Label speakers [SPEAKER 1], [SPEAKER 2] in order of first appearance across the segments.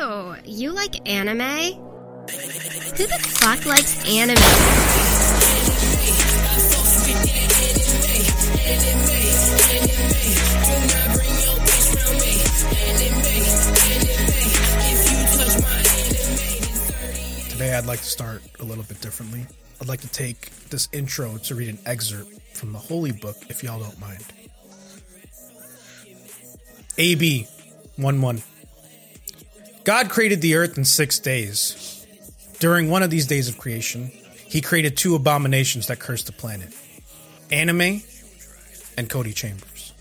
[SPEAKER 1] Oh, you like anime? Who the fuck likes anime?
[SPEAKER 2] Today, I'd like to start a little bit differently. I'd like to take this intro to read an excerpt from the holy book, if y'all don't mind. AB 1 1. God created the earth in six days. During one of these days of creation, he created two abominations that cursed the planet anime and Cody Chambers.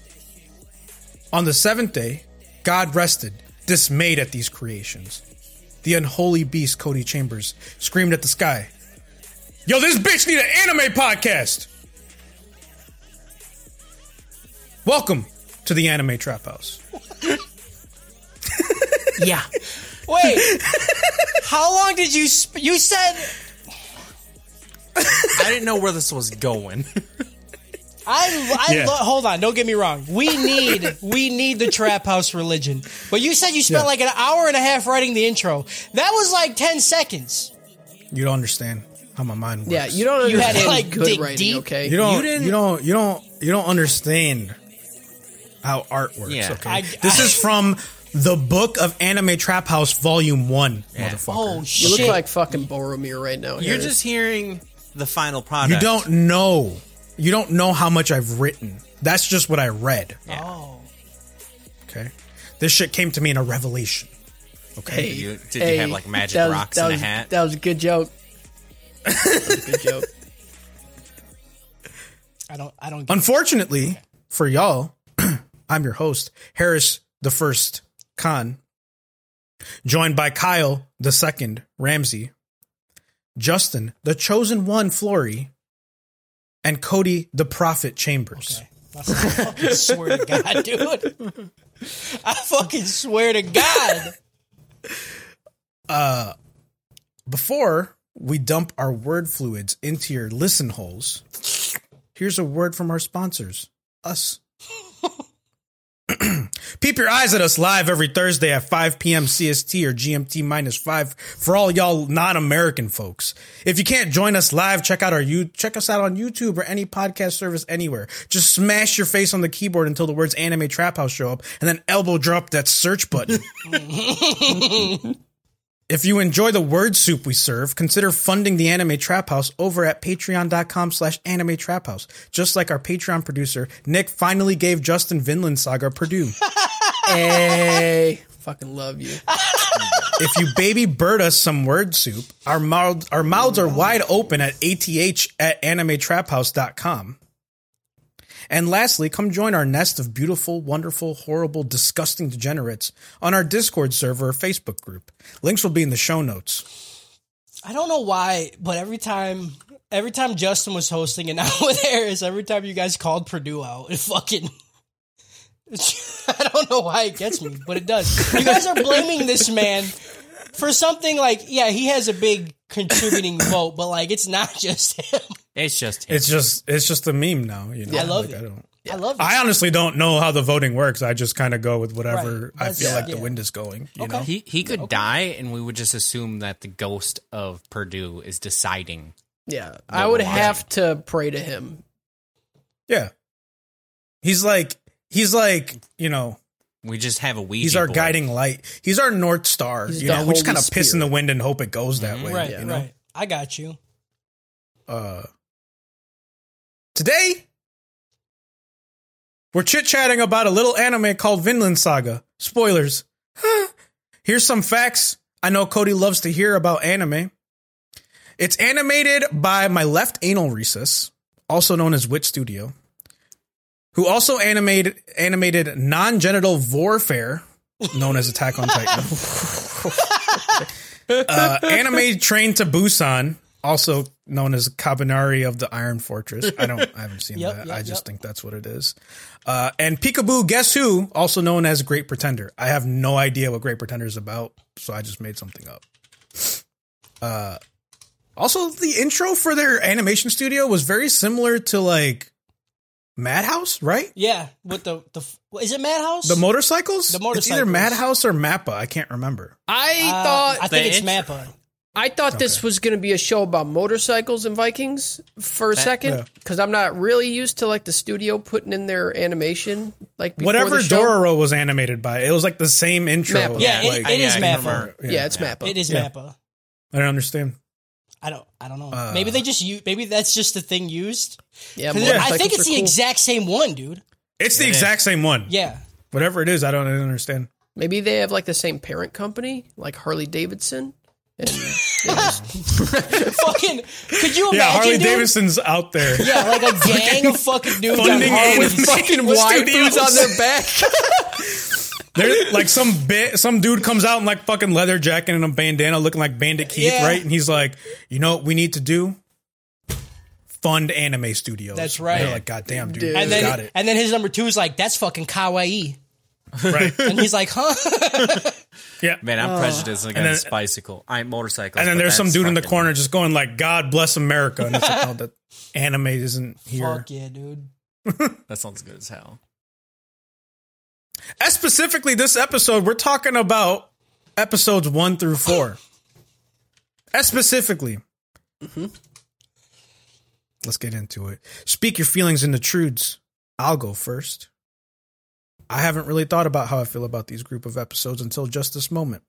[SPEAKER 2] On the seventh day, God rested, dismayed at these creations. The unholy beast Cody Chambers screamed at the sky, Yo, this bitch need an anime podcast. Welcome to the Anime Trap House.
[SPEAKER 3] Yeah.
[SPEAKER 4] Wait, how long did you? Sp- you said
[SPEAKER 3] I didn't know where this was going.
[SPEAKER 4] I. I
[SPEAKER 2] Yeah.
[SPEAKER 4] lo- hold on. Don't get me wrong. We need. we need the trap house religion. But you said you spent
[SPEAKER 2] Yeah.
[SPEAKER 4] like an hour and a half writing the intro. That was like ten seconds.
[SPEAKER 2] You don't understand how my mind works.
[SPEAKER 5] Yeah, you don't
[SPEAKER 4] You had
[SPEAKER 5] understand
[SPEAKER 4] to, like,
[SPEAKER 5] good
[SPEAKER 4] dig
[SPEAKER 5] writing,
[SPEAKER 4] deep.
[SPEAKER 5] okay?
[SPEAKER 2] You don't. You,
[SPEAKER 3] You didn't-
[SPEAKER 2] don't. You don't. You don't understand how art works.
[SPEAKER 3] Yeah.
[SPEAKER 2] Okay.
[SPEAKER 4] I-
[SPEAKER 2] this
[SPEAKER 4] I-
[SPEAKER 2] is from the book of Anime Trap House, Volume One. Motherfucker.
[SPEAKER 4] Oh
[SPEAKER 5] You
[SPEAKER 4] shit!
[SPEAKER 5] look like fucking Boromir right now.
[SPEAKER 3] You're
[SPEAKER 5] Harry.
[SPEAKER 3] just hearing the final product.
[SPEAKER 2] you don't know. You don't know how much I've written. That's just what I read.
[SPEAKER 4] oh.
[SPEAKER 2] Okay. This shit came to me in a revelation.
[SPEAKER 5] Hey,
[SPEAKER 3] Did you- did you have, like, magic
[SPEAKER 5] that was-
[SPEAKER 3] rocks
[SPEAKER 5] that
[SPEAKER 3] in a
[SPEAKER 5] was-
[SPEAKER 3] hat?
[SPEAKER 5] That was a good joke. that was a good joke.
[SPEAKER 4] I don't. I don't. Get
[SPEAKER 2] Unfortunately for y'all, I'm your host, Harris the First Khan, joined by Kyle the Second Ramsey, Justin the Chosen One Flory, and Cody the Prophet Chambers.
[SPEAKER 4] I fucking swear to God, dude. I fucking swear to God.
[SPEAKER 2] Before we dump our word fluids into your listen holes, here's a word from our sponsors, us. Peep your eyes at us live every Thursday at 5 p.m. CST or GMT minus 5 for all y'all non-American folks. If you can't join us live, check out our you check us out on YouTube or any podcast service anywhere. Just smash your face on the keyboard until the words anime trap house show up and then elbow drop that search button. If you enjoy the word soup we serve, consider funding the Anime Trap House over at patreon.com slash anime trap house. Just like our Patreon producer, Nick finally gave Justin Vinland Saga Purdue.
[SPEAKER 5] hey, fucking love you.
[SPEAKER 2] if you baby bird us some word soup, our mouths, our mouths are wide open at ATH at animetraphouse.com. And lastly, come join our nest of beautiful, wonderful, horrible, disgusting degenerates on our Discord server or Facebook group. Links will be in the show notes.
[SPEAKER 4] I don't know why, but every time, every time Justin was hosting and I was there, is every time you guys called Purdue out, it fucking. I don't know why it gets me, but it does. You guys are blaming this man for something like, yeah, he has a big contributing vote, but like, it's not just him.
[SPEAKER 3] It's just him.
[SPEAKER 2] It's just it's just a meme now. You know,
[SPEAKER 4] I love
[SPEAKER 2] Like,
[SPEAKER 4] it.
[SPEAKER 2] I don't.
[SPEAKER 4] I love it.
[SPEAKER 2] I honestly don't know how the voting works. I just kind of go with whatever
[SPEAKER 4] Right.
[SPEAKER 2] I
[SPEAKER 4] That's-
[SPEAKER 2] feel like the
[SPEAKER 4] yeah.
[SPEAKER 2] wind is going. You know,
[SPEAKER 3] he he could die, and we would just assume that the ghost of Purdue is deciding.
[SPEAKER 5] Yeah, I would have to pray to him.
[SPEAKER 2] yeah. He's like he's like you know
[SPEAKER 3] We just have a Ouija.
[SPEAKER 2] he's our
[SPEAKER 3] board.
[SPEAKER 2] guiding light. He's our north star.
[SPEAKER 5] He's
[SPEAKER 2] you
[SPEAKER 5] the
[SPEAKER 2] know, we just
[SPEAKER 5] Holy
[SPEAKER 2] kind of piss in
[SPEAKER 5] Spirit.
[SPEAKER 2] the wind and hope it goes that way.
[SPEAKER 4] right,
[SPEAKER 2] you know?
[SPEAKER 4] right. I got you.
[SPEAKER 2] Uh, today we're chit chatting about a little anime called Vinland Saga. Spoilers. Here's some facts I know Cody loves to hear about anime. It's animated by my left anal recess, also known as Wit Studio, who also animated animated non genital warfare, known as Attack on Titan. uh, anime Train to Busan, also known as Kabanari of the Iron Fortress. I don't, I haven't seen
[SPEAKER 4] Yep,
[SPEAKER 2] that.
[SPEAKER 4] yep,
[SPEAKER 2] I just
[SPEAKER 4] yep.
[SPEAKER 2] think that's what it is. Uh, and Peekaboo Guess Who, also known as Great Pretender. I have no idea what Great Pretender is about, so I just made something up. Uh, also, the intro for their animation studio was very similar to like Madhouse, right?
[SPEAKER 4] Yeah, with the the is it Madhouse?
[SPEAKER 2] The motorcycles?
[SPEAKER 4] The
[SPEAKER 2] It's either
[SPEAKER 4] motorcycles.
[SPEAKER 2] Madhouse or Mappa. I can't remember.
[SPEAKER 5] I
[SPEAKER 4] Uh,
[SPEAKER 5] thought
[SPEAKER 4] I think
[SPEAKER 3] the
[SPEAKER 4] it's
[SPEAKER 3] intro-
[SPEAKER 4] Mappa.
[SPEAKER 5] I thought this was going to be a show about motorcycles and Vikings for a second
[SPEAKER 2] yeah.
[SPEAKER 5] because I'm not really used to like the studio putting in their animation like before
[SPEAKER 2] Whatever
[SPEAKER 5] the show.
[SPEAKER 2] Dororo was animated by, it was like the same intro.
[SPEAKER 5] Mappa.
[SPEAKER 4] Yeah, it-
[SPEAKER 2] like,
[SPEAKER 4] it is
[SPEAKER 3] I
[SPEAKER 4] Mappa.
[SPEAKER 3] remember.
[SPEAKER 5] Yeah, it's Mappa.
[SPEAKER 4] It is
[SPEAKER 2] Yeah.
[SPEAKER 4] Mappa.
[SPEAKER 2] I don't understand.
[SPEAKER 4] I don't. I don't know.
[SPEAKER 2] Uh,
[SPEAKER 4] maybe they just use. Maybe that's just the thing used.
[SPEAKER 5] Yeah,
[SPEAKER 4] 'Cause I
[SPEAKER 5] motorcycles
[SPEAKER 4] think
[SPEAKER 5] are
[SPEAKER 4] it's the
[SPEAKER 5] cool.
[SPEAKER 4] exact same one, dude.
[SPEAKER 2] It's the
[SPEAKER 3] It is.
[SPEAKER 2] exact same one.
[SPEAKER 4] Yeah.
[SPEAKER 2] Whatever it is, I don't understand.
[SPEAKER 5] Maybe they have like the same parent company, like Harley Davidson. And
[SPEAKER 4] fucking. Could you imagine?
[SPEAKER 2] Yeah, Harley
[SPEAKER 4] dude?
[SPEAKER 2] Davidson's out there.
[SPEAKER 4] Yeah, like a gang of fucking dudes. on
[SPEAKER 2] funding
[SPEAKER 4] Harley.
[SPEAKER 2] anime.
[SPEAKER 5] fucking
[SPEAKER 2] Let's do
[SPEAKER 5] waifus
[SPEAKER 2] deals.
[SPEAKER 5] on their back.
[SPEAKER 2] There, like some bit, some dude comes out in like fucking leather jacket and a bandana, looking like Bandit Keith,
[SPEAKER 4] Yeah.
[SPEAKER 2] right? And he's like, "You know what we need to do? Fund anime studios."
[SPEAKER 4] That's right.
[SPEAKER 2] And they're like, "God damn, dude,
[SPEAKER 5] Dude.
[SPEAKER 2] you
[SPEAKER 4] And then,
[SPEAKER 2] got it."
[SPEAKER 4] and then his number two is like, "That's fucking kawaii,"
[SPEAKER 2] Right.
[SPEAKER 4] and he's like, "Huh?"
[SPEAKER 2] Yeah.
[SPEAKER 3] Man, I'm prejudiced against bicycle. I'm motorcycle.
[SPEAKER 2] And then there's some dude in the corner just going like, "God bless America," and it's like, "Oh, that anime isn't here."
[SPEAKER 4] Fuck yeah, dude.
[SPEAKER 3] That sounds good as hell.
[SPEAKER 2] As specifically this episode, we're talking about episodes one through four. As specifically. Let's get into it. Speak your feelings in the truths. I'll go first. I haven't really thought about how I feel about these group of episodes until just this moment.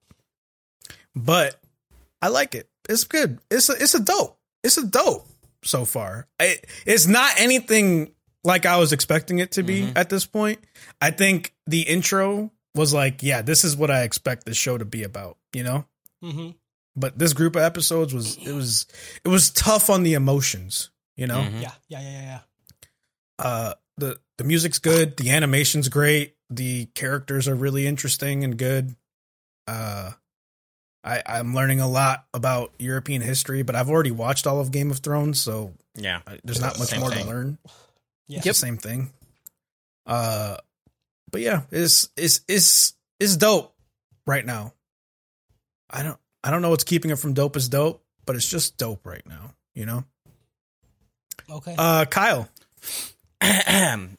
[SPEAKER 2] But I like it. It's good. It's a, it's a dope. It's a dope so far. It, it's not anything like I was expecting it to be at this point. I think the intro was like, yeah, this is what I expect this show to be about, you know?
[SPEAKER 4] hmm
[SPEAKER 2] But this group of episodes was it was it was tough on the emotions, you know?
[SPEAKER 3] Mhm.
[SPEAKER 4] Yeah, yeah, yeah, yeah, yeah.
[SPEAKER 2] Uh the the music's good, the animation's great, the characters are really interesting and good. Uh I I'm learning a lot about European history, but I've already watched all of Game of Thrones, so
[SPEAKER 3] Yeah.
[SPEAKER 2] there's not much
[SPEAKER 3] Same
[SPEAKER 2] more
[SPEAKER 3] thing.
[SPEAKER 2] to learn.
[SPEAKER 4] Yeah.
[SPEAKER 2] It's the same thing. Uh, but yeah, it's it's it's it's dope right now. I don't I don't know what's keeping it from dope as dope, but it's just dope right now. You know,
[SPEAKER 4] Okay.
[SPEAKER 2] uh, Kyle.
[SPEAKER 3] it's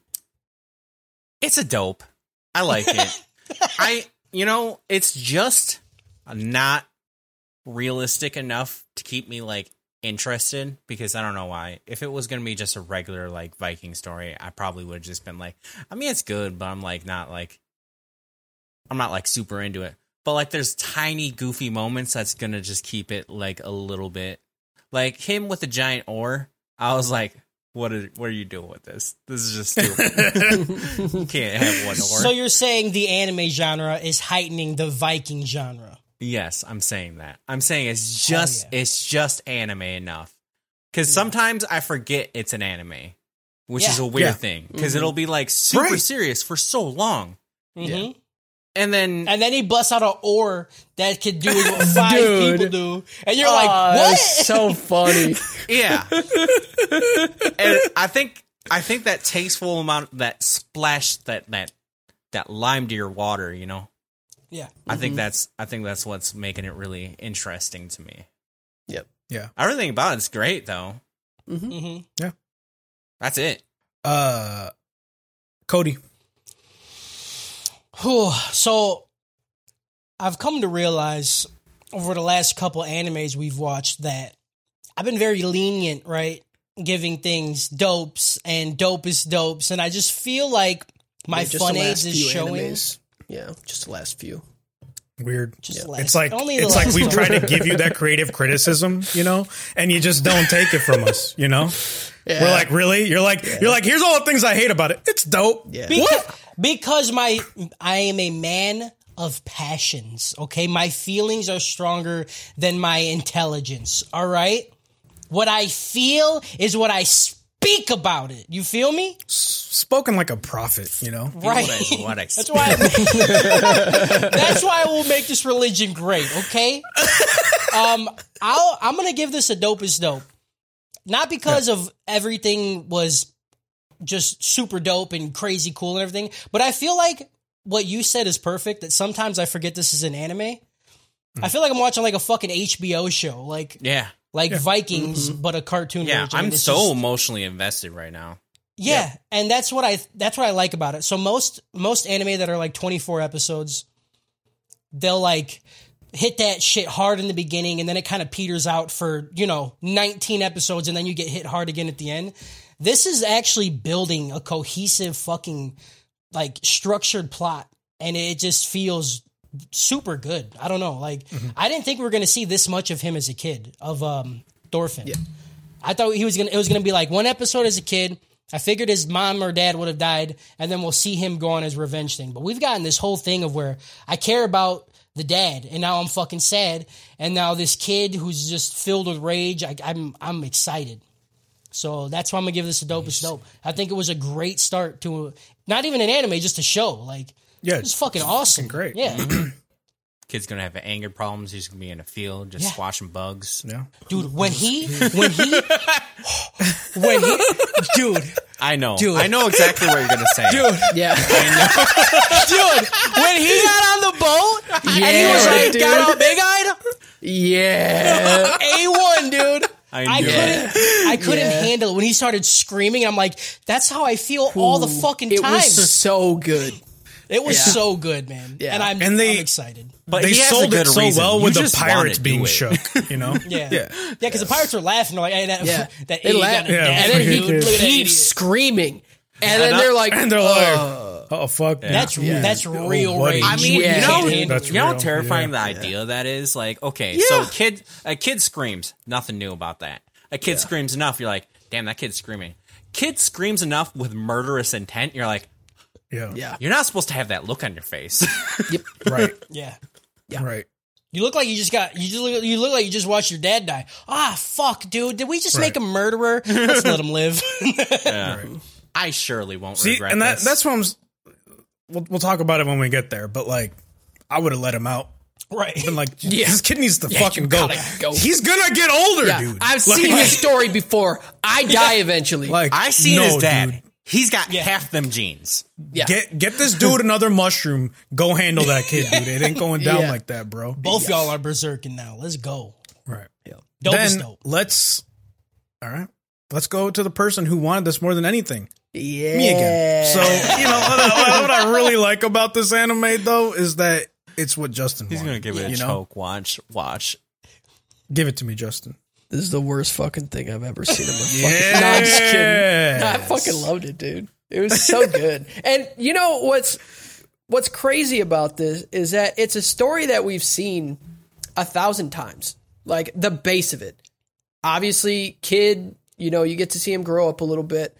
[SPEAKER 3] a dope. I like it. I, you know, it's just not realistic enough to keep me like interested because I don't know why. If it was going to be just a regular like Viking story, I probably would have just been like, I mean, it's good, but I'm like not like, I'm not like super into it. But like, there's tiny goofy moments that's going to just keep it like a little bit like him with the giant oar. I was like, what are, what are you doing with this? This is just stupid. you can't have one oar.
[SPEAKER 4] so you're saying the anime genre is heightening the Viking genre?
[SPEAKER 3] Yes, I'm saying that. I'm saying it's just
[SPEAKER 4] Oh, yeah.
[SPEAKER 3] it's just anime enough. Cuz sometimes I forget it's an anime, which is
[SPEAKER 4] Yeah. Mm-hmm.
[SPEAKER 3] a weird
[SPEAKER 2] Yeah.
[SPEAKER 3] thing because it'll be like super
[SPEAKER 2] Right.
[SPEAKER 3] serious for so long.
[SPEAKER 4] hmm
[SPEAKER 3] And then
[SPEAKER 4] And then he busts out an oar that could do what five
[SPEAKER 5] Dude.
[SPEAKER 4] people do, and you're
[SPEAKER 5] Oh,
[SPEAKER 4] like,
[SPEAKER 5] that
[SPEAKER 4] "What?"
[SPEAKER 5] was so funny.
[SPEAKER 3] yeah. and I think I think that tasteful amount that splash that that that lime to your water, you know.
[SPEAKER 4] yeah.
[SPEAKER 3] I think that's I think that's what's making it really interesting to me.
[SPEAKER 5] yep.
[SPEAKER 3] Everything about it's great though.
[SPEAKER 4] hmm
[SPEAKER 3] That's it.
[SPEAKER 2] Uh, Cody.
[SPEAKER 4] Whew. So I've come to realize over the last couple animes we've watched that I've been very lenient, right? Giving things dopes and dopest dopes. And I just feel like my
[SPEAKER 5] Just the
[SPEAKER 4] fun
[SPEAKER 5] last
[SPEAKER 4] age is
[SPEAKER 5] few
[SPEAKER 4] showing.
[SPEAKER 5] animes. Yeah, just the last few.
[SPEAKER 2] Weird.
[SPEAKER 4] Just the
[SPEAKER 2] It's
[SPEAKER 4] last-
[SPEAKER 2] like
[SPEAKER 4] only the
[SPEAKER 2] it's like
[SPEAKER 4] last
[SPEAKER 2] we
[SPEAKER 4] one.
[SPEAKER 2] try to give you that creative criticism, you know, and you just don't take it from us, you know.
[SPEAKER 5] Yeah.
[SPEAKER 2] We're like, really? You're like, you're like, here's all the things I hate about it. It's dope.
[SPEAKER 5] Yeah.
[SPEAKER 4] Beca- because my I am a man of passions. Okay, my feelings are stronger than my intelligence. All right, what I feel is what I speak about it. You feel me?
[SPEAKER 2] Spoken like a prophet, you know.
[SPEAKER 4] Right.
[SPEAKER 3] What I- what I
[SPEAKER 4] That's why. I, that's why I will make this religion great. Okay. Um, I'll I'm gonna give this a dope is dope, not because of everything was just super dope and crazy cool and everything, but I feel like what you said is perfect. That sometimes I forget this is an anime. I feel like I'm watching like a fucking HBO show, like
[SPEAKER 3] Mm. Yeah. Mm-hmm.
[SPEAKER 4] like Vikings, but a cartoon.
[SPEAKER 3] Yeah,
[SPEAKER 4] version.
[SPEAKER 3] I'm
[SPEAKER 4] It's
[SPEAKER 3] so
[SPEAKER 4] just-
[SPEAKER 3] emotionally invested right now.
[SPEAKER 4] Yeah, and that's what I that's what I like about it. So most most anime that are like 24 episodes they'll like hit that shit hard in the beginning and then it kind of peters out for, you know, 19 episodes and then you get hit hard again at the end. This is actually building a cohesive fucking like structured plot and it just feels super good. I don't know. Like
[SPEAKER 2] Mm-hmm.
[SPEAKER 4] I didn't think we were going to see this much of him as a kid of um Thorfinn. I thought he was gonna. It was gonna be like one episode as a kid. I figured his mom or dad would have died, and then we'll see him go on his revenge thing. But we've gotten this whole thing of where I care about the dad, and now I'm fucking sad, and now this kid who's just filled with rage. I, I'm I'm excited. So that's why I'm gonna give this a dope. It's dope. I think it was a great start to not even an anime, just a show. Like
[SPEAKER 2] Yeah,
[SPEAKER 4] it was fucking awesome.
[SPEAKER 2] great.
[SPEAKER 4] Yeah,
[SPEAKER 3] Kid's gonna have anger problems. He's gonna be in a field just
[SPEAKER 4] Yeah.
[SPEAKER 3] squashing bugs.
[SPEAKER 2] Yeah.
[SPEAKER 4] dude. When he when he when he dude.
[SPEAKER 3] I know.
[SPEAKER 4] Dude.
[SPEAKER 3] I know exactly what you're gonna say.
[SPEAKER 4] Dude,
[SPEAKER 5] Yeah.
[SPEAKER 4] dude, when he got on the boat and he was
[SPEAKER 5] Yeah,
[SPEAKER 4] like,
[SPEAKER 5] dude. Uh,
[SPEAKER 4] got all big eyed,
[SPEAKER 5] yeah.
[SPEAKER 4] A1, dude.
[SPEAKER 3] I
[SPEAKER 4] I
[SPEAKER 3] knew it.
[SPEAKER 4] couldn't, I couldn't
[SPEAKER 5] Yeah.
[SPEAKER 4] handle it. When he started screaming, I'm like, that's how I feel all the fucking
[SPEAKER 5] It
[SPEAKER 4] time.
[SPEAKER 5] was so good.
[SPEAKER 4] it was
[SPEAKER 5] yeah.
[SPEAKER 4] so good, man.
[SPEAKER 5] Yeah.
[SPEAKER 4] And I'm,
[SPEAKER 2] And they-
[SPEAKER 4] I'm excited.
[SPEAKER 3] But
[SPEAKER 2] they
[SPEAKER 3] he has a
[SPEAKER 2] sold it
[SPEAKER 3] good
[SPEAKER 2] so
[SPEAKER 3] reason.
[SPEAKER 2] well
[SPEAKER 3] You
[SPEAKER 2] with the
[SPEAKER 3] just wanna
[SPEAKER 2] pirates
[SPEAKER 3] do
[SPEAKER 2] being
[SPEAKER 3] it.
[SPEAKER 2] shook, you know?
[SPEAKER 4] Yeah.
[SPEAKER 2] Yeah.
[SPEAKER 4] Yeah, because the pirates were laughing. They're like, hey, that,
[SPEAKER 5] Yeah.
[SPEAKER 4] that
[SPEAKER 5] They
[SPEAKER 4] idiot
[SPEAKER 5] laugh.
[SPEAKER 4] got a
[SPEAKER 2] Yeah.
[SPEAKER 5] And
[SPEAKER 4] dad,
[SPEAKER 5] then he
[SPEAKER 4] dude. Look at that idiot.
[SPEAKER 5] keeps screaming. And then they're like,
[SPEAKER 2] And they're like, oh, fuck. Oh,
[SPEAKER 4] That's,
[SPEAKER 5] Yeah.
[SPEAKER 4] that's real
[SPEAKER 2] buddy.
[SPEAKER 4] rage.
[SPEAKER 3] Uh, I mean,
[SPEAKER 5] Yeah.
[SPEAKER 3] you know,
[SPEAKER 4] Can't handle
[SPEAKER 2] That's
[SPEAKER 4] it.
[SPEAKER 3] you know how
[SPEAKER 2] real.
[SPEAKER 3] terrifying the idea of that is. Like, okay,
[SPEAKER 5] Yeah.
[SPEAKER 3] so kid, a kid screams, nothing new about that. A kid screams enough, you're like, damn, that kid's screaming. Kid screams enough with murderous intent, you're like,
[SPEAKER 2] yeah.
[SPEAKER 5] yeah.
[SPEAKER 3] you're not supposed to have that look on your face.
[SPEAKER 2] Right.
[SPEAKER 4] Yeah.
[SPEAKER 2] Right.
[SPEAKER 4] You look like you just got you just look, you look like you just watched your dad die. Ah, fuck, dude! Did we just
[SPEAKER 2] Right.
[SPEAKER 4] make a murderer? Let's let him live.
[SPEAKER 3] I surely won't
[SPEAKER 2] See,
[SPEAKER 3] regret
[SPEAKER 2] and that,
[SPEAKER 3] this.
[SPEAKER 2] that's what I'm. s- We'll, we'll talk about it when we get there, but like, I would have let him out.
[SPEAKER 4] right?
[SPEAKER 2] Been like, this kid needs to fucking
[SPEAKER 5] you
[SPEAKER 2] go.
[SPEAKER 5] gotta go.
[SPEAKER 2] He's gonna get older,
[SPEAKER 5] Yeah,
[SPEAKER 2] dude.
[SPEAKER 5] I've
[SPEAKER 2] Like-
[SPEAKER 5] seen this story before. I die eventually.
[SPEAKER 2] Like,
[SPEAKER 3] I seen
[SPEAKER 2] no,
[SPEAKER 3] his dad.
[SPEAKER 2] dude.
[SPEAKER 3] He's got half them jeans.
[SPEAKER 5] yeah.
[SPEAKER 2] Get get this dude another mushroom. Go handle that kid, dude. It ain't going down
[SPEAKER 5] Yeah.
[SPEAKER 2] like that, bro.
[SPEAKER 4] Both y'all are berserking now. Let's go.
[SPEAKER 2] Right.
[SPEAKER 4] Dope is
[SPEAKER 2] then
[SPEAKER 4] dope.
[SPEAKER 2] let's. All right. Let's go to the person who wanted this more than anything.
[SPEAKER 5] yeah.
[SPEAKER 2] me again. So you know what I, what I really like about this anime though is that it's what Justin.
[SPEAKER 3] He's
[SPEAKER 2] wanted,
[SPEAKER 3] gonna give it a
[SPEAKER 2] you know?
[SPEAKER 3] choke. Watch, watch.
[SPEAKER 2] Give it to me, Justin.
[SPEAKER 5] this is the worst fucking thing I've ever seen in my
[SPEAKER 2] Yeah.
[SPEAKER 5] fucking No, I'm just kidding. No, I fucking loved it, dude. It was so good. and you know what's what's crazy about this is that it's a story that we've seen a thousand times. Like the base of it. Obviously, kid, you know, you get to see him grow up a little bit.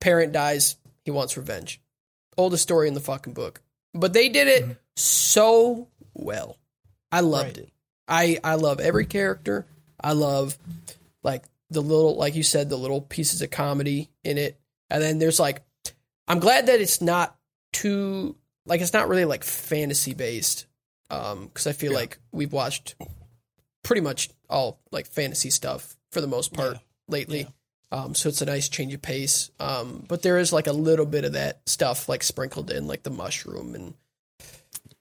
[SPEAKER 5] Parent dies, he wants revenge. Oldest story in the fucking book. But they did it so well. I loved it. I I love every character. I love like the little like you said the little pieces of comedy in it. And then there's like I'm glad that it's not too like it's not really like fantasy based um cuz I feel like we've watched pretty much all like fantasy stuff for the most part lately. Um, so it's a nice change of pace. Um, but there is like a little bit of that stuff like sprinkled in, like the mushroom, and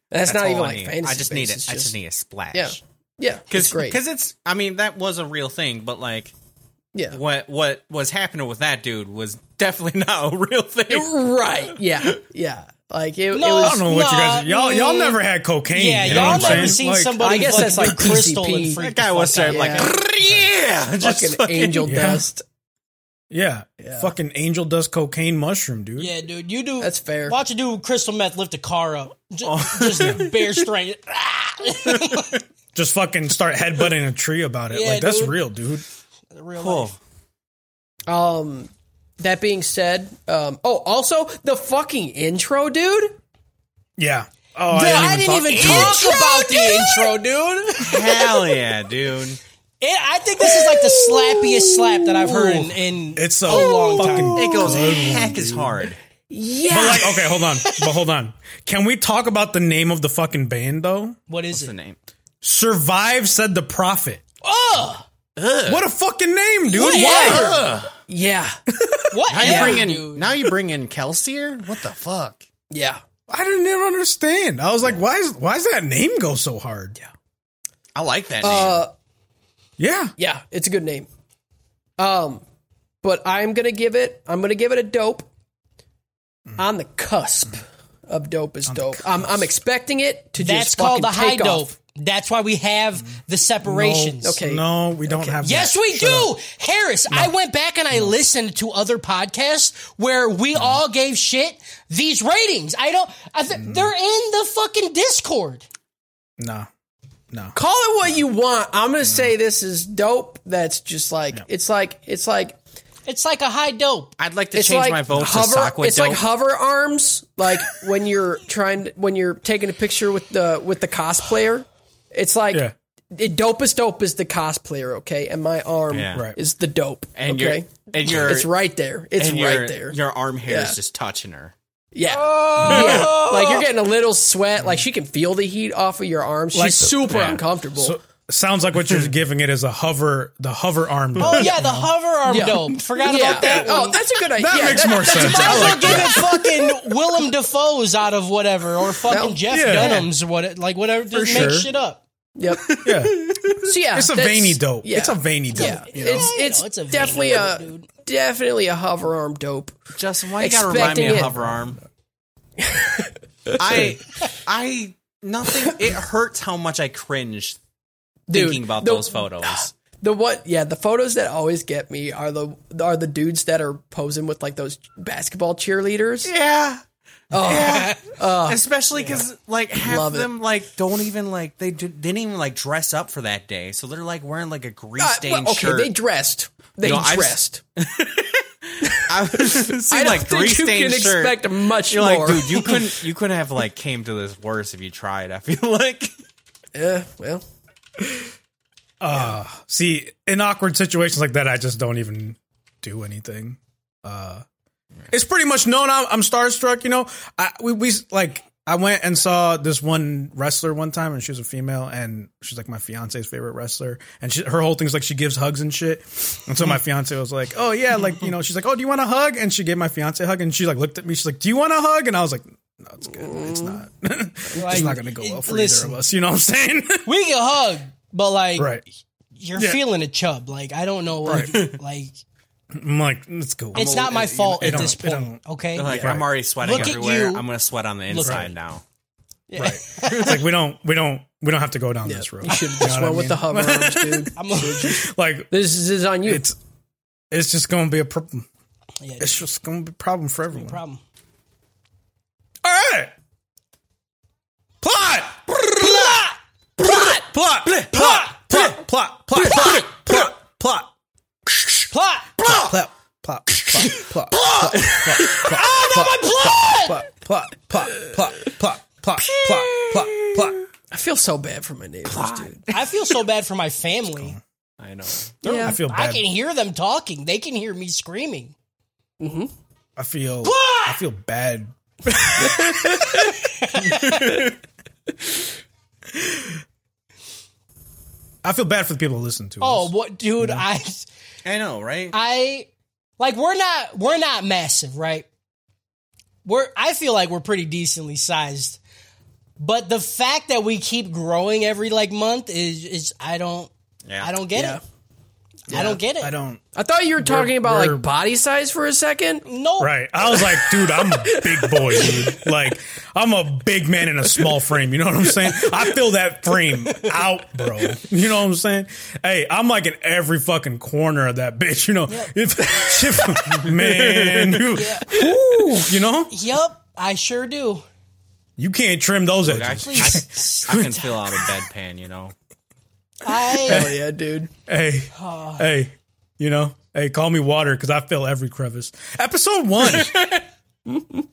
[SPEAKER 5] that's, not
[SPEAKER 3] all
[SPEAKER 5] even
[SPEAKER 3] I
[SPEAKER 5] like
[SPEAKER 3] need.
[SPEAKER 5] fantasy.
[SPEAKER 3] I just need
[SPEAKER 5] based,
[SPEAKER 3] it.
[SPEAKER 5] it's
[SPEAKER 3] I just need a splash.
[SPEAKER 5] yeah, yeah, it's
[SPEAKER 3] because
[SPEAKER 5] great.
[SPEAKER 3] because it's. I mean, that was a real thing, but like
[SPEAKER 5] yeah,
[SPEAKER 3] what what was happening with that dude was definitely not a real thing.
[SPEAKER 5] right. Yeah, yeah. Like it, it
[SPEAKER 4] No,
[SPEAKER 2] I
[SPEAKER 5] was.
[SPEAKER 2] don't know what you guys.
[SPEAKER 4] Nah,
[SPEAKER 2] Y'all y'all
[SPEAKER 4] mm.
[SPEAKER 2] never had cocaine.
[SPEAKER 4] yeah,
[SPEAKER 2] you know
[SPEAKER 4] y'all
[SPEAKER 2] what I'm
[SPEAKER 4] never
[SPEAKER 2] saying?
[SPEAKER 4] seen
[SPEAKER 2] Like,
[SPEAKER 4] somebody.
[SPEAKER 5] I guess
[SPEAKER 4] fucking
[SPEAKER 5] that's like
[SPEAKER 4] crystal
[SPEAKER 5] PCP.
[SPEAKER 4] and freak
[SPEAKER 3] That guy was
[SPEAKER 4] the fuck
[SPEAKER 3] starting
[SPEAKER 4] out.
[SPEAKER 3] like, yeah, just
[SPEAKER 5] Fucking angel
[SPEAKER 2] yeah.
[SPEAKER 5] dust.
[SPEAKER 2] Yeah, fucking angel dust cocaine mushroom, dude.
[SPEAKER 4] Yeah, dude, you do.
[SPEAKER 5] That's fair.
[SPEAKER 4] Watch a dude with crystal meth lift a car up. Just, just bare strength. Ah!
[SPEAKER 2] Just fucking start headbutting a tree about it.
[SPEAKER 4] Yeah,
[SPEAKER 2] like that's
[SPEAKER 4] dude.
[SPEAKER 2] real, dude.
[SPEAKER 4] Real
[SPEAKER 3] Cool.
[SPEAKER 4] life.
[SPEAKER 5] Um, that being said, um, oh, also the fucking intro, dude.
[SPEAKER 2] Yeah. Oh,
[SPEAKER 4] Dude, I didn't even talk about the intro, dude.
[SPEAKER 3] Hell yeah, dude.
[SPEAKER 4] It, I think this is like the slappiest slap that I've heard in, in
[SPEAKER 2] It's a
[SPEAKER 4] long
[SPEAKER 2] fucking.
[SPEAKER 4] time.
[SPEAKER 3] It goes heck is hard.
[SPEAKER 2] But like, okay, hold on. But hold on. Can we talk about the name of the fucking band though?
[SPEAKER 4] What is
[SPEAKER 3] What's the
[SPEAKER 4] it?
[SPEAKER 3] name?
[SPEAKER 2] Survive said the prophet.
[SPEAKER 4] Oh,
[SPEAKER 2] What a fucking name, dude.
[SPEAKER 4] yeah.
[SPEAKER 5] Yeah,
[SPEAKER 4] What?
[SPEAKER 3] Now you
[SPEAKER 4] ever,
[SPEAKER 3] bring in
[SPEAKER 4] dude?
[SPEAKER 3] now you bring in Kelsier. What the fuck?
[SPEAKER 5] yeah.
[SPEAKER 2] I didn't even understand. I was like, why is why does that name go so hard? Yeah.
[SPEAKER 3] I like that name.
[SPEAKER 5] Uh,
[SPEAKER 2] Yeah.
[SPEAKER 5] yeah, it's a good name. Um, but I'm gonna give it. I'm gonna give it a dope.
[SPEAKER 4] Mm.
[SPEAKER 5] On the cusp of dope is dope. I'm, I'm expecting it to
[SPEAKER 4] That's
[SPEAKER 5] just
[SPEAKER 4] called the
[SPEAKER 5] fucking
[SPEAKER 4] high
[SPEAKER 5] take
[SPEAKER 4] dope.
[SPEAKER 5] off.
[SPEAKER 4] That's why we have the separations.
[SPEAKER 5] No. Okay.
[SPEAKER 2] Oh, No, we don't have.
[SPEAKER 4] Yes,
[SPEAKER 2] that.
[SPEAKER 4] we
[SPEAKER 2] Shut
[SPEAKER 4] do.
[SPEAKER 2] up. Mm.
[SPEAKER 4] Harris, I went back and I listened to other podcasts where we all gave shit these ratings. I don't. I th-
[SPEAKER 2] Mm.
[SPEAKER 4] They're in the fucking Discord.
[SPEAKER 2] No, no.
[SPEAKER 5] Call it what you want. I'm gonna say this is dope. That's just like it's like it's like
[SPEAKER 4] It's like a high dope.
[SPEAKER 3] I'd like to
[SPEAKER 5] it's
[SPEAKER 3] change
[SPEAKER 5] like
[SPEAKER 3] my vote
[SPEAKER 5] hover.
[SPEAKER 3] to Sockwood
[SPEAKER 5] it's
[SPEAKER 3] Dope.
[SPEAKER 5] like hover arms. Like when you're trying to, when you're taking a picture with the with the cosplayer. It's like
[SPEAKER 2] Yeah.
[SPEAKER 5] the dopest dope is the cosplayer. Okay, and my arm
[SPEAKER 3] Yeah. Right.
[SPEAKER 5] is the dope.
[SPEAKER 3] and
[SPEAKER 5] okay,
[SPEAKER 3] your and your
[SPEAKER 5] it's right there. It's
[SPEAKER 3] and your,
[SPEAKER 5] right there.
[SPEAKER 3] Your arm hair
[SPEAKER 5] Yeah.
[SPEAKER 3] is just touching her.
[SPEAKER 5] Yeah.
[SPEAKER 3] Oh!
[SPEAKER 5] yeah. Like you're getting a little sweat. Like she can feel the heat off of your arms. She's super
[SPEAKER 3] yeah.
[SPEAKER 5] uncomfortable.
[SPEAKER 2] So, sounds like what you're giving it is a hover, the hover arm.
[SPEAKER 4] Oh yeah, the hover arm
[SPEAKER 5] Yeah.
[SPEAKER 4] dope. Forgot about that.
[SPEAKER 5] Oh, that's a good idea.
[SPEAKER 2] That
[SPEAKER 5] Yeah,
[SPEAKER 2] makes more sense.
[SPEAKER 4] Might as
[SPEAKER 2] I
[SPEAKER 4] well
[SPEAKER 2] like
[SPEAKER 4] give
[SPEAKER 2] that.
[SPEAKER 4] it fucking Willem Dafoe's out of whatever, or fucking
[SPEAKER 5] No.
[SPEAKER 4] Jeff
[SPEAKER 2] Yeah.
[SPEAKER 4] Dunham's what, like whatever. Just
[SPEAKER 2] For
[SPEAKER 4] make
[SPEAKER 2] sure.
[SPEAKER 4] shit up.
[SPEAKER 5] Yep.
[SPEAKER 2] Yeah,
[SPEAKER 5] So yeah,
[SPEAKER 2] it's a
[SPEAKER 5] that's-
[SPEAKER 2] veiny dope.
[SPEAKER 5] yeah.
[SPEAKER 2] It's a veiny dope.
[SPEAKER 5] Yeah,
[SPEAKER 2] you know?
[SPEAKER 5] it's
[SPEAKER 4] Yeah, I
[SPEAKER 5] it's,
[SPEAKER 4] know, it's a veiny
[SPEAKER 5] definitely
[SPEAKER 4] dope,
[SPEAKER 5] a
[SPEAKER 4] dude.
[SPEAKER 5] definitely a hover arm dope.
[SPEAKER 3] Justin, why you gotta remind
[SPEAKER 5] Expecting
[SPEAKER 3] me of
[SPEAKER 5] it.
[SPEAKER 3] hover arm? I I nothing. It hurts how much I cringed
[SPEAKER 5] Dude,
[SPEAKER 3] thinking about
[SPEAKER 5] the-
[SPEAKER 3] those photos.
[SPEAKER 5] The what? Yeah, the photos that always get me are the are the dudes that are posing with like those basketball cheerleaders.
[SPEAKER 3] Yeah.
[SPEAKER 5] Oh,
[SPEAKER 3] Yeah. Especially because like half
[SPEAKER 5] Love
[SPEAKER 3] of
[SPEAKER 5] it.
[SPEAKER 3] them like don't even like they d- didn't even like dress up for that day, so they're like wearing like a grease
[SPEAKER 5] God,
[SPEAKER 3] stained
[SPEAKER 5] Uh, well, okay,
[SPEAKER 3] shirt.
[SPEAKER 5] they dressed. They
[SPEAKER 3] You know, I've-
[SPEAKER 5] dressed.
[SPEAKER 3] I was
[SPEAKER 5] I
[SPEAKER 3] I
[SPEAKER 5] don't
[SPEAKER 3] like
[SPEAKER 5] think
[SPEAKER 3] grease
[SPEAKER 5] you can
[SPEAKER 3] stained shirt.
[SPEAKER 5] expect much
[SPEAKER 3] You're
[SPEAKER 5] more.
[SPEAKER 3] like, dude, you couldn't you couldn't have like came to this worse if you tried. I feel like
[SPEAKER 5] yeah, well,
[SPEAKER 2] See, in awkward situations like that, I just don't even do anything. Uh, it's pretty much known I'm, I'm starstruck. You know, I we, we like I went and saw this one wrestler one time, and she was a female, and she's like my fiance's favorite wrestler, and she, her whole thing's like she gives hugs and shit. And so my fiance was like, "Oh yeah," like you know, she's like, "Oh, do you want a hug?" And she gave my fiance a hug, and she like looked at me, she's like, "Do you want a hug?" And I was like. No, it's good. It's not. it's not going to go well for
[SPEAKER 4] listen.
[SPEAKER 2] either of us. You know what I'm saying?
[SPEAKER 4] We can hug, but like
[SPEAKER 2] right.
[SPEAKER 4] you're
[SPEAKER 2] Yeah.
[SPEAKER 4] feeling a chub. Like I don't know, like, like
[SPEAKER 2] I'm like, it's cool.
[SPEAKER 4] it's not my fault at this
[SPEAKER 2] don't- it
[SPEAKER 4] point. Okay,
[SPEAKER 3] They're like
[SPEAKER 2] Right.
[SPEAKER 3] I'm already sweating
[SPEAKER 4] Look at
[SPEAKER 3] everywhere.
[SPEAKER 4] you.
[SPEAKER 3] I'm gonna sweat on the
[SPEAKER 4] me.
[SPEAKER 3] inside now.
[SPEAKER 2] It's like we don't we don't we don't have to go down this road.
[SPEAKER 5] you should have just
[SPEAKER 2] what I
[SPEAKER 5] went with the hover arms, dude.
[SPEAKER 4] I'm a,
[SPEAKER 2] Like
[SPEAKER 5] This is, is on you.
[SPEAKER 2] it's it's just gonna be a problem.
[SPEAKER 4] yeah,
[SPEAKER 2] It's just gonna be a problem for everyone.
[SPEAKER 4] problem.
[SPEAKER 2] All right. Plot. Plot. Plot. Plot. Plot. Plot. Plot. Plot. Plot. Plot. Plot.
[SPEAKER 4] Plot.
[SPEAKER 2] Plot. Plot. Plot. Plot. Plot.
[SPEAKER 4] Oh, not my plot.
[SPEAKER 2] Plot. Plot. Plot. Plot. Plot. Plot. Plot. Plot.
[SPEAKER 5] I feel so bad for my neighbors, dude.
[SPEAKER 4] I feel so bad for my family.
[SPEAKER 3] I know.
[SPEAKER 2] I feel
[SPEAKER 4] I
[SPEAKER 2] bad.
[SPEAKER 4] can hear them talking. They can hear me screaming.
[SPEAKER 2] I feel. I feel bad. I feel bad for the people who listen to
[SPEAKER 4] Oh,
[SPEAKER 2] us.
[SPEAKER 4] what, dude? I,
[SPEAKER 3] I know, right?
[SPEAKER 4] I, like we're not we're not massive, right? We're I feel like we're pretty decently sized, but the fact that we keep growing every like month is is I don't
[SPEAKER 3] yeah.
[SPEAKER 4] I don't get
[SPEAKER 5] Yeah.
[SPEAKER 4] it. I don't get it.
[SPEAKER 2] I don't.
[SPEAKER 5] I thought you were talking about
[SPEAKER 2] we're-
[SPEAKER 5] like body size for a second.
[SPEAKER 4] No,
[SPEAKER 2] Right. I was like, dude, I'm a big boy, dude. Like, I'm a big man in a small frame. You know what I'm saying? I feel that frame out, bro. You know what I'm saying? Hey, I'm like in every fucking corner of that bitch. You know, if, if- man, you, Ooh, you know,
[SPEAKER 4] Yep, I sure do.
[SPEAKER 2] you can't trim those
[SPEAKER 3] I,
[SPEAKER 2] edges.
[SPEAKER 4] Please.
[SPEAKER 3] I can feel out of bedpan, you know.
[SPEAKER 4] I
[SPEAKER 5] Hell yeah, dude.
[SPEAKER 2] Hey,
[SPEAKER 5] Ah.
[SPEAKER 2] hey, you know, hey, call me water because I feel every crevice. Episode one.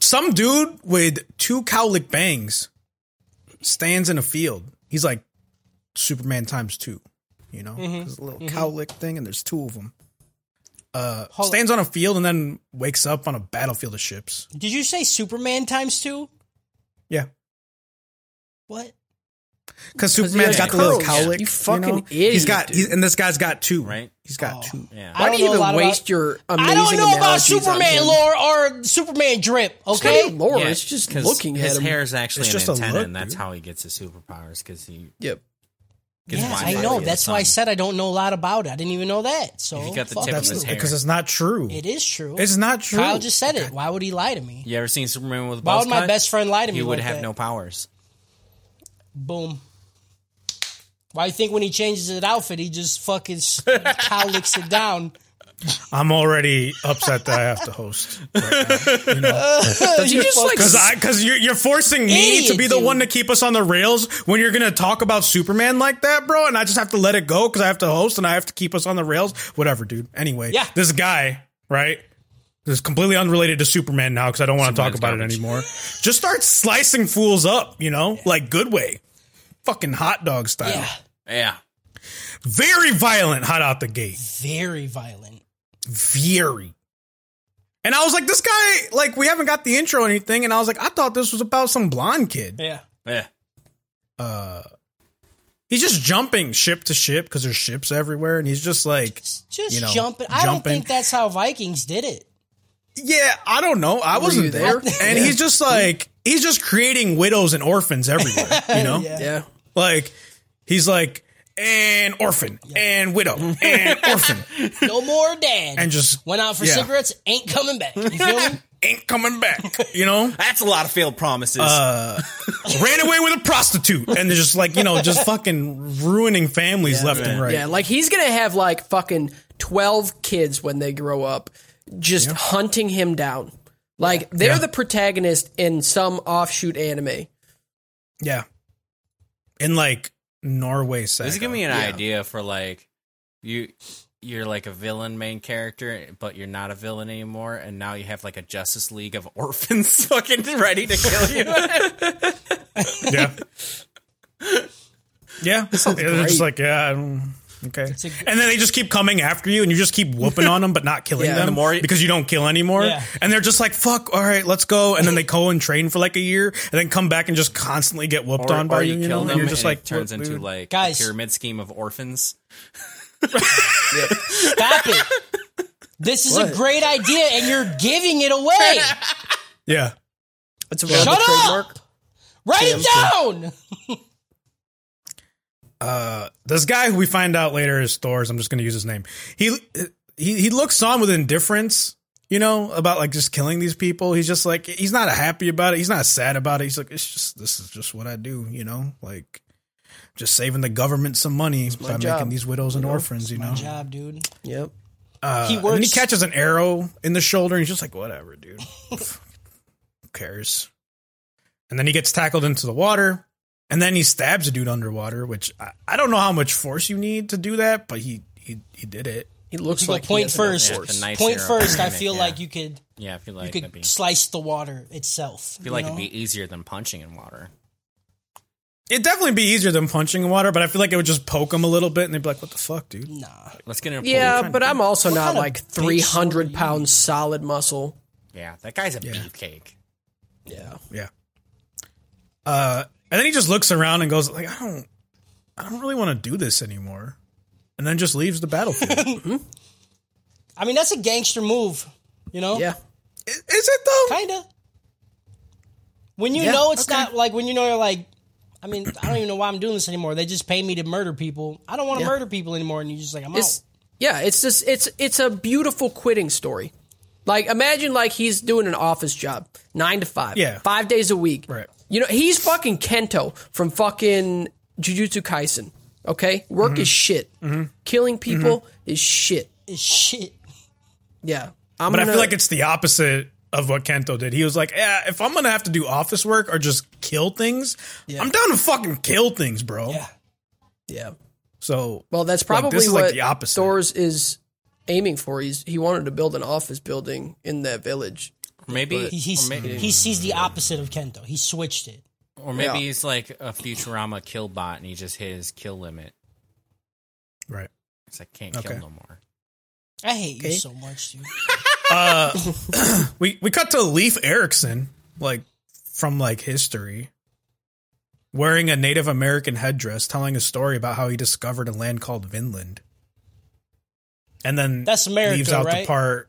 [SPEAKER 2] Some dude with two cowlick bangs stands in a field. He's like Superman times two, you know?
[SPEAKER 5] Mm-hmm.
[SPEAKER 2] There's a little cowlick thing, and there's two of them. Uh,
[SPEAKER 4] Hold-
[SPEAKER 2] stands on a field and then wakes up on a battlefield of ships.
[SPEAKER 4] did you say Superman times two?
[SPEAKER 2] Yeah.
[SPEAKER 4] What?
[SPEAKER 2] Because
[SPEAKER 5] he
[SPEAKER 2] Superman's
[SPEAKER 5] has
[SPEAKER 2] got the little
[SPEAKER 5] curls.
[SPEAKER 2] cowlick.
[SPEAKER 5] You fucking
[SPEAKER 2] know? He's
[SPEAKER 5] idiot,
[SPEAKER 2] got,
[SPEAKER 5] dude. Oh.
[SPEAKER 2] he's, and this guy's got two,
[SPEAKER 3] Right.
[SPEAKER 2] He's got two.
[SPEAKER 3] Yeah.
[SPEAKER 5] Why do
[SPEAKER 4] know
[SPEAKER 5] you
[SPEAKER 4] a
[SPEAKER 5] even
[SPEAKER 4] lot
[SPEAKER 5] waste
[SPEAKER 4] about-
[SPEAKER 5] your amazing
[SPEAKER 4] I don't know about
[SPEAKER 5] analogies on
[SPEAKER 4] Superman
[SPEAKER 5] him.
[SPEAKER 4] lore or Superman drip.
[SPEAKER 5] It's not
[SPEAKER 4] Okay,
[SPEAKER 5] even lore.
[SPEAKER 3] Yeah,
[SPEAKER 5] it's just
[SPEAKER 3] 'cause
[SPEAKER 5] looking
[SPEAKER 3] his
[SPEAKER 5] at him.
[SPEAKER 3] hair is actually
[SPEAKER 2] It's
[SPEAKER 3] an
[SPEAKER 2] just a
[SPEAKER 3] antenna,
[SPEAKER 2] look,
[SPEAKER 3] and that's
[SPEAKER 2] dude.
[SPEAKER 3] how he gets his superpowers because he
[SPEAKER 5] Yep.
[SPEAKER 3] 'Cause
[SPEAKER 4] Yeah,
[SPEAKER 3] Wi-Fi
[SPEAKER 4] I know.
[SPEAKER 3] is
[SPEAKER 4] That's why I
[SPEAKER 3] something.
[SPEAKER 4] said I don't know a lot about it. I didn't even know that. So
[SPEAKER 3] If you got the
[SPEAKER 4] fuck
[SPEAKER 3] tip
[SPEAKER 4] you.
[SPEAKER 3] of
[SPEAKER 2] That's
[SPEAKER 3] his hair.
[SPEAKER 2] because it's not true.
[SPEAKER 4] It is true.
[SPEAKER 2] It's not true.
[SPEAKER 4] Kyle just said it. Why would he lie to me?
[SPEAKER 3] You ever seen Superman with a
[SPEAKER 4] Why
[SPEAKER 3] buzz
[SPEAKER 4] would my
[SPEAKER 3] cut?
[SPEAKER 4] best friend lie to me?
[SPEAKER 3] He would
[SPEAKER 4] like
[SPEAKER 3] have
[SPEAKER 4] that?
[SPEAKER 3] no powers.
[SPEAKER 4] Boom. Why you think when he changes his outfit, he just fucking s- cowlicks it down?
[SPEAKER 2] I'm already upset that I have to host
[SPEAKER 5] you just like
[SPEAKER 2] because because you're, you're forcing me
[SPEAKER 4] Idiot,
[SPEAKER 2] to be the
[SPEAKER 4] dude.
[SPEAKER 2] one to keep us on the rails when you're gonna talk about Superman like that, bro. And I just have to let it go because I have to host and I have to keep us on the rails. Whatever, dude. Anyway,
[SPEAKER 4] Yeah.
[SPEAKER 2] this guy, right? This is completely unrelated to Superman now because I don't want to talk
[SPEAKER 3] Superman's
[SPEAKER 2] about
[SPEAKER 3] garbage.
[SPEAKER 2] it anymore. Just start slicing fools up, you know, like good way, fucking hot dog style.
[SPEAKER 4] Yeah,
[SPEAKER 3] Yeah.
[SPEAKER 2] Very violent, hot out the gate.
[SPEAKER 4] very violent.
[SPEAKER 2] Fury. And I was like, this guy, like, we haven't got the intro or anything. And I was like, I thought this was about some blonde kid.
[SPEAKER 4] Yeah,
[SPEAKER 3] Yeah.
[SPEAKER 2] He's just jumping ship to ship because there's ships everywhere. And he's just like,
[SPEAKER 4] just
[SPEAKER 2] You know,
[SPEAKER 4] jumping. I don't
[SPEAKER 2] jumping.
[SPEAKER 4] think that's how Vikings did it.
[SPEAKER 2] yeah, I don't know. I
[SPEAKER 5] you
[SPEAKER 2] wasn't there.
[SPEAKER 5] there?
[SPEAKER 2] And he's just like, he's just creating widows and orphans everywhere, you know?
[SPEAKER 5] yeah.
[SPEAKER 2] Like, he's like, and orphan, and widow, and orphan,
[SPEAKER 4] No more dad.
[SPEAKER 2] and just
[SPEAKER 4] went out for
[SPEAKER 2] yeah.
[SPEAKER 4] cigarettes. Ain't coming back. You feel me?
[SPEAKER 2] ain't coming back, you know?
[SPEAKER 3] That's a lot of failed promises.
[SPEAKER 4] Uh,
[SPEAKER 2] Ran away with a prostitute, and they're just like, you know, just fucking ruining families left and right.
[SPEAKER 5] Yeah, like he's gonna have like fucking twelve kids when they grow up, just hunting him down. Like they're
[SPEAKER 2] Yeah.
[SPEAKER 5] the protagonist in some offshoot anime.
[SPEAKER 2] Yeah. In like Norway saga.
[SPEAKER 3] This is giving me an idea for like you you're like a villain main character, but you're not a villain anymore, and now you have like a Justice League of orphans fucking ready to kill you.
[SPEAKER 2] Yeah. yeah. They're just like, yeah, I don't- okay. and then they just keep coming after you and you just keep whooping on them but not killing
[SPEAKER 5] Yeah.
[SPEAKER 2] them
[SPEAKER 5] The
[SPEAKER 3] more-
[SPEAKER 2] because you don't kill anymore.
[SPEAKER 4] Yeah.
[SPEAKER 2] And they're just like, fuck, all right, let's go. And then they go and train for like a year and then come back and just constantly get whooped
[SPEAKER 3] or,
[SPEAKER 2] on by
[SPEAKER 3] or
[SPEAKER 2] you.
[SPEAKER 3] you
[SPEAKER 2] you know?
[SPEAKER 3] kill
[SPEAKER 2] And
[SPEAKER 3] them,
[SPEAKER 2] you're just
[SPEAKER 3] and
[SPEAKER 2] like,
[SPEAKER 3] it turns
[SPEAKER 2] "Look,
[SPEAKER 3] into
[SPEAKER 2] dude."
[SPEAKER 3] like
[SPEAKER 4] Guys.
[SPEAKER 3] a pyramid scheme of orphans.
[SPEAKER 4] Stop it. This is a great idea, and you're giving it away.
[SPEAKER 2] Yeah.
[SPEAKER 5] It's a
[SPEAKER 4] Shut up! Write it down.
[SPEAKER 2] this guy who we find out later is Thor's. I'm just going to use his name. He he he looks on with indifference, you know, about like just killing these people. He's just like he's not happy about it. He's not sad about it. He's like it's just this is just what I do, you know, like just saving the government some money by
[SPEAKER 5] job,
[SPEAKER 2] making these widows and orphans, you know.
[SPEAKER 4] Good job, dude.
[SPEAKER 5] Yep.
[SPEAKER 4] he
[SPEAKER 2] And then
[SPEAKER 4] works.
[SPEAKER 2] he catches an arrow in the shoulder and he's just like, whatever, dude. Who cares? And then he gets tackled into the water and then he stabs a dude underwater, which I, I don't know how much force you need to do that, but he, he, he did it.
[SPEAKER 5] He looks
[SPEAKER 4] But
[SPEAKER 5] like he
[SPEAKER 4] point
[SPEAKER 5] has enough
[SPEAKER 4] first,
[SPEAKER 5] force.
[SPEAKER 3] the knife
[SPEAKER 4] point
[SPEAKER 3] arrow
[SPEAKER 4] first. I
[SPEAKER 3] mimic,
[SPEAKER 4] feel
[SPEAKER 3] yeah.
[SPEAKER 4] like you could
[SPEAKER 3] Yeah, I feel like
[SPEAKER 4] you
[SPEAKER 3] that'd be,
[SPEAKER 4] could slice the water itself.
[SPEAKER 3] I
[SPEAKER 4] you
[SPEAKER 3] feel like
[SPEAKER 4] know?
[SPEAKER 3] it'd be easier than punching in water.
[SPEAKER 2] It'd definitely be easier than punching in water, but I feel like it would just poke him a little bit and they'd be like, what the fuck, dude?
[SPEAKER 4] nah.
[SPEAKER 3] Let's get in.
[SPEAKER 5] Yeah, but I'm also
[SPEAKER 4] What
[SPEAKER 5] not
[SPEAKER 4] kind of
[SPEAKER 5] like
[SPEAKER 4] big
[SPEAKER 5] three
[SPEAKER 4] sword are
[SPEAKER 5] hundred
[SPEAKER 4] you?
[SPEAKER 5] pounds solid muscle.
[SPEAKER 3] yeah, that guy's a beefcake.
[SPEAKER 5] Yeah.
[SPEAKER 2] Yeah. Uh, and then he just looks around and goes like, I don't, I don't really want to do this anymore. And then just leaves the battlefield. I-
[SPEAKER 4] I mean, that's a gangster move. You
[SPEAKER 2] Oh.
[SPEAKER 4] know.
[SPEAKER 5] Yeah.
[SPEAKER 2] Is it though?
[SPEAKER 4] Kinda. When you
[SPEAKER 5] Yeah,
[SPEAKER 4] know it's
[SPEAKER 5] okay.
[SPEAKER 4] not like when you know you're like, I mean, I don't even know why I'm doing this anymore. They just pay me to murder people. I don't want to
[SPEAKER 5] Yeah.
[SPEAKER 4] murder people anymore. And you're just like, I'm
[SPEAKER 5] It's yeah, it's just it's it's a beautiful quitting story. Like imagine like he's doing an office job, nine to five,
[SPEAKER 2] Yeah.
[SPEAKER 5] five days a week.
[SPEAKER 2] Right.
[SPEAKER 5] You know he's fucking Kento from fucking Jujutsu Kaisen. Okay, work
[SPEAKER 2] Mm-hmm.
[SPEAKER 5] is shit. Killing people is shit.
[SPEAKER 4] out. Shit.
[SPEAKER 5] Yeah, I'm
[SPEAKER 2] But I
[SPEAKER 5] gonna-
[SPEAKER 2] feel like it's the opposite of what Kento did. He was like, "Yeah, if I'm gonna have to do office work or just kill things, I'm down to fucking kill things, bro."
[SPEAKER 4] Yeah.
[SPEAKER 5] yeah.
[SPEAKER 2] So,
[SPEAKER 5] Well, that's
[SPEAKER 2] like,
[SPEAKER 5] probably
[SPEAKER 2] this is
[SPEAKER 5] what
[SPEAKER 2] like the opposite.
[SPEAKER 5] Thor's is aiming for. He's he wanted to build an office building in that village.
[SPEAKER 3] Or maybe
[SPEAKER 4] He, he's,
[SPEAKER 3] or maybe,
[SPEAKER 4] he sees the opposite of Kento. He switched it.
[SPEAKER 3] or maybe
[SPEAKER 5] Yeah.
[SPEAKER 3] he's like a Futurama kill bot, and he just hit his kill limit.
[SPEAKER 2] right.
[SPEAKER 3] It's like can't
[SPEAKER 2] Okay.
[SPEAKER 3] kill no more.
[SPEAKER 4] I hate you so much, dude.
[SPEAKER 2] We we cut to Leif Erikson, like from like history, wearing a Native American headdress, telling a story about how he discovered a land called Vinland, and then
[SPEAKER 4] That's America,
[SPEAKER 2] leaves out
[SPEAKER 4] right?
[SPEAKER 2] the part.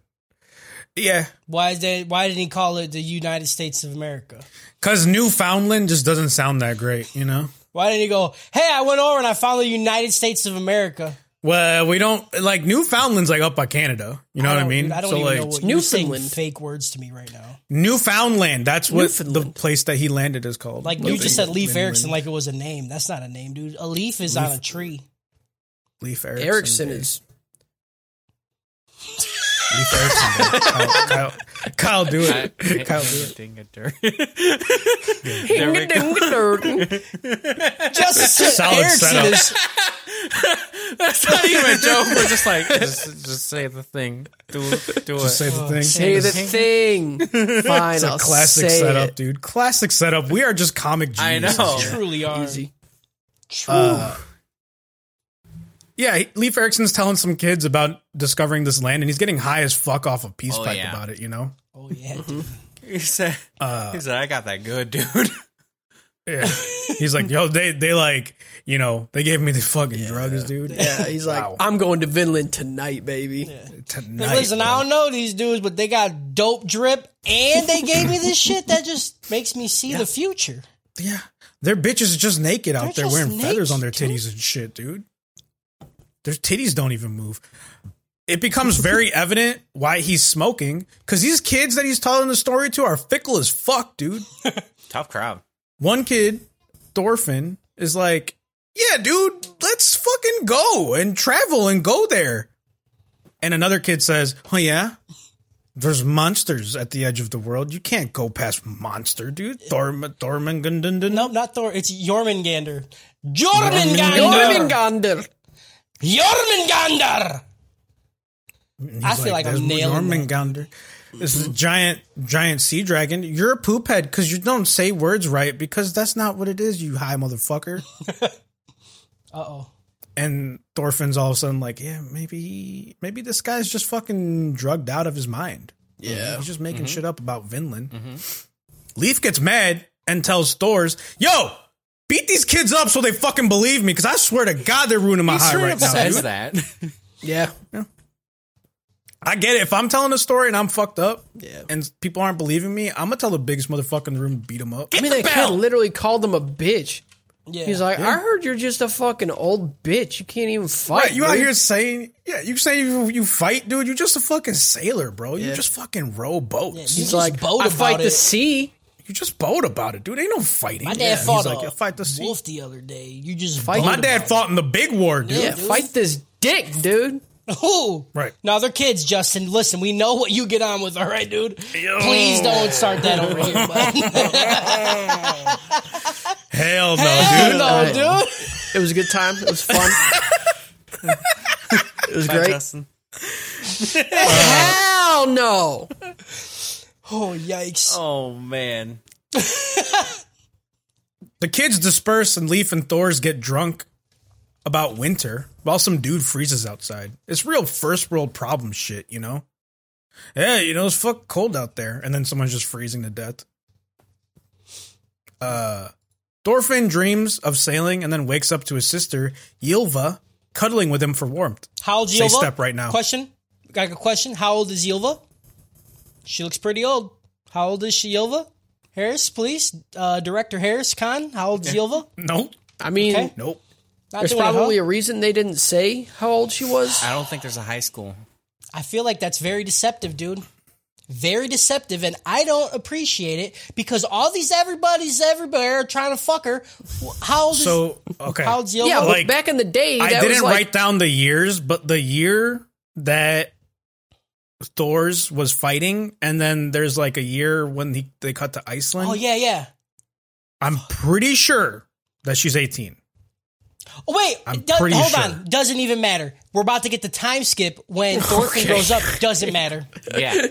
[SPEAKER 2] Yeah,
[SPEAKER 4] Why is that? Why didn't he call it the United States of America?
[SPEAKER 2] because Newfoundland just doesn't sound that great, you know.
[SPEAKER 4] Why didn't he go, hey, I went over and I found the United States of America?
[SPEAKER 2] Well, we don't like Newfoundland's like up by Canada. You know what I
[SPEAKER 4] don't-
[SPEAKER 2] mean?
[SPEAKER 4] dude, I don't
[SPEAKER 2] so
[SPEAKER 4] even
[SPEAKER 2] like
[SPEAKER 4] know what you're saying
[SPEAKER 5] Newfoundland.
[SPEAKER 4] fake words to me right now.
[SPEAKER 2] Newfoundland. That's what the
[SPEAKER 5] Newfoundland.
[SPEAKER 2] place that he landed is called.
[SPEAKER 4] Like you just said Leaf Erickson like it was a name. That's not a name, dude. A leaf is on a tree.
[SPEAKER 2] Leaf Erickson.
[SPEAKER 5] Erickson is
[SPEAKER 2] Leif Erikson. Kyle, Kyle, Kyle, do it. Kyle, do it.
[SPEAKER 3] There we go.
[SPEAKER 4] Justin
[SPEAKER 2] Solid
[SPEAKER 4] Erickson
[SPEAKER 2] setup.
[SPEAKER 4] is
[SPEAKER 3] That's not even a joke. We're just like, just, just say the thing. Do, do
[SPEAKER 2] Just say
[SPEAKER 3] it.
[SPEAKER 2] the thing.
[SPEAKER 5] say the thing. Fine, I'll
[SPEAKER 2] Classic
[SPEAKER 5] say
[SPEAKER 2] setup,
[SPEAKER 5] it.
[SPEAKER 2] dude. Classic setup. We are just comic
[SPEAKER 3] I
[SPEAKER 2] geniuses.
[SPEAKER 3] know.
[SPEAKER 4] truly are.
[SPEAKER 5] Easy.
[SPEAKER 4] True.
[SPEAKER 2] Yeah, he- Leif Erickson's telling some kids about discovering this land, and he's getting high as fuck off a peace
[SPEAKER 3] Oh,
[SPEAKER 2] pipe
[SPEAKER 3] yeah.
[SPEAKER 2] about it. You know.
[SPEAKER 4] oh yeah. dude.
[SPEAKER 2] Mhm.
[SPEAKER 3] He said, he said, I got that good, dude.
[SPEAKER 2] Yeah. He's like, yo, they they like, you know, they gave me the fucking drugs, dude.
[SPEAKER 5] Yeah, he's like,
[SPEAKER 2] Wow.
[SPEAKER 5] I'm going to Vinland tonight, baby.
[SPEAKER 2] Tonight,
[SPEAKER 4] Like, listen, I don't know these dudes, but they got dope drip and they gave me this shit that just makes me see the future.
[SPEAKER 2] Yeah. Their bitches are just naked out
[SPEAKER 4] They're
[SPEAKER 2] there wearing
[SPEAKER 4] just
[SPEAKER 2] feathers on their
[SPEAKER 4] naked,
[SPEAKER 2] titties and shit, dude. Their titties don't even move. It becomes very evident why he's smoking because these kids that he's telling the story to are fickle as fuck, dude.
[SPEAKER 3] Tough crowd.
[SPEAKER 2] One kid, Thorfinn, is like, Yeah, dude, let's fucking go and travel and go there. And another kid says, Oh, yeah, there's monsters at the edge of the world. You can't go past monster, dude. Thorm, Thormund,
[SPEAKER 4] Nope, not Thor. It's Jormungandr.
[SPEAKER 5] Jormungandr.
[SPEAKER 4] Jormungandr. Jormungandr. I feel like,
[SPEAKER 2] there's
[SPEAKER 4] I'm nailing it.
[SPEAKER 2] Jormungandr. This is a giant, giant sea dragon. You're a poop head because you don't say words right because that's not what it is, you high motherfucker.
[SPEAKER 4] Uh oh.
[SPEAKER 2] And Thorfinn's all of a sudden like, yeah, maybe, maybe this guy's just fucking drugged out of his mind.
[SPEAKER 5] Yeah.
[SPEAKER 2] He's just making
[SPEAKER 4] Mm-hmm.
[SPEAKER 2] shit up about Vinland. Leaf gets mad and tells Thor's, yo, beat these kids up so they fucking believe me because I swear to God they're ruining my high right now. dude.
[SPEAKER 3] Says that.
[SPEAKER 5] Yeah.
[SPEAKER 2] I get it. If I'm telling a story and I'm fucked up,
[SPEAKER 5] Yeah.
[SPEAKER 2] and people aren't believing me, I'm gonna tell the biggest motherfucker in the room to beat him up.
[SPEAKER 5] I mean, that kid literally called him a bitch.
[SPEAKER 4] Yeah.
[SPEAKER 5] He's like, I heard you're just a fucking old bitch. You can't even fight.
[SPEAKER 2] Right, you out
[SPEAKER 5] dude."
[SPEAKER 2] here saying, yeah, you say you, you fight, dude. You're just a fucking sailor, bro. You
[SPEAKER 5] Yeah.
[SPEAKER 2] just fucking row boats.
[SPEAKER 4] you
[SPEAKER 5] He's
[SPEAKER 4] just
[SPEAKER 5] like,
[SPEAKER 4] boat
[SPEAKER 5] I
[SPEAKER 4] about
[SPEAKER 5] fight the
[SPEAKER 4] it."
[SPEAKER 5] sea.
[SPEAKER 2] you just boat about it, dude. Ain't no fighting.
[SPEAKER 4] My dad
[SPEAKER 2] Yeah,
[SPEAKER 4] fought
[SPEAKER 2] he's like,
[SPEAKER 4] a
[SPEAKER 2] "Yeah, fight the sea.
[SPEAKER 4] wolf the other day. You just
[SPEAKER 5] Fight
[SPEAKER 2] My
[SPEAKER 5] the-
[SPEAKER 2] dad fought in the big war, dude.
[SPEAKER 5] Yeah, fight this dick, dude.
[SPEAKER 4] Ooh.
[SPEAKER 2] Right.
[SPEAKER 4] Now they're kids, Justin. Listen, we know what you get on with, all right, dude. Please don't start that over here, bud.
[SPEAKER 2] Hell no, dude.
[SPEAKER 4] no, dude.
[SPEAKER 5] It was a good time. It was fun. it was great.
[SPEAKER 3] Justin.
[SPEAKER 5] Hell no.
[SPEAKER 4] Oh yikes!
[SPEAKER 3] Oh, man.
[SPEAKER 2] The kids disperse, and Leaf and Thor's get drunk about winter while some dude freezes outside. It's real first world problem shit, you know? Yeah, you know, it's fuck cold out there. And then someone's just freezing to death. Uh, Thorfinn dreams of sailing and then wakes up to his sister, Ylva, cuddling with him for warmth.
[SPEAKER 4] How old is
[SPEAKER 2] Say
[SPEAKER 4] Yilva?
[SPEAKER 2] step right now.
[SPEAKER 4] Question. Got a question. How old is Yilva? She looks pretty old. How old is she, Yilva? Harris, please, uh, director Harris Khan. How old is Yilva?
[SPEAKER 2] Nope.
[SPEAKER 5] I mean,
[SPEAKER 4] Okay.
[SPEAKER 2] Nope.
[SPEAKER 4] Not
[SPEAKER 5] there's
[SPEAKER 4] doing it, huh?
[SPEAKER 5] probably a reason they didn't say how old she was.
[SPEAKER 3] I don't think there's a high school.
[SPEAKER 4] I feel like that's very deceptive, dude. Very deceptive, and I don't appreciate it because all these everybody's everywhere trying to fuck her. Wh- How old is
[SPEAKER 2] So, okay.
[SPEAKER 4] how old's Yilva?
[SPEAKER 5] Yeah, but
[SPEAKER 2] Like,
[SPEAKER 5] back in the day, that
[SPEAKER 2] I didn't
[SPEAKER 5] was like,
[SPEAKER 2] write down the years, but the year that Thor's was fighting, and then there's like a year when he, they cut to Iceland.
[SPEAKER 4] oh yeah, yeah.
[SPEAKER 2] I'm pretty sure that she's 18.
[SPEAKER 4] Oh, wait,
[SPEAKER 2] I'm
[SPEAKER 4] do-
[SPEAKER 2] pretty
[SPEAKER 4] hold
[SPEAKER 2] sure.
[SPEAKER 4] on. Doesn't even matter. We're about to get the time skip when Thorfinn grows up. Doesn't matter.
[SPEAKER 3] Yeah.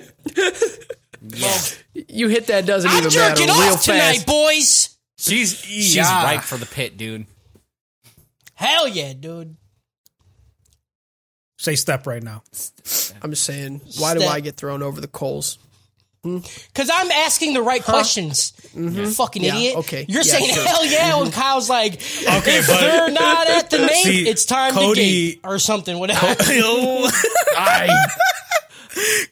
[SPEAKER 3] yeah.
[SPEAKER 5] you hit that doesn't
[SPEAKER 4] I'm
[SPEAKER 5] even matter
[SPEAKER 4] jerking
[SPEAKER 5] real
[SPEAKER 4] off
[SPEAKER 5] fast.
[SPEAKER 4] tonight, boys.
[SPEAKER 3] She's, she's
[SPEAKER 5] Yeah.
[SPEAKER 3] ripe for the pit, dude.
[SPEAKER 4] Hell yeah, dude.
[SPEAKER 2] Say step right now.
[SPEAKER 5] I'm just saying, why do
[SPEAKER 4] Step.
[SPEAKER 5] I get thrown over the coals?
[SPEAKER 4] Because I'm asking the right questions. You fucking
[SPEAKER 5] Mm-hmm. Yeah,
[SPEAKER 4] idiot.
[SPEAKER 5] okay.
[SPEAKER 4] You're
[SPEAKER 5] Yeah,
[SPEAKER 4] saying
[SPEAKER 5] sure. Mm-hmm.
[SPEAKER 4] hell yeah when Kyle's like,
[SPEAKER 2] Okay,
[SPEAKER 4] if
[SPEAKER 2] but-
[SPEAKER 4] they're not at the main,
[SPEAKER 2] See,
[SPEAKER 4] it's time
[SPEAKER 2] Cody-
[SPEAKER 4] to gate or something. Whatever.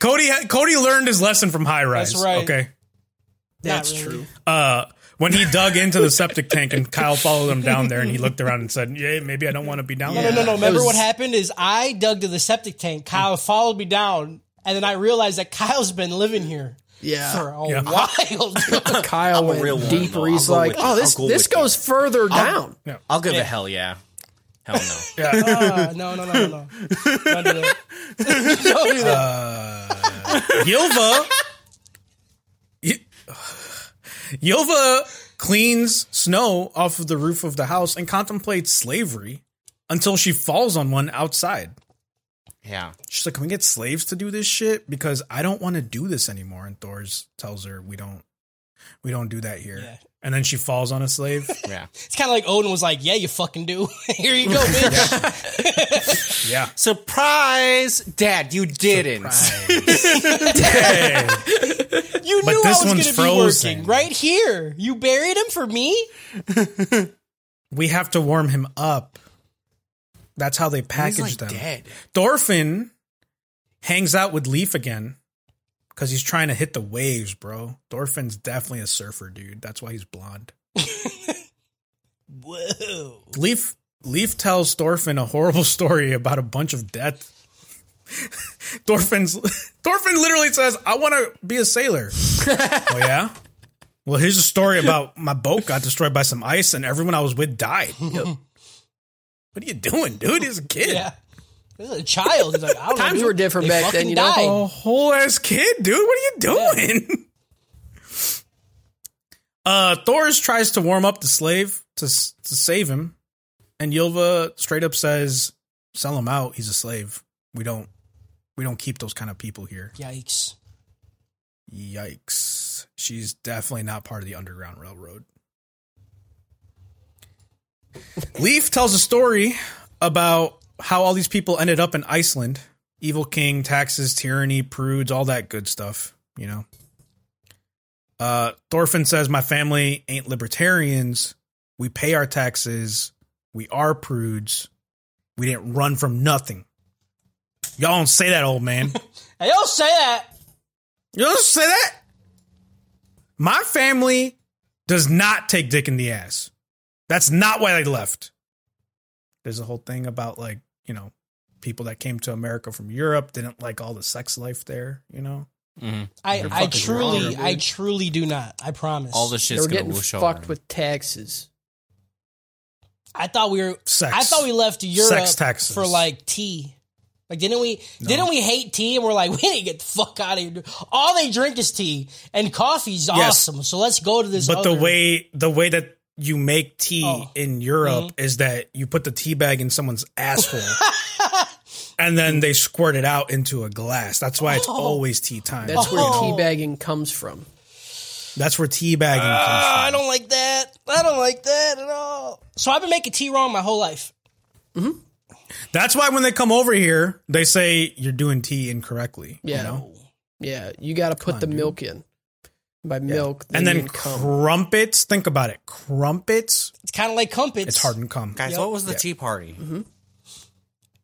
[SPEAKER 2] Cody Cody learned his lesson from high rise.
[SPEAKER 4] That's right.
[SPEAKER 2] Okay.
[SPEAKER 5] That's
[SPEAKER 4] really.
[SPEAKER 5] true.
[SPEAKER 2] Uh when he dug into the septic tank and Kyle followed him down there and he looked around and said, "Yeah, maybe I don't want to be down
[SPEAKER 4] No,
[SPEAKER 2] there."
[SPEAKER 4] no, no, no. Remember
[SPEAKER 5] was-
[SPEAKER 4] what happened is I dug to the septic tank. Kyle followed me down, and then I realized that Kyle's been living here
[SPEAKER 5] Yeah.
[SPEAKER 4] for a
[SPEAKER 2] Yeah.
[SPEAKER 4] while. dude.
[SPEAKER 5] Kyle
[SPEAKER 3] I'm a
[SPEAKER 5] went
[SPEAKER 3] real one,
[SPEAKER 5] deep
[SPEAKER 3] though.
[SPEAKER 5] where he's
[SPEAKER 3] I'll go
[SPEAKER 5] like,
[SPEAKER 3] with you.
[SPEAKER 5] oh, this
[SPEAKER 3] I'll go
[SPEAKER 5] this
[SPEAKER 3] with you."
[SPEAKER 5] goes further down.
[SPEAKER 3] I'll give a hell yeah. Hell no.
[SPEAKER 4] Uh, no, no, no, no, no. Don't do that. Don't do that.
[SPEAKER 2] Yilva. Y- Yilva cleans snow off of the roof of the house and contemplates slavery until she falls on one outside.
[SPEAKER 3] Yeah.
[SPEAKER 2] She's like, "Can we get slaves to do this shit? Because I don't want to do this anymore." And Thor's tells her, "We don't, we don't do that here."
[SPEAKER 4] Yeah.
[SPEAKER 2] And then she falls on a slave.
[SPEAKER 3] Yeah.
[SPEAKER 4] It's kind of like Odin was like, "Yeah, you fucking do. Here you go, bitch."
[SPEAKER 2] yeah.
[SPEAKER 3] Surprise, Dad! You didn't.
[SPEAKER 2] Hey.
[SPEAKER 4] You
[SPEAKER 2] But
[SPEAKER 4] knew I
[SPEAKER 2] this
[SPEAKER 4] was going
[SPEAKER 2] one's
[SPEAKER 4] to be
[SPEAKER 2] frozen.
[SPEAKER 4] working right here. You buried him for me.
[SPEAKER 2] we have to warm him up. That's how they package
[SPEAKER 3] He's like
[SPEAKER 2] them.
[SPEAKER 3] dead.
[SPEAKER 2] Thorfinn hangs out with Leaf again because he's trying to hit the waves, bro. Thorfinn's definitely a surfer, dude. That's why he's blonde.
[SPEAKER 4] Whoa.
[SPEAKER 2] Leaf Leaf tells Thorfinn a horrible story about a bunch of death. Thorfinn's Thorfinn literally says, "I want to be a sailor." oh yeah. Well, here's a story about my boat got destroyed by some ice and everyone I was with died. What are you doing, dude? He's a kid.
[SPEAKER 4] Yeah. This is a child. He's like, I don't know,
[SPEAKER 5] Times
[SPEAKER 4] dude.
[SPEAKER 5] were different
[SPEAKER 4] They
[SPEAKER 5] back then,
[SPEAKER 4] fucking
[SPEAKER 5] you know?
[SPEAKER 4] died.
[SPEAKER 2] a whole ass kid, dude. What are you doing? uh, Thor's tries to warm up the slave to s- to save him, and Ylva straight up says, "Sell him out. He's a slave. We don't we don't keep those kind of people here."
[SPEAKER 4] Yikes.
[SPEAKER 2] Yikes! She's definitely not part of the Underground Railroad. Leaf tells a story about how all these people ended up in Iceland. Evil king, taxes, tyranny, prudes, all that good stuff, you know. Uh, Thorfinn says, My family ain't libertarians. We pay our taxes. We are prudes. We didn't run from nothing. Y'all don't say that, old man.
[SPEAKER 4] Hey, don't say that.
[SPEAKER 2] You don't say that. My family does not take dick in the ass. That's not why they left. There's a whole thing about like, you know, people that came to America from Europe didn't like all the sex life there, you know?
[SPEAKER 4] I, I
[SPEAKER 3] fucking
[SPEAKER 4] truly,
[SPEAKER 3] wrong,
[SPEAKER 4] I truly do not. I promise.
[SPEAKER 3] All the
[SPEAKER 5] They
[SPEAKER 3] shit's
[SPEAKER 5] were
[SPEAKER 3] gonna
[SPEAKER 5] getting
[SPEAKER 3] whoosh
[SPEAKER 5] fucked
[SPEAKER 3] over.
[SPEAKER 5] with taxes.
[SPEAKER 4] I thought we were.
[SPEAKER 2] Sex.
[SPEAKER 4] I thought we left Europe
[SPEAKER 2] Sex taxes.
[SPEAKER 4] for like tea. Like didn't we? Didn't we hate tea? And we're like, we need to get the fuck out of here. dude. All they drink is tea, and coffee's awesome. So let's go to this.
[SPEAKER 2] But the
[SPEAKER 4] other-
[SPEAKER 2] way the way that you make tea
[SPEAKER 4] Oh.
[SPEAKER 2] in Europe is that you put the tea bag in someone's asshole and then they squirt it out into a glass. That's why it's always tea time.
[SPEAKER 5] That's
[SPEAKER 2] That's,
[SPEAKER 5] where
[SPEAKER 4] Oh.
[SPEAKER 5] teabagging comes from.
[SPEAKER 2] where tea bagging comes from.
[SPEAKER 4] I don't like that. I don't like that at all. So I've been making tea wrong my whole life.
[SPEAKER 2] That's why when they come over here, they say you're doing tea incorrectly.
[SPEAKER 5] Yeah.
[SPEAKER 2] You know?
[SPEAKER 5] Yeah, you got to put the milk in. By milk,
[SPEAKER 2] And
[SPEAKER 5] then
[SPEAKER 2] then crumpets, think about it. Crumpets,
[SPEAKER 4] It's kind of like crumpets.
[SPEAKER 2] it's hardened cum.
[SPEAKER 3] Guys, what was the tea party?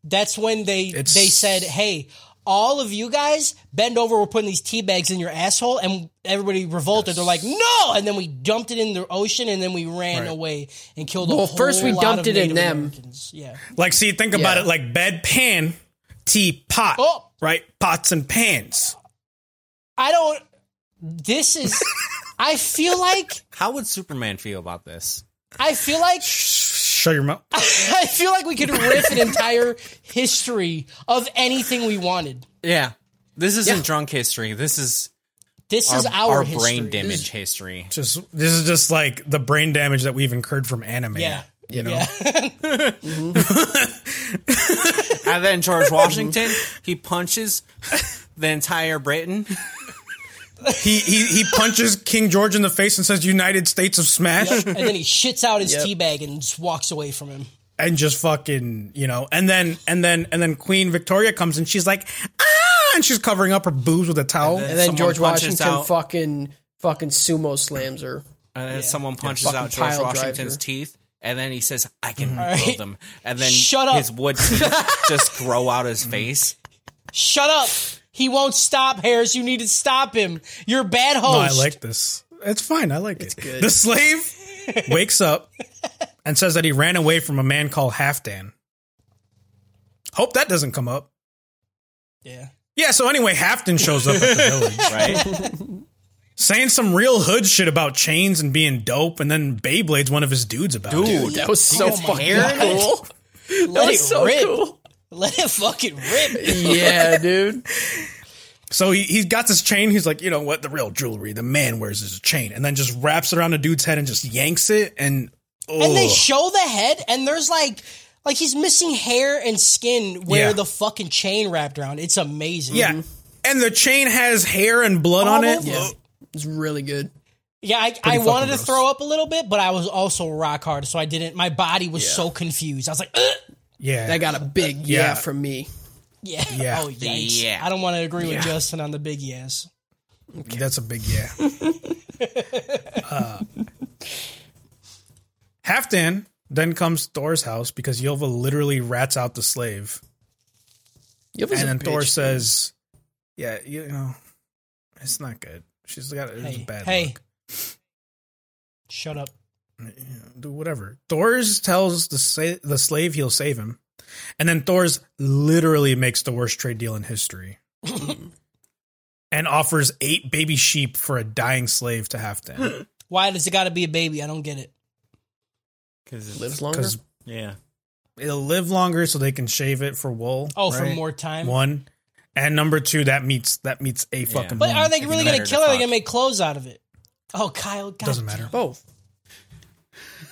[SPEAKER 4] That's when they
[SPEAKER 2] It's-
[SPEAKER 4] they said, "Hey, all of you guys bend over. We're putting these tea bags in your asshole." And everybody revolted. They're like, "No!" And then we dumped it in the ocean, and then we ran
[SPEAKER 2] Right.
[SPEAKER 4] away and killed. a
[SPEAKER 5] Well,
[SPEAKER 4] whole
[SPEAKER 5] first we
[SPEAKER 4] lot
[SPEAKER 5] dumped
[SPEAKER 4] of
[SPEAKER 5] it in
[SPEAKER 4] Native
[SPEAKER 5] them.
[SPEAKER 4] Americans. Yeah,
[SPEAKER 2] Like, see, think about
[SPEAKER 5] Yeah.
[SPEAKER 2] it like bed pan, tea pot,
[SPEAKER 4] Oh.
[SPEAKER 2] right? Pots and pans.
[SPEAKER 4] I don't. This is. I feel like
[SPEAKER 3] How would Superman feel about this?
[SPEAKER 4] I feel like
[SPEAKER 2] Shut your mouth.
[SPEAKER 4] I feel like we could riff an entire history of anything we wanted.
[SPEAKER 3] Yeah, this isn't drunk history. This is
[SPEAKER 4] This
[SPEAKER 3] our,
[SPEAKER 4] is our,
[SPEAKER 3] our
[SPEAKER 4] history.
[SPEAKER 3] brain damage history.
[SPEAKER 2] Just this is just like the brain damage that we've incurred from anime.
[SPEAKER 4] Yeah.
[SPEAKER 2] You know?
[SPEAKER 4] Yeah.
[SPEAKER 3] and then George Washington, he punches the entire Britain.
[SPEAKER 2] He, he he punches King George in the face and says United States of Smash.
[SPEAKER 4] and then he shits out his
[SPEAKER 5] Yep.
[SPEAKER 4] tea bag and just walks away from him.
[SPEAKER 2] and just fucking you know and then and then and then queen victoria comes and she's like ah and she's covering up her boobs with a towel
[SPEAKER 5] and then
[SPEAKER 3] someone
[SPEAKER 5] George
[SPEAKER 3] punches
[SPEAKER 5] Washington
[SPEAKER 3] out-
[SPEAKER 5] fucking fucking sumo slams her.
[SPEAKER 3] And then someone punches
[SPEAKER 5] Fucking
[SPEAKER 3] out George
[SPEAKER 5] pile driver.
[SPEAKER 3] Washington's teeth. And then he says, I can rebuild
[SPEAKER 4] right.
[SPEAKER 3] them. And then
[SPEAKER 4] Shut up.
[SPEAKER 3] his wood teeth just grow out his face.
[SPEAKER 4] Shut up. He won't stop, Harris. You need to stop him. You're a bad
[SPEAKER 2] oh i
[SPEAKER 4] host.
[SPEAKER 2] like this It's fine. I like it. The slave wakes up and says that he ran away from a man called Halfdan. Hope that doesn't come up.
[SPEAKER 4] Yeah.
[SPEAKER 2] Yeah, so anyway, Halfdan shows up at the village,
[SPEAKER 3] right?
[SPEAKER 2] saying some real hood shit about chains and being dope, and then Beyblade's one of his dudes about it.
[SPEAKER 3] Dude,
[SPEAKER 5] That was so
[SPEAKER 4] my
[SPEAKER 5] fucking
[SPEAKER 3] God.
[SPEAKER 5] cool. That
[SPEAKER 4] Let it
[SPEAKER 5] was so
[SPEAKER 4] rip.
[SPEAKER 5] cool.
[SPEAKER 4] Let it fucking rip.
[SPEAKER 5] Yeah, dude.
[SPEAKER 2] So he, he's got this chain. He's like, you know what? The real jewelry the man wears is a chain. And then just wraps it around the dude's head and just yanks it. And,
[SPEAKER 4] And they
[SPEAKER 2] ugh.
[SPEAKER 4] show the head, and there's like, like he's missing hair and skin where
[SPEAKER 2] Yeah.
[SPEAKER 4] the fucking chain wrapped around. It's amazing.
[SPEAKER 2] Yeah. And the chain has hair and blood on
[SPEAKER 4] All
[SPEAKER 2] it.
[SPEAKER 4] over.
[SPEAKER 2] Ugh.
[SPEAKER 5] It's really good.
[SPEAKER 4] Yeah, I, I wanted to
[SPEAKER 2] fucking gross.
[SPEAKER 4] throw up a little bit, but I was also rock hard, so I didn't. My body was so confused. I was like, Ugh!
[SPEAKER 2] Yeah.
[SPEAKER 5] That got a big yeah,
[SPEAKER 2] Uh, Yeah.
[SPEAKER 5] from me.
[SPEAKER 4] yeah,
[SPEAKER 2] Yeah.
[SPEAKER 4] oh yikes.
[SPEAKER 3] Yeah.
[SPEAKER 4] I don't want to agree with Justin on the big yes.
[SPEAKER 2] That's a big yeah. uh, Halfdan then comes to Thor's house because Yelva literally rats out the slave.
[SPEAKER 5] Yelva's
[SPEAKER 2] and
[SPEAKER 5] a
[SPEAKER 2] then Thor
[SPEAKER 5] bitch.
[SPEAKER 2] says, "Yeah, you know, it's not good. She's got it was
[SPEAKER 4] Hey,
[SPEAKER 2] bad.
[SPEAKER 4] hey,
[SPEAKER 2] luck.
[SPEAKER 4] shut up.
[SPEAKER 2] do whatever." Thor's tells the sa- the slave he'll save him, and then Thor's literally makes the worst trade deal in history, and offers eight baby sheep for a dying slave to Halfdan
[SPEAKER 4] Why does it got to be a baby? I don't get it.
[SPEAKER 5] lives longer.
[SPEAKER 2] because
[SPEAKER 3] yeah.
[SPEAKER 2] it'll live longer, so they can shave it for wool.
[SPEAKER 4] Oh, for
[SPEAKER 2] right?
[SPEAKER 4] more time.
[SPEAKER 2] one, and number two that meets that meets a fucking.
[SPEAKER 4] But
[SPEAKER 2] one.
[SPEAKER 4] are they
[SPEAKER 3] It's
[SPEAKER 4] really gonna
[SPEAKER 3] better to
[SPEAKER 4] kill her? Are they
[SPEAKER 3] fuck.
[SPEAKER 4] gonna make clothes out of it? Oh, Kyle, God,
[SPEAKER 2] Doesn't matter.
[SPEAKER 5] Both.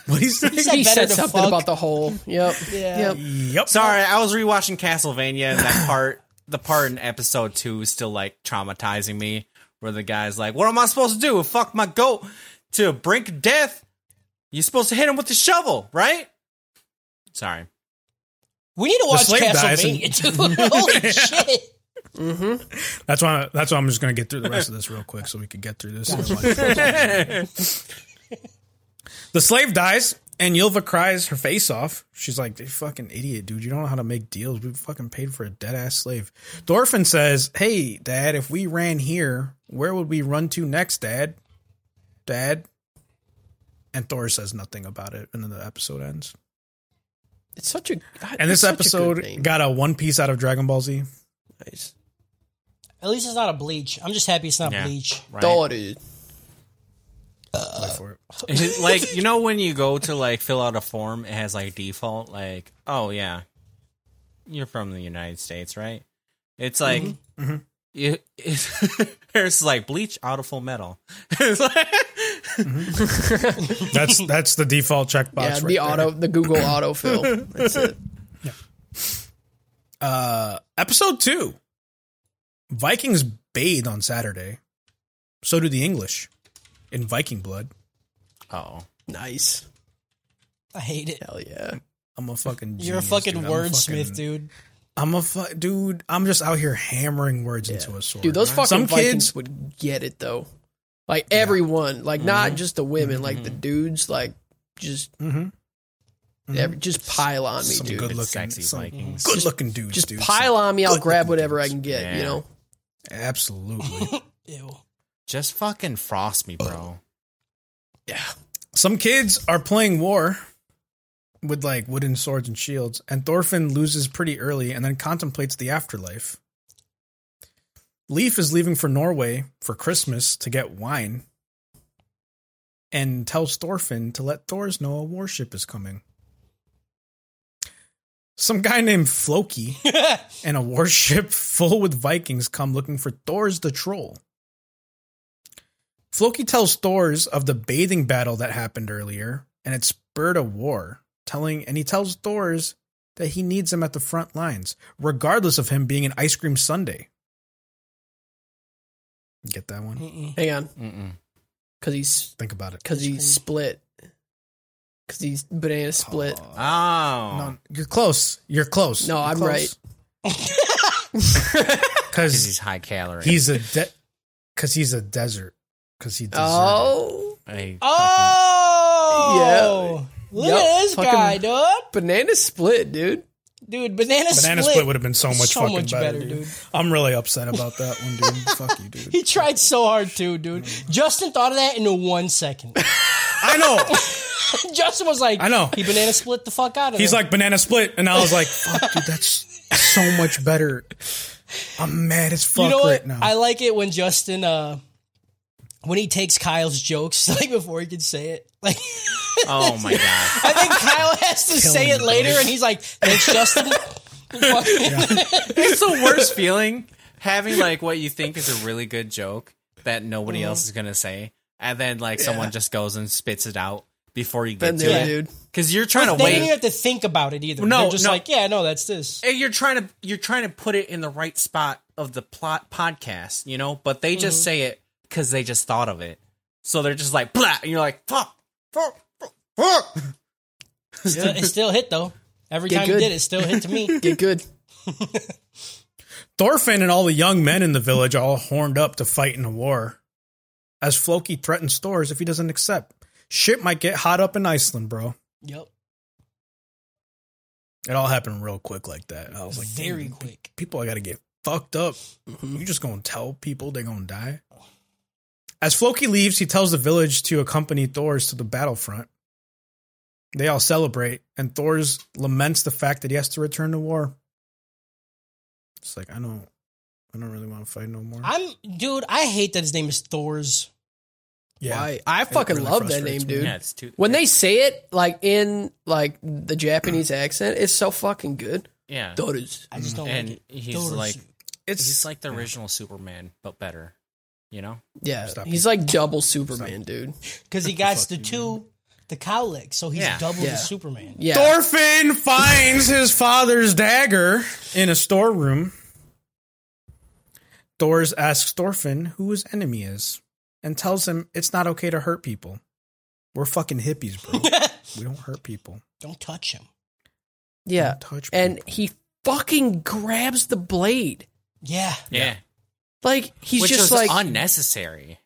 [SPEAKER 2] What he's saying?
[SPEAKER 4] said
[SPEAKER 5] He
[SPEAKER 4] better
[SPEAKER 5] said
[SPEAKER 4] to
[SPEAKER 5] something
[SPEAKER 4] fuck.
[SPEAKER 5] about the whole. Yep.
[SPEAKER 4] Yeah.
[SPEAKER 5] Yep.
[SPEAKER 2] Yep.
[SPEAKER 3] Sorry, I was rewatching Castlevania and that part the part in episode two is still like traumatizing me where the guy's like, What am I supposed to do? Fuck my goat to brink death. You're supposed to hit him with the shovel, right? Sorry.
[SPEAKER 4] We need to watch
[SPEAKER 2] slave dies and-
[SPEAKER 4] Castlevania, dude. Holy shit!
[SPEAKER 2] That's why. That's why I'm just going to get through the rest of this real quick, so we can get through this. the slave dies, and Yilva cries her face off. She's like, "You fucking idiot, dude! You don't know how to make deals. We fucking paid for a dead ass slave." Dorfin says, "Hey, Dad, if we ran here, where would we run to next, Dad? Dad?" And Thor says nothing about it, and then the episode ends.
[SPEAKER 5] It's such a.
[SPEAKER 2] And this
[SPEAKER 5] it's such a good
[SPEAKER 2] episode
[SPEAKER 5] name.
[SPEAKER 2] got a one piece out of Dragon Ball Z.
[SPEAKER 5] Nice.
[SPEAKER 4] At least it's not a bleach. I'm just happy it's not
[SPEAKER 3] Yeah.
[SPEAKER 4] bleach.
[SPEAKER 3] Right?
[SPEAKER 5] Daughter.
[SPEAKER 2] Wait for it.
[SPEAKER 3] like you know when you go to like fill out a form, it has like default like, oh yeah, you're from the United States, right? It's like you- it- there's like bleach out of full metal. It's like-
[SPEAKER 2] That's that's the default checkbox.
[SPEAKER 5] Uh, Yeah,
[SPEAKER 2] right
[SPEAKER 5] the
[SPEAKER 2] there.
[SPEAKER 5] auto, the Google autofill. That's it.
[SPEAKER 2] Episode two. Vikings bathe on Saturday. So do the English in Viking blood.
[SPEAKER 3] oh,
[SPEAKER 5] Nice.
[SPEAKER 4] I hate it.
[SPEAKER 5] Hell yeah.
[SPEAKER 2] I'm a fucking.
[SPEAKER 4] You're
[SPEAKER 2] genius,
[SPEAKER 4] a fucking
[SPEAKER 2] dude. I'm a
[SPEAKER 4] wordsmith,
[SPEAKER 2] fucking-
[SPEAKER 4] dude.
[SPEAKER 2] I'm a fu- dude. I'm just out here hammering words into a sword.
[SPEAKER 5] Dude, those fucking
[SPEAKER 2] some
[SPEAKER 5] Vikings
[SPEAKER 2] kids.
[SPEAKER 5] would get it though. Like everyone, like not
[SPEAKER 2] Mm-hmm.
[SPEAKER 5] just the women, like the dudes, like just
[SPEAKER 2] Mhm.
[SPEAKER 5] every, just pile on me,
[SPEAKER 2] Mm-hmm. Some
[SPEAKER 5] dude.
[SPEAKER 2] good looking,
[SPEAKER 3] sexy
[SPEAKER 2] some
[SPEAKER 3] Vikings.
[SPEAKER 2] good looking dudes.
[SPEAKER 5] just
[SPEAKER 2] dude.
[SPEAKER 5] pile on me. I'll
[SPEAKER 2] good
[SPEAKER 5] grab
[SPEAKER 2] looking
[SPEAKER 5] whatever I
[SPEAKER 2] dudes.
[SPEAKER 5] can get. You
[SPEAKER 3] Yeah.
[SPEAKER 5] know,
[SPEAKER 2] Absolutely.
[SPEAKER 4] Ew.
[SPEAKER 3] Just fucking frost me, bro.
[SPEAKER 2] some kids are playing war with like wooden swords and shields, and Thorfinn loses pretty early and then contemplates the afterlife. Leif is leaving for Norway for Christmas to get wine and tells Thorfinn to let Thor's know a warship is coming. Some guy named Floki and a warship full with Vikings come looking for Thor's the troll. Floki tells Thor's of the bathing battle that happened earlier, and it spurred a war, telling and he tells Thor's that he needs him at the front lines, regardless of him being an ice cream sundae. Get that one?
[SPEAKER 4] Mm-mm.
[SPEAKER 5] hang on,
[SPEAKER 3] Mm-mm.
[SPEAKER 5] because he's
[SPEAKER 2] Think about it.
[SPEAKER 5] because he's split, because he's banana split.
[SPEAKER 3] Oh,
[SPEAKER 2] No, you're close. You're close.
[SPEAKER 5] No,
[SPEAKER 2] You're
[SPEAKER 5] I'm
[SPEAKER 2] close.
[SPEAKER 5] right.
[SPEAKER 3] because
[SPEAKER 2] Because
[SPEAKER 3] he's high calorie.
[SPEAKER 2] he's a de- cause he's a desert. Because he deserted.
[SPEAKER 5] Oh,
[SPEAKER 3] I fucking-
[SPEAKER 4] Oh, look
[SPEAKER 5] Yep.
[SPEAKER 4] at this
[SPEAKER 5] Fucking-
[SPEAKER 4] guy, dude.
[SPEAKER 5] banana split, dude.
[SPEAKER 4] dude. Banana,
[SPEAKER 2] Banana split, would have been so much
[SPEAKER 4] so
[SPEAKER 2] fucking
[SPEAKER 4] much
[SPEAKER 2] better,
[SPEAKER 4] better,
[SPEAKER 2] dude.
[SPEAKER 4] dude.
[SPEAKER 2] I'm really upset about that one, dude. Fuck you, dude.
[SPEAKER 4] He tried so hard too, dude.
[SPEAKER 2] Mm.
[SPEAKER 4] Justin thought of that in one second.
[SPEAKER 2] I know.
[SPEAKER 4] Justin was like,
[SPEAKER 2] I know.
[SPEAKER 4] He banana split the fuck out of.
[SPEAKER 2] He's
[SPEAKER 4] there.
[SPEAKER 2] like banana split, and I was like, "Fuck, dude, that's so much better." I'm mad as fuck
[SPEAKER 4] you know
[SPEAKER 2] right
[SPEAKER 4] what?
[SPEAKER 2] now.
[SPEAKER 4] I like it when Justin, uh, when he takes Kyle's jokes like before he can say it. Like
[SPEAKER 3] Oh my god.
[SPEAKER 4] I think Kyle has to say it later, and he's like, "Thanks, Justin." Fucking-
[SPEAKER 3] It's the worst feeling having like what you think is a really good joke that nobody else is gonna say, and then like someone just goes and spits it out before you get
[SPEAKER 5] Been
[SPEAKER 3] to
[SPEAKER 5] there,
[SPEAKER 3] it.
[SPEAKER 5] dude.
[SPEAKER 3] Because you're trying to
[SPEAKER 4] They didn't even
[SPEAKER 3] wait.
[SPEAKER 4] have to think about it either.
[SPEAKER 3] No,
[SPEAKER 4] They're just
[SPEAKER 3] no.
[SPEAKER 4] like, yeah, no, that's this.
[SPEAKER 3] And You're trying to you're trying to put it in the right spot of the plot podcast, you know. But they just say it because they just thought of it. So they're just like blah, and you're like fuck, fuck, fuck, fuck.
[SPEAKER 4] Still- it still hit though. Every
[SPEAKER 5] Get
[SPEAKER 4] time
[SPEAKER 5] good.
[SPEAKER 4] he did, it still hit to me.
[SPEAKER 5] Get good.
[SPEAKER 2] Thorfinn and all the young men in the village are all horned up to fight in a war. As Floki threatens Thor's if he doesn't accept, shit might get hot up in Iceland, bro.
[SPEAKER 4] yep,
[SPEAKER 2] It all happened real quick like that. I was like,
[SPEAKER 4] very Mm-hmm.
[SPEAKER 2] "Dude,
[SPEAKER 4] quick.
[SPEAKER 2] people I gotta get fucked up. You just gonna tell people they're gonna die? As Floki leaves, he tells the village to accompany Thor's to the battlefront. They all celebrate, and Thor's laments the fact that he has to return to war. It's like I don't, I don't really want to fight no more.
[SPEAKER 4] I'm, dude. I hate that his name is Thor's.
[SPEAKER 2] yeah,
[SPEAKER 5] Why? I fucking
[SPEAKER 2] really
[SPEAKER 5] love that name,
[SPEAKER 2] frustrates me.
[SPEAKER 5] dude.
[SPEAKER 3] Yeah, it's too.
[SPEAKER 5] When they say it like in like the Japanese accent, it's so fucking good.
[SPEAKER 3] yeah,
[SPEAKER 5] Daughters.
[SPEAKER 4] I just don't
[SPEAKER 3] and
[SPEAKER 4] like it.
[SPEAKER 3] he's
[SPEAKER 4] Thor's.
[SPEAKER 3] like
[SPEAKER 2] it's
[SPEAKER 3] he's like the original Superman but better, you know.
[SPEAKER 5] Yeah,
[SPEAKER 2] Stop.
[SPEAKER 5] he's like double Superman, dude.
[SPEAKER 4] because he got the two, the cowlick, so he's
[SPEAKER 3] Yeah.
[SPEAKER 4] double
[SPEAKER 5] Yeah.
[SPEAKER 4] the Superman.
[SPEAKER 5] Yeah,
[SPEAKER 2] Thorfinn finds his father's dagger in a storeroom. Thors asks Thorfinn who his enemy is and tells him it's not okay to hurt people. We're fucking hippies, bro. we don't hurt people.
[SPEAKER 4] Don't touch him.
[SPEAKER 5] yeah.
[SPEAKER 2] Don't touch
[SPEAKER 5] and he fucking grabs the blade.
[SPEAKER 4] Yeah,
[SPEAKER 3] Yeah,
[SPEAKER 5] Like he's
[SPEAKER 3] which
[SPEAKER 5] just
[SPEAKER 3] is
[SPEAKER 5] like
[SPEAKER 3] unnecessary.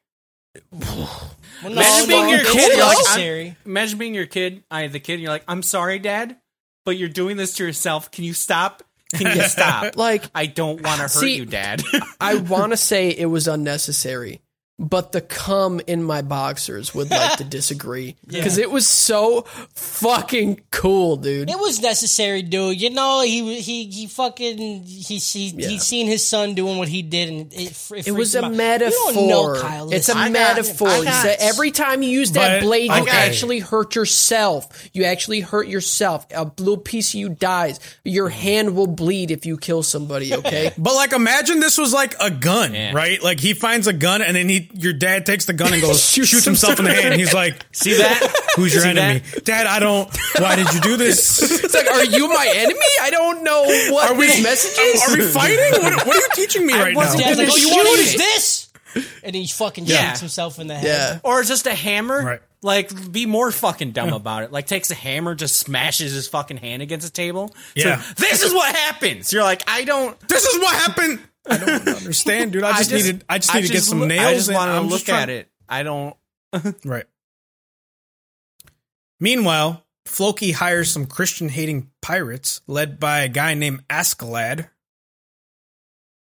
[SPEAKER 4] well,
[SPEAKER 3] Imagine being your
[SPEAKER 4] it's
[SPEAKER 3] kid, you're like, I'm-
[SPEAKER 4] necessary.
[SPEAKER 3] Imagine being your kid, I the kid, and you're like, "I'm sorry, Dad, but you're doing this to yourself. Can you stop? Can you stop?
[SPEAKER 5] like
[SPEAKER 3] I don't want to hurt
[SPEAKER 5] See-
[SPEAKER 3] you, Dad."
[SPEAKER 5] I want to say it was unnecessary, but the cum in my boxers would like to disagree because it was so fucking cool, dude.
[SPEAKER 4] It was necessary, dude. You know, he he he fucking he he
[SPEAKER 5] Yeah.
[SPEAKER 4] he seen his son doing what he did, and it fr- it,
[SPEAKER 5] It was
[SPEAKER 4] freaked him
[SPEAKER 5] a
[SPEAKER 4] out.
[SPEAKER 5] metaphor.
[SPEAKER 4] You don't know, Kyle.
[SPEAKER 5] it's a
[SPEAKER 4] listen.
[SPEAKER 3] I got-
[SPEAKER 5] metaphor.
[SPEAKER 3] I
[SPEAKER 5] You
[SPEAKER 3] got-
[SPEAKER 5] said every time you use that
[SPEAKER 2] But-
[SPEAKER 5] blade, you
[SPEAKER 2] okay.
[SPEAKER 5] actually hurt yourself. You actually hurt yourself. A little piece of you dies. Your hand will bleed if you kill somebody. Okay.
[SPEAKER 2] But like, imagine this was like a gun,
[SPEAKER 3] Yeah.
[SPEAKER 2] right? Like he finds a gun, and then he, your dad takes the gun and goes shoots, himself in the hand. He's like,
[SPEAKER 3] See that?
[SPEAKER 2] "Who's your
[SPEAKER 3] See
[SPEAKER 2] enemy, Dad? I don't. Why did you do this?
[SPEAKER 5] It's like, are you my enemy? I don't know what
[SPEAKER 2] Are we
[SPEAKER 5] this message is.
[SPEAKER 2] Are we fighting? What, what are you teaching me right now?
[SPEAKER 3] wasn't
[SPEAKER 4] Dad's like,
[SPEAKER 5] Gonna
[SPEAKER 4] oh, you want
[SPEAKER 5] shoot
[SPEAKER 4] to use
[SPEAKER 5] it."
[SPEAKER 4] this? And he fucking
[SPEAKER 3] Yeah.
[SPEAKER 4] shoots himself in the head.
[SPEAKER 5] yeah.
[SPEAKER 3] Or just a hammer?
[SPEAKER 2] Right.
[SPEAKER 3] Like, be more fucking dumb about it. Like, takes a hammer, just smashes his fucking hand against a table. So,
[SPEAKER 2] Yeah.
[SPEAKER 3] this is what happens. You're like, I don't.
[SPEAKER 2] this is what happened. I don't understand, dude. I just, needed. I just need to get
[SPEAKER 3] just
[SPEAKER 2] some
[SPEAKER 3] loo-
[SPEAKER 2] nails.
[SPEAKER 3] I just
[SPEAKER 2] in.
[SPEAKER 3] wanted to
[SPEAKER 2] I'm
[SPEAKER 3] look
[SPEAKER 2] just trying-
[SPEAKER 3] at it. I don't.
[SPEAKER 2] Right. Meanwhile, Floki hires some Christian-hating pirates led by a guy named Askeladd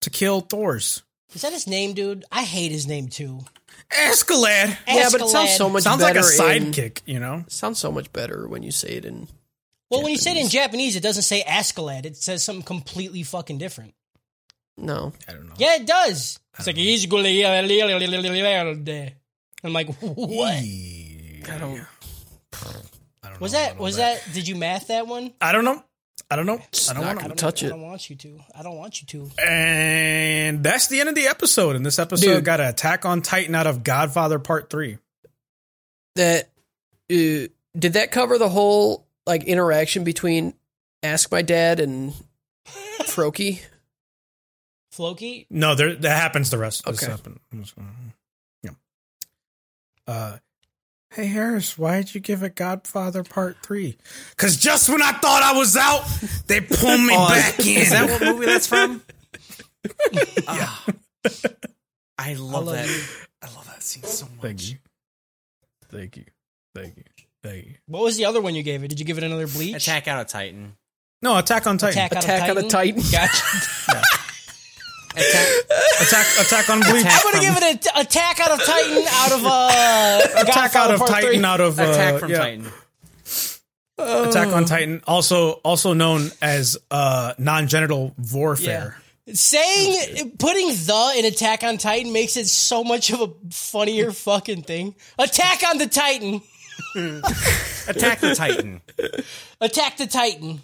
[SPEAKER 2] to kill Thor's.
[SPEAKER 4] Is that his name, dude? I hate his name too.
[SPEAKER 2] Askeladd
[SPEAKER 5] Yeah, but it sounds
[SPEAKER 4] Escalade.
[SPEAKER 5] so much
[SPEAKER 2] sounds like a
[SPEAKER 5] better. in-
[SPEAKER 2] sidekick, you know.
[SPEAKER 5] sounds so much better when you say it in.
[SPEAKER 4] Well, when you say it in Japanese, it doesn't say Ascalad. It says something completely fucking different.
[SPEAKER 5] No,
[SPEAKER 2] I don't know.
[SPEAKER 4] Yeah, it does. It's like "Isgulele-lele-lele-lele-lele-lele." I'm like, what?
[SPEAKER 2] Yeah. I don't. I don't
[SPEAKER 4] Was
[SPEAKER 2] know
[SPEAKER 4] that?
[SPEAKER 2] about
[SPEAKER 4] Was
[SPEAKER 2] all
[SPEAKER 4] that? Did you math that one?
[SPEAKER 2] I don't know. I don't know. I don't
[SPEAKER 5] not
[SPEAKER 2] want
[SPEAKER 5] gonna
[SPEAKER 2] to.
[SPEAKER 5] touch
[SPEAKER 4] I
[SPEAKER 5] it.
[SPEAKER 4] don't want you to. I don't want you to.
[SPEAKER 2] And that's the end of the episode. And this episode
[SPEAKER 5] Dude.
[SPEAKER 2] got an Attack on Titan out of Godfather Part 3.
[SPEAKER 5] That uh, did that cover the whole like interaction between Ask My Dad and Froki?
[SPEAKER 4] Floki.
[SPEAKER 2] No, there, that happens the rest of this
[SPEAKER 5] Okay.
[SPEAKER 2] happen- I'm just gonna- Yeah. Uh, hey, Harris, why did you give it Godfather Part 3? Because just when I thought I was out, they pull me
[SPEAKER 3] Oh,
[SPEAKER 2] back in.
[SPEAKER 3] Is that what movie that's from? Ah. I love,
[SPEAKER 4] love
[SPEAKER 3] that.
[SPEAKER 4] you.
[SPEAKER 3] I love that scene so much.
[SPEAKER 2] Thank you. Thank you. Thank you. Thank you.
[SPEAKER 4] What was the other one you gave it? Did you give it another bleach?
[SPEAKER 3] Attack out of Titan.
[SPEAKER 2] No, Attack on Titan.
[SPEAKER 4] Attack,
[SPEAKER 2] Attack,
[SPEAKER 5] Attack
[SPEAKER 4] on
[SPEAKER 5] on
[SPEAKER 4] the
[SPEAKER 5] a
[SPEAKER 4] Titan.
[SPEAKER 5] Titan.
[SPEAKER 4] Gotcha.
[SPEAKER 3] Attack,
[SPEAKER 2] Attack, on Bleach.
[SPEAKER 3] Attack-
[SPEAKER 4] I'm gonna give
[SPEAKER 3] From-
[SPEAKER 4] it an attack out of Titan out of uh
[SPEAKER 2] Attack
[SPEAKER 4] Godfather
[SPEAKER 2] out of
[SPEAKER 4] Part
[SPEAKER 2] Titan,
[SPEAKER 4] Three.
[SPEAKER 2] out of uh,
[SPEAKER 3] attack from
[SPEAKER 2] yeah,
[SPEAKER 3] Titan.
[SPEAKER 2] Attack on Titan, also also known as uh, non-genital warfare.
[SPEAKER 4] Saying putting the in Attack on Titan makes it so much of a funnier fucking thing. Attack on the Titan.
[SPEAKER 3] Attack the Titan.
[SPEAKER 4] Attack the Titan.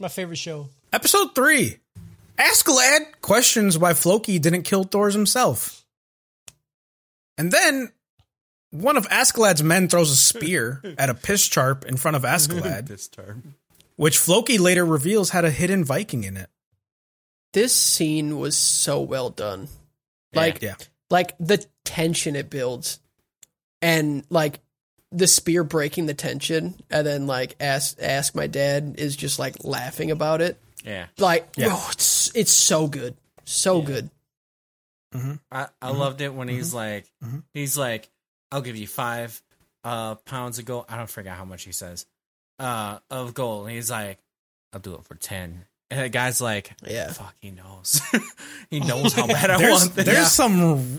[SPEAKER 4] My favorite show.
[SPEAKER 2] Episode three. Askeladd questions why Floki didn't kill Thor's himself, and then one of Askeladd's men throws a spear at a piss charp in front of Askeladd,
[SPEAKER 3] This term.
[SPEAKER 2] which Floki later reveals had a hidden Viking in it.
[SPEAKER 5] This scene was so well done. Like
[SPEAKER 2] Yeah,
[SPEAKER 5] like the tension it builds and like the spear breaking the tension and then like ask ask my dad is just like laughing about it
[SPEAKER 3] Yeah.
[SPEAKER 5] like
[SPEAKER 2] Yeah.
[SPEAKER 5] oh, it's it's so good so good
[SPEAKER 3] I, I loved it when he's like, he's like, I'll give you five uh, pounds of gold. I don't forget how much he says uh, of gold. And he's like, I'll do it for 10. And the guy's like,
[SPEAKER 5] Yeah.
[SPEAKER 3] fuck, he knows. he knows how bad I
[SPEAKER 2] there's
[SPEAKER 3] want this.
[SPEAKER 2] there's some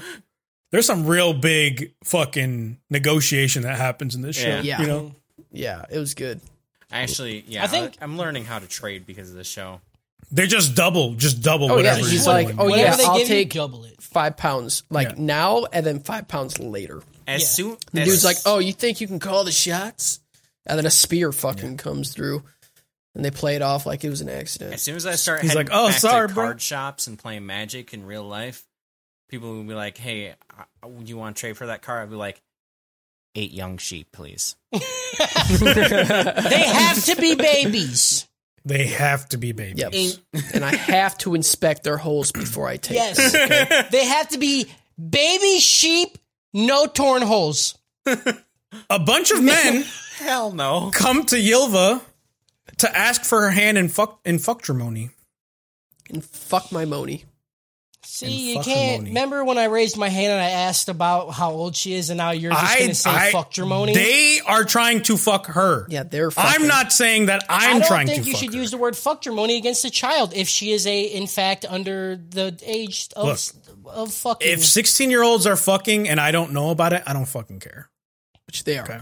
[SPEAKER 2] there's some real big fucking negotiation that happens in this show.
[SPEAKER 3] Yeah.
[SPEAKER 5] Yeah.
[SPEAKER 2] you know.
[SPEAKER 5] yeah it was good
[SPEAKER 3] Actually, yeah,
[SPEAKER 4] I think-
[SPEAKER 3] I- I'm learning how to trade because of this show.
[SPEAKER 2] They just double, just double
[SPEAKER 5] Oh, yeah,
[SPEAKER 2] whatever.
[SPEAKER 5] he's
[SPEAKER 2] you're
[SPEAKER 5] like,
[SPEAKER 2] doing.
[SPEAKER 5] oh,
[SPEAKER 4] Whatever
[SPEAKER 5] yeah,
[SPEAKER 4] they
[SPEAKER 5] I'll
[SPEAKER 4] give
[SPEAKER 5] take-
[SPEAKER 4] you, double it.
[SPEAKER 5] five pounds like
[SPEAKER 2] Yeah.
[SPEAKER 5] now and then five pounds later
[SPEAKER 3] As
[SPEAKER 4] Yeah.
[SPEAKER 3] soon
[SPEAKER 5] the
[SPEAKER 3] as
[SPEAKER 5] dude's like oh you think you can call the shots and then a spear fucking comes through and they play it off like it was an
[SPEAKER 3] As
[SPEAKER 5] accident
[SPEAKER 3] soon as I start
[SPEAKER 2] He's
[SPEAKER 3] heading
[SPEAKER 2] like, "Oh,
[SPEAKER 3] back
[SPEAKER 2] sorry,
[SPEAKER 3] to
[SPEAKER 2] bro."
[SPEAKER 3] card shops and playing Magic in real life, people will be like, "Hey, uh, you want to trade for that card?" I'll be like, eight young sheep, please."
[SPEAKER 4] They have to be babies.
[SPEAKER 2] They have to be babies.
[SPEAKER 5] yep and i have to inspect their holes before i take
[SPEAKER 4] Yes. They have to be baby sheep, no torn holes.
[SPEAKER 2] A bunch of men
[SPEAKER 3] Hell no.
[SPEAKER 2] come to Yilva to ask for her hand in fuck in fucktrimony.
[SPEAKER 5] and fuck my money
[SPEAKER 4] See, you
[SPEAKER 2] fuck
[SPEAKER 4] can't.
[SPEAKER 2] Hermione.
[SPEAKER 4] Remember when I raised my hand and I asked about how old she is, and now you're just going to say fuck Germony?
[SPEAKER 2] They are trying to fuck her.
[SPEAKER 5] Yeah, they're
[SPEAKER 2] I'm
[SPEAKER 5] fucking-
[SPEAKER 2] not saying that
[SPEAKER 4] I
[SPEAKER 2] I'm
[SPEAKER 4] don't
[SPEAKER 2] trying
[SPEAKER 4] think
[SPEAKER 2] to.
[SPEAKER 4] you
[SPEAKER 2] fuck
[SPEAKER 4] should
[SPEAKER 2] her.
[SPEAKER 4] use the word fuck Germony against a child if she is a, in fact, under the age of of fucking.
[SPEAKER 2] If 16 year olds are fucking and I don't know about it, I don't fucking care.
[SPEAKER 5] which they are.
[SPEAKER 2] Okay.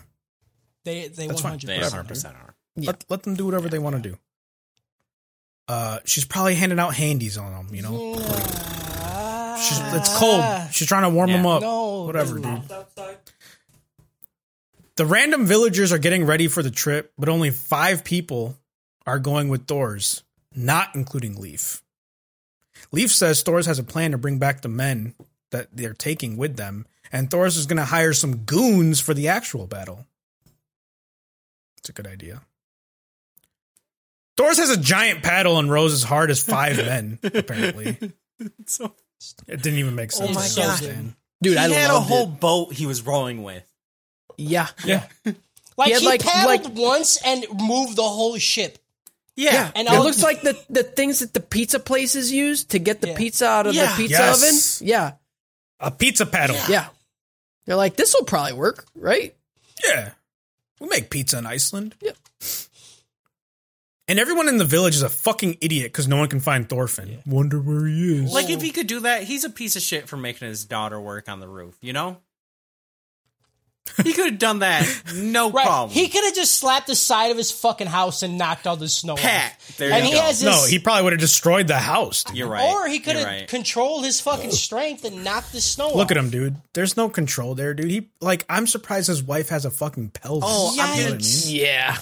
[SPEAKER 4] they they
[SPEAKER 2] that's fine.
[SPEAKER 4] 100
[SPEAKER 3] They
[SPEAKER 4] percent.
[SPEAKER 3] 100 percent are.
[SPEAKER 2] Let, let them do whatever they want to do. Uh, she's probably handing out handies on them, you know? She's, it's cold. She's trying to warm
[SPEAKER 3] Yeah.
[SPEAKER 2] them up.
[SPEAKER 4] Ah, No,
[SPEAKER 2] Whatever,
[SPEAKER 4] dude.
[SPEAKER 2] dude. The random villagers are getting ready for the trip, but only five people are going with Thor's, not including Leaf. Leaf says Thor's has a plan to bring back the men that they're taking with them, and Thor's is going to hire some goons for the actual battle. It's a good idea. Thor's has a giant paddle and rows as hard as five men, apparently. It didn't even make sense.
[SPEAKER 4] Oh my
[SPEAKER 2] I
[SPEAKER 4] God.
[SPEAKER 2] understand.
[SPEAKER 5] Dude,
[SPEAKER 3] he
[SPEAKER 5] I
[SPEAKER 3] had a
[SPEAKER 5] loved
[SPEAKER 3] whole
[SPEAKER 5] it.
[SPEAKER 3] boat he was rowing with.
[SPEAKER 5] Yeah.
[SPEAKER 2] Yeah.
[SPEAKER 4] Like
[SPEAKER 5] Yeah,
[SPEAKER 4] he
[SPEAKER 5] like-
[SPEAKER 4] paddled
[SPEAKER 5] like-
[SPEAKER 4] once and moved the whole ship.
[SPEAKER 3] Yeah,
[SPEAKER 4] And
[SPEAKER 5] it
[SPEAKER 4] all-
[SPEAKER 5] looks like the, the things that the pizza places use to get the
[SPEAKER 4] Yeah.
[SPEAKER 5] pizza out of
[SPEAKER 3] Yeah.
[SPEAKER 5] the pizza
[SPEAKER 2] Yes.
[SPEAKER 5] oven. Yeah.
[SPEAKER 2] A pizza paddle.
[SPEAKER 5] Yeah. They're like, this will probably work, right?
[SPEAKER 2] Yeah. We make pizza in Iceland.
[SPEAKER 5] Yep.
[SPEAKER 2] And everyone in the village is a fucking idiot because no one can find Thorfinn. Wonder where he is.
[SPEAKER 3] like if he could do that, he's a piece of shit for making his daughter work on the roof. You know, he could have done that, no
[SPEAKER 4] Right.
[SPEAKER 3] problem.
[SPEAKER 4] He could have just slapped the side of his fucking house and knocked all the snow
[SPEAKER 3] Pat,
[SPEAKER 4] off.
[SPEAKER 3] there
[SPEAKER 4] and
[SPEAKER 3] you
[SPEAKER 4] he
[SPEAKER 3] go.
[SPEAKER 4] has his,
[SPEAKER 2] no, he probably would have destroyed the house. dude.
[SPEAKER 3] You're right.
[SPEAKER 4] Or he could
[SPEAKER 3] You're
[SPEAKER 4] have
[SPEAKER 3] right.
[SPEAKER 4] controlled his fucking strength and knocked the snow off.
[SPEAKER 2] Look at him, dude. There's no control there, dude. He like I'm surprised his wife has a fucking pelvis.
[SPEAKER 3] Oh, I'm
[SPEAKER 2] You know
[SPEAKER 3] gonna-
[SPEAKER 2] what I mean?
[SPEAKER 5] Yeah.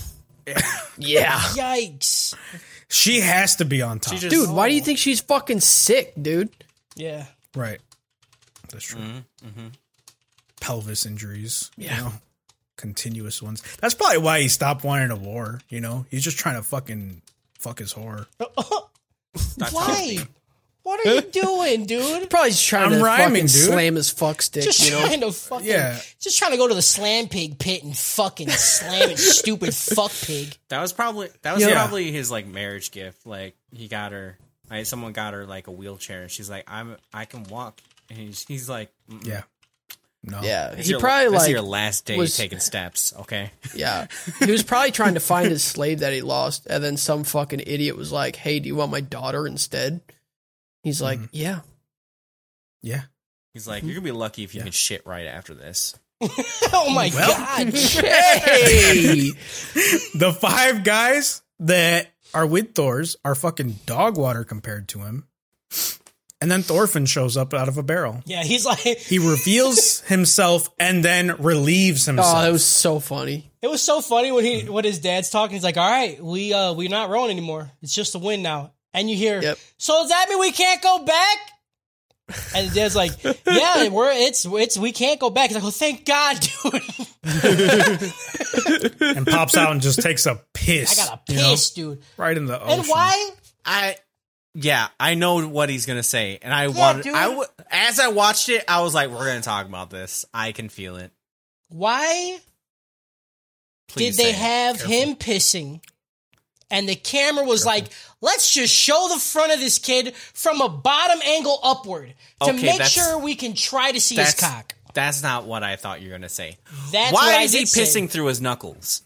[SPEAKER 5] yeah.
[SPEAKER 4] Yikes.
[SPEAKER 2] she has to be on top.
[SPEAKER 3] just-
[SPEAKER 5] Dude, why do you think she's fucking sick, dude?
[SPEAKER 4] Yeah.
[SPEAKER 2] right. That's true. Pelvis injuries. Yeah. Continuous ones. That's probably why he stopped wanting a war, you know? He's just trying to fucking fuck his whore.
[SPEAKER 4] Why? What are you doing, dude?
[SPEAKER 5] Probably just trying
[SPEAKER 2] I'm
[SPEAKER 5] to
[SPEAKER 2] rhyming,
[SPEAKER 5] fucking
[SPEAKER 2] dude.
[SPEAKER 5] slam his fuck stick,
[SPEAKER 4] Just
[SPEAKER 5] you know?
[SPEAKER 4] trying to fucking
[SPEAKER 2] Yeah.
[SPEAKER 4] just trying to go to the slam pig pit and fucking slam it, stupid fuck pig.
[SPEAKER 3] That was probably that was
[SPEAKER 2] Yeah.
[SPEAKER 3] probably his like marriage gift. Like he got her, like someone got her like a wheelchair, and she's like, "I'm I can walk," and he's, he's like, "Mm,
[SPEAKER 2] Yeah. No.
[SPEAKER 5] Yeah,
[SPEAKER 3] This is
[SPEAKER 5] he
[SPEAKER 3] your-
[SPEAKER 5] probably
[SPEAKER 3] this is
[SPEAKER 5] like
[SPEAKER 3] your last day
[SPEAKER 5] was-
[SPEAKER 3] taking steps. Okay,
[SPEAKER 5] yeah, he was probably trying to find his slave that he lost, and then some fucking idiot was like, "Hey, do you want my daughter instead?" He's like, "Yeah,
[SPEAKER 2] Yeah.
[SPEAKER 3] he's like, you're gonna be lucky if you can shit right after this.
[SPEAKER 4] Oh my
[SPEAKER 2] Well-
[SPEAKER 4] god.
[SPEAKER 5] hey,
[SPEAKER 2] The five guys that are with Thor's are fucking dog water compared to him. And then Thorfinn shows up out of a barrel.
[SPEAKER 4] Yeah, he's like it
[SPEAKER 2] He reveals himself and then relieves himself.
[SPEAKER 5] oh, that was so funny."
[SPEAKER 4] was so funny when he when his dad's talking, he's like, All right, we uh we're not rowing anymore. It's just a win now. And you hear
[SPEAKER 5] Yep.
[SPEAKER 4] So does that mean we can't go back? And the dad's like, Yeah, we're it's it's we can't go back. He's like, Oh thank God, dude.
[SPEAKER 2] and pops out and just takes a
[SPEAKER 4] I
[SPEAKER 2] piss.
[SPEAKER 4] got a
[SPEAKER 2] you know,
[SPEAKER 4] piss, dude.
[SPEAKER 2] right in the ocean.
[SPEAKER 4] And why?
[SPEAKER 3] I, yeah, I know what he's gonna say, and I wanted.
[SPEAKER 4] dude.
[SPEAKER 3] I w- as I watched it, I was like, we're gonna talk about this. I can feel it.
[SPEAKER 4] Why
[SPEAKER 3] Please
[SPEAKER 4] did they
[SPEAKER 3] say it.
[SPEAKER 4] have him pissing? And the camera was like, let's just show the front of this kid from a bottom angle upward to
[SPEAKER 3] Okay,
[SPEAKER 4] make
[SPEAKER 3] that's-
[SPEAKER 4] sure we can try to see his cock.
[SPEAKER 3] That's not what I thought you were gonna say.
[SPEAKER 4] That's
[SPEAKER 3] Why
[SPEAKER 4] what I
[SPEAKER 3] is he
[SPEAKER 4] did say.
[SPEAKER 3] pissing through his knuckles?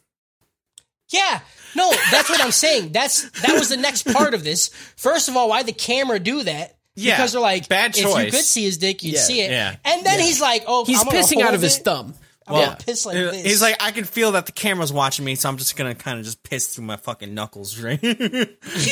[SPEAKER 4] Yeah. No, that's what I'm saying. That's that was the next part of this. First of all, why the camera do that?
[SPEAKER 3] Yeah,
[SPEAKER 4] Because they're like,
[SPEAKER 3] bad
[SPEAKER 4] if you
[SPEAKER 3] choice.
[SPEAKER 4] could see his dick, you'd
[SPEAKER 5] Yeah,
[SPEAKER 4] see it.
[SPEAKER 3] yeah.
[SPEAKER 4] And then he's like, oh,
[SPEAKER 5] He's
[SPEAKER 4] I'm gonna
[SPEAKER 5] pissing out
[SPEAKER 4] hold
[SPEAKER 5] of his
[SPEAKER 4] it.
[SPEAKER 5] thumb.
[SPEAKER 4] I'm gonna
[SPEAKER 5] Yeah.
[SPEAKER 4] piss like
[SPEAKER 3] Uh,
[SPEAKER 4] this.
[SPEAKER 3] He's like, I can feel that the camera's watching me, so I'm just gonna kind of just piss through my fucking knuckles, right? you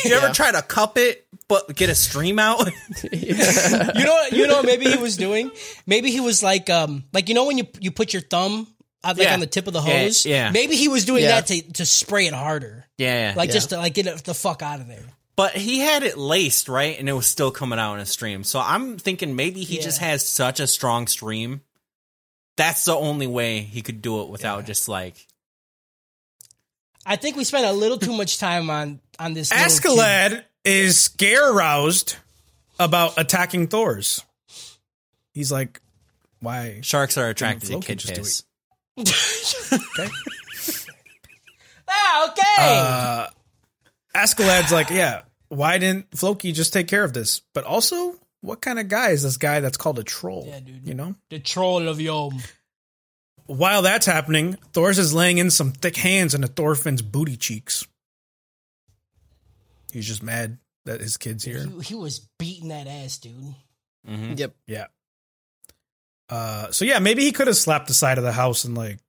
[SPEAKER 3] ever try to cup it, but get a stream out?
[SPEAKER 4] you know, you know, what maybe he was doing. Maybe he was like, um, like you know, when you you put your thumb out, like
[SPEAKER 3] Yeah.
[SPEAKER 4] on the tip of the
[SPEAKER 3] Yeah,
[SPEAKER 4] hose.
[SPEAKER 3] yeah.
[SPEAKER 4] Maybe he was doing
[SPEAKER 5] Yeah.
[SPEAKER 4] that to to spray it harder,
[SPEAKER 3] yeah,
[SPEAKER 4] like just to like get it the fuck out of there.
[SPEAKER 3] but he had it laced right, and it was still coming out in a stream. So I'm thinking maybe he
[SPEAKER 4] Yeah.
[SPEAKER 3] just has such a strong stream. That's the only way he could do it without just like
[SPEAKER 4] I think we spent a little too much time on on this. little kid.
[SPEAKER 2] Askeladd is scare roused about attacking Thor's. He's like, why?
[SPEAKER 3] sharks are attracted
[SPEAKER 2] Flo
[SPEAKER 3] to
[SPEAKER 2] can
[SPEAKER 3] kid
[SPEAKER 2] just do
[SPEAKER 3] piss.
[SPEAKER 4] Ah, okay.
[SPEAKER 3] Uh,
[SPEAKER 2] Askeladd's Uh, like, yeah, why didn't Floki just take care of this? But also, what kind of guy is this guy that's called a troll?
[SPEAKER 4] Yeah, dude.
[SPEAKER 2] You know?
[SPEAKER 4] the troll of Yom.
[SPEAKER 2] While that's happening, Thor's is laying in some thick hands into Thorfinn's booty cheeks. He's just mad that his kid's here.
[SPEAKER 4] He, he was beating that ass, dude.
[SPEAKER 5] Mm-hmm. Yep.
[SPEAKER 2] Yeah. Uh, so yeah, maybe he could have slapped the side of the house and like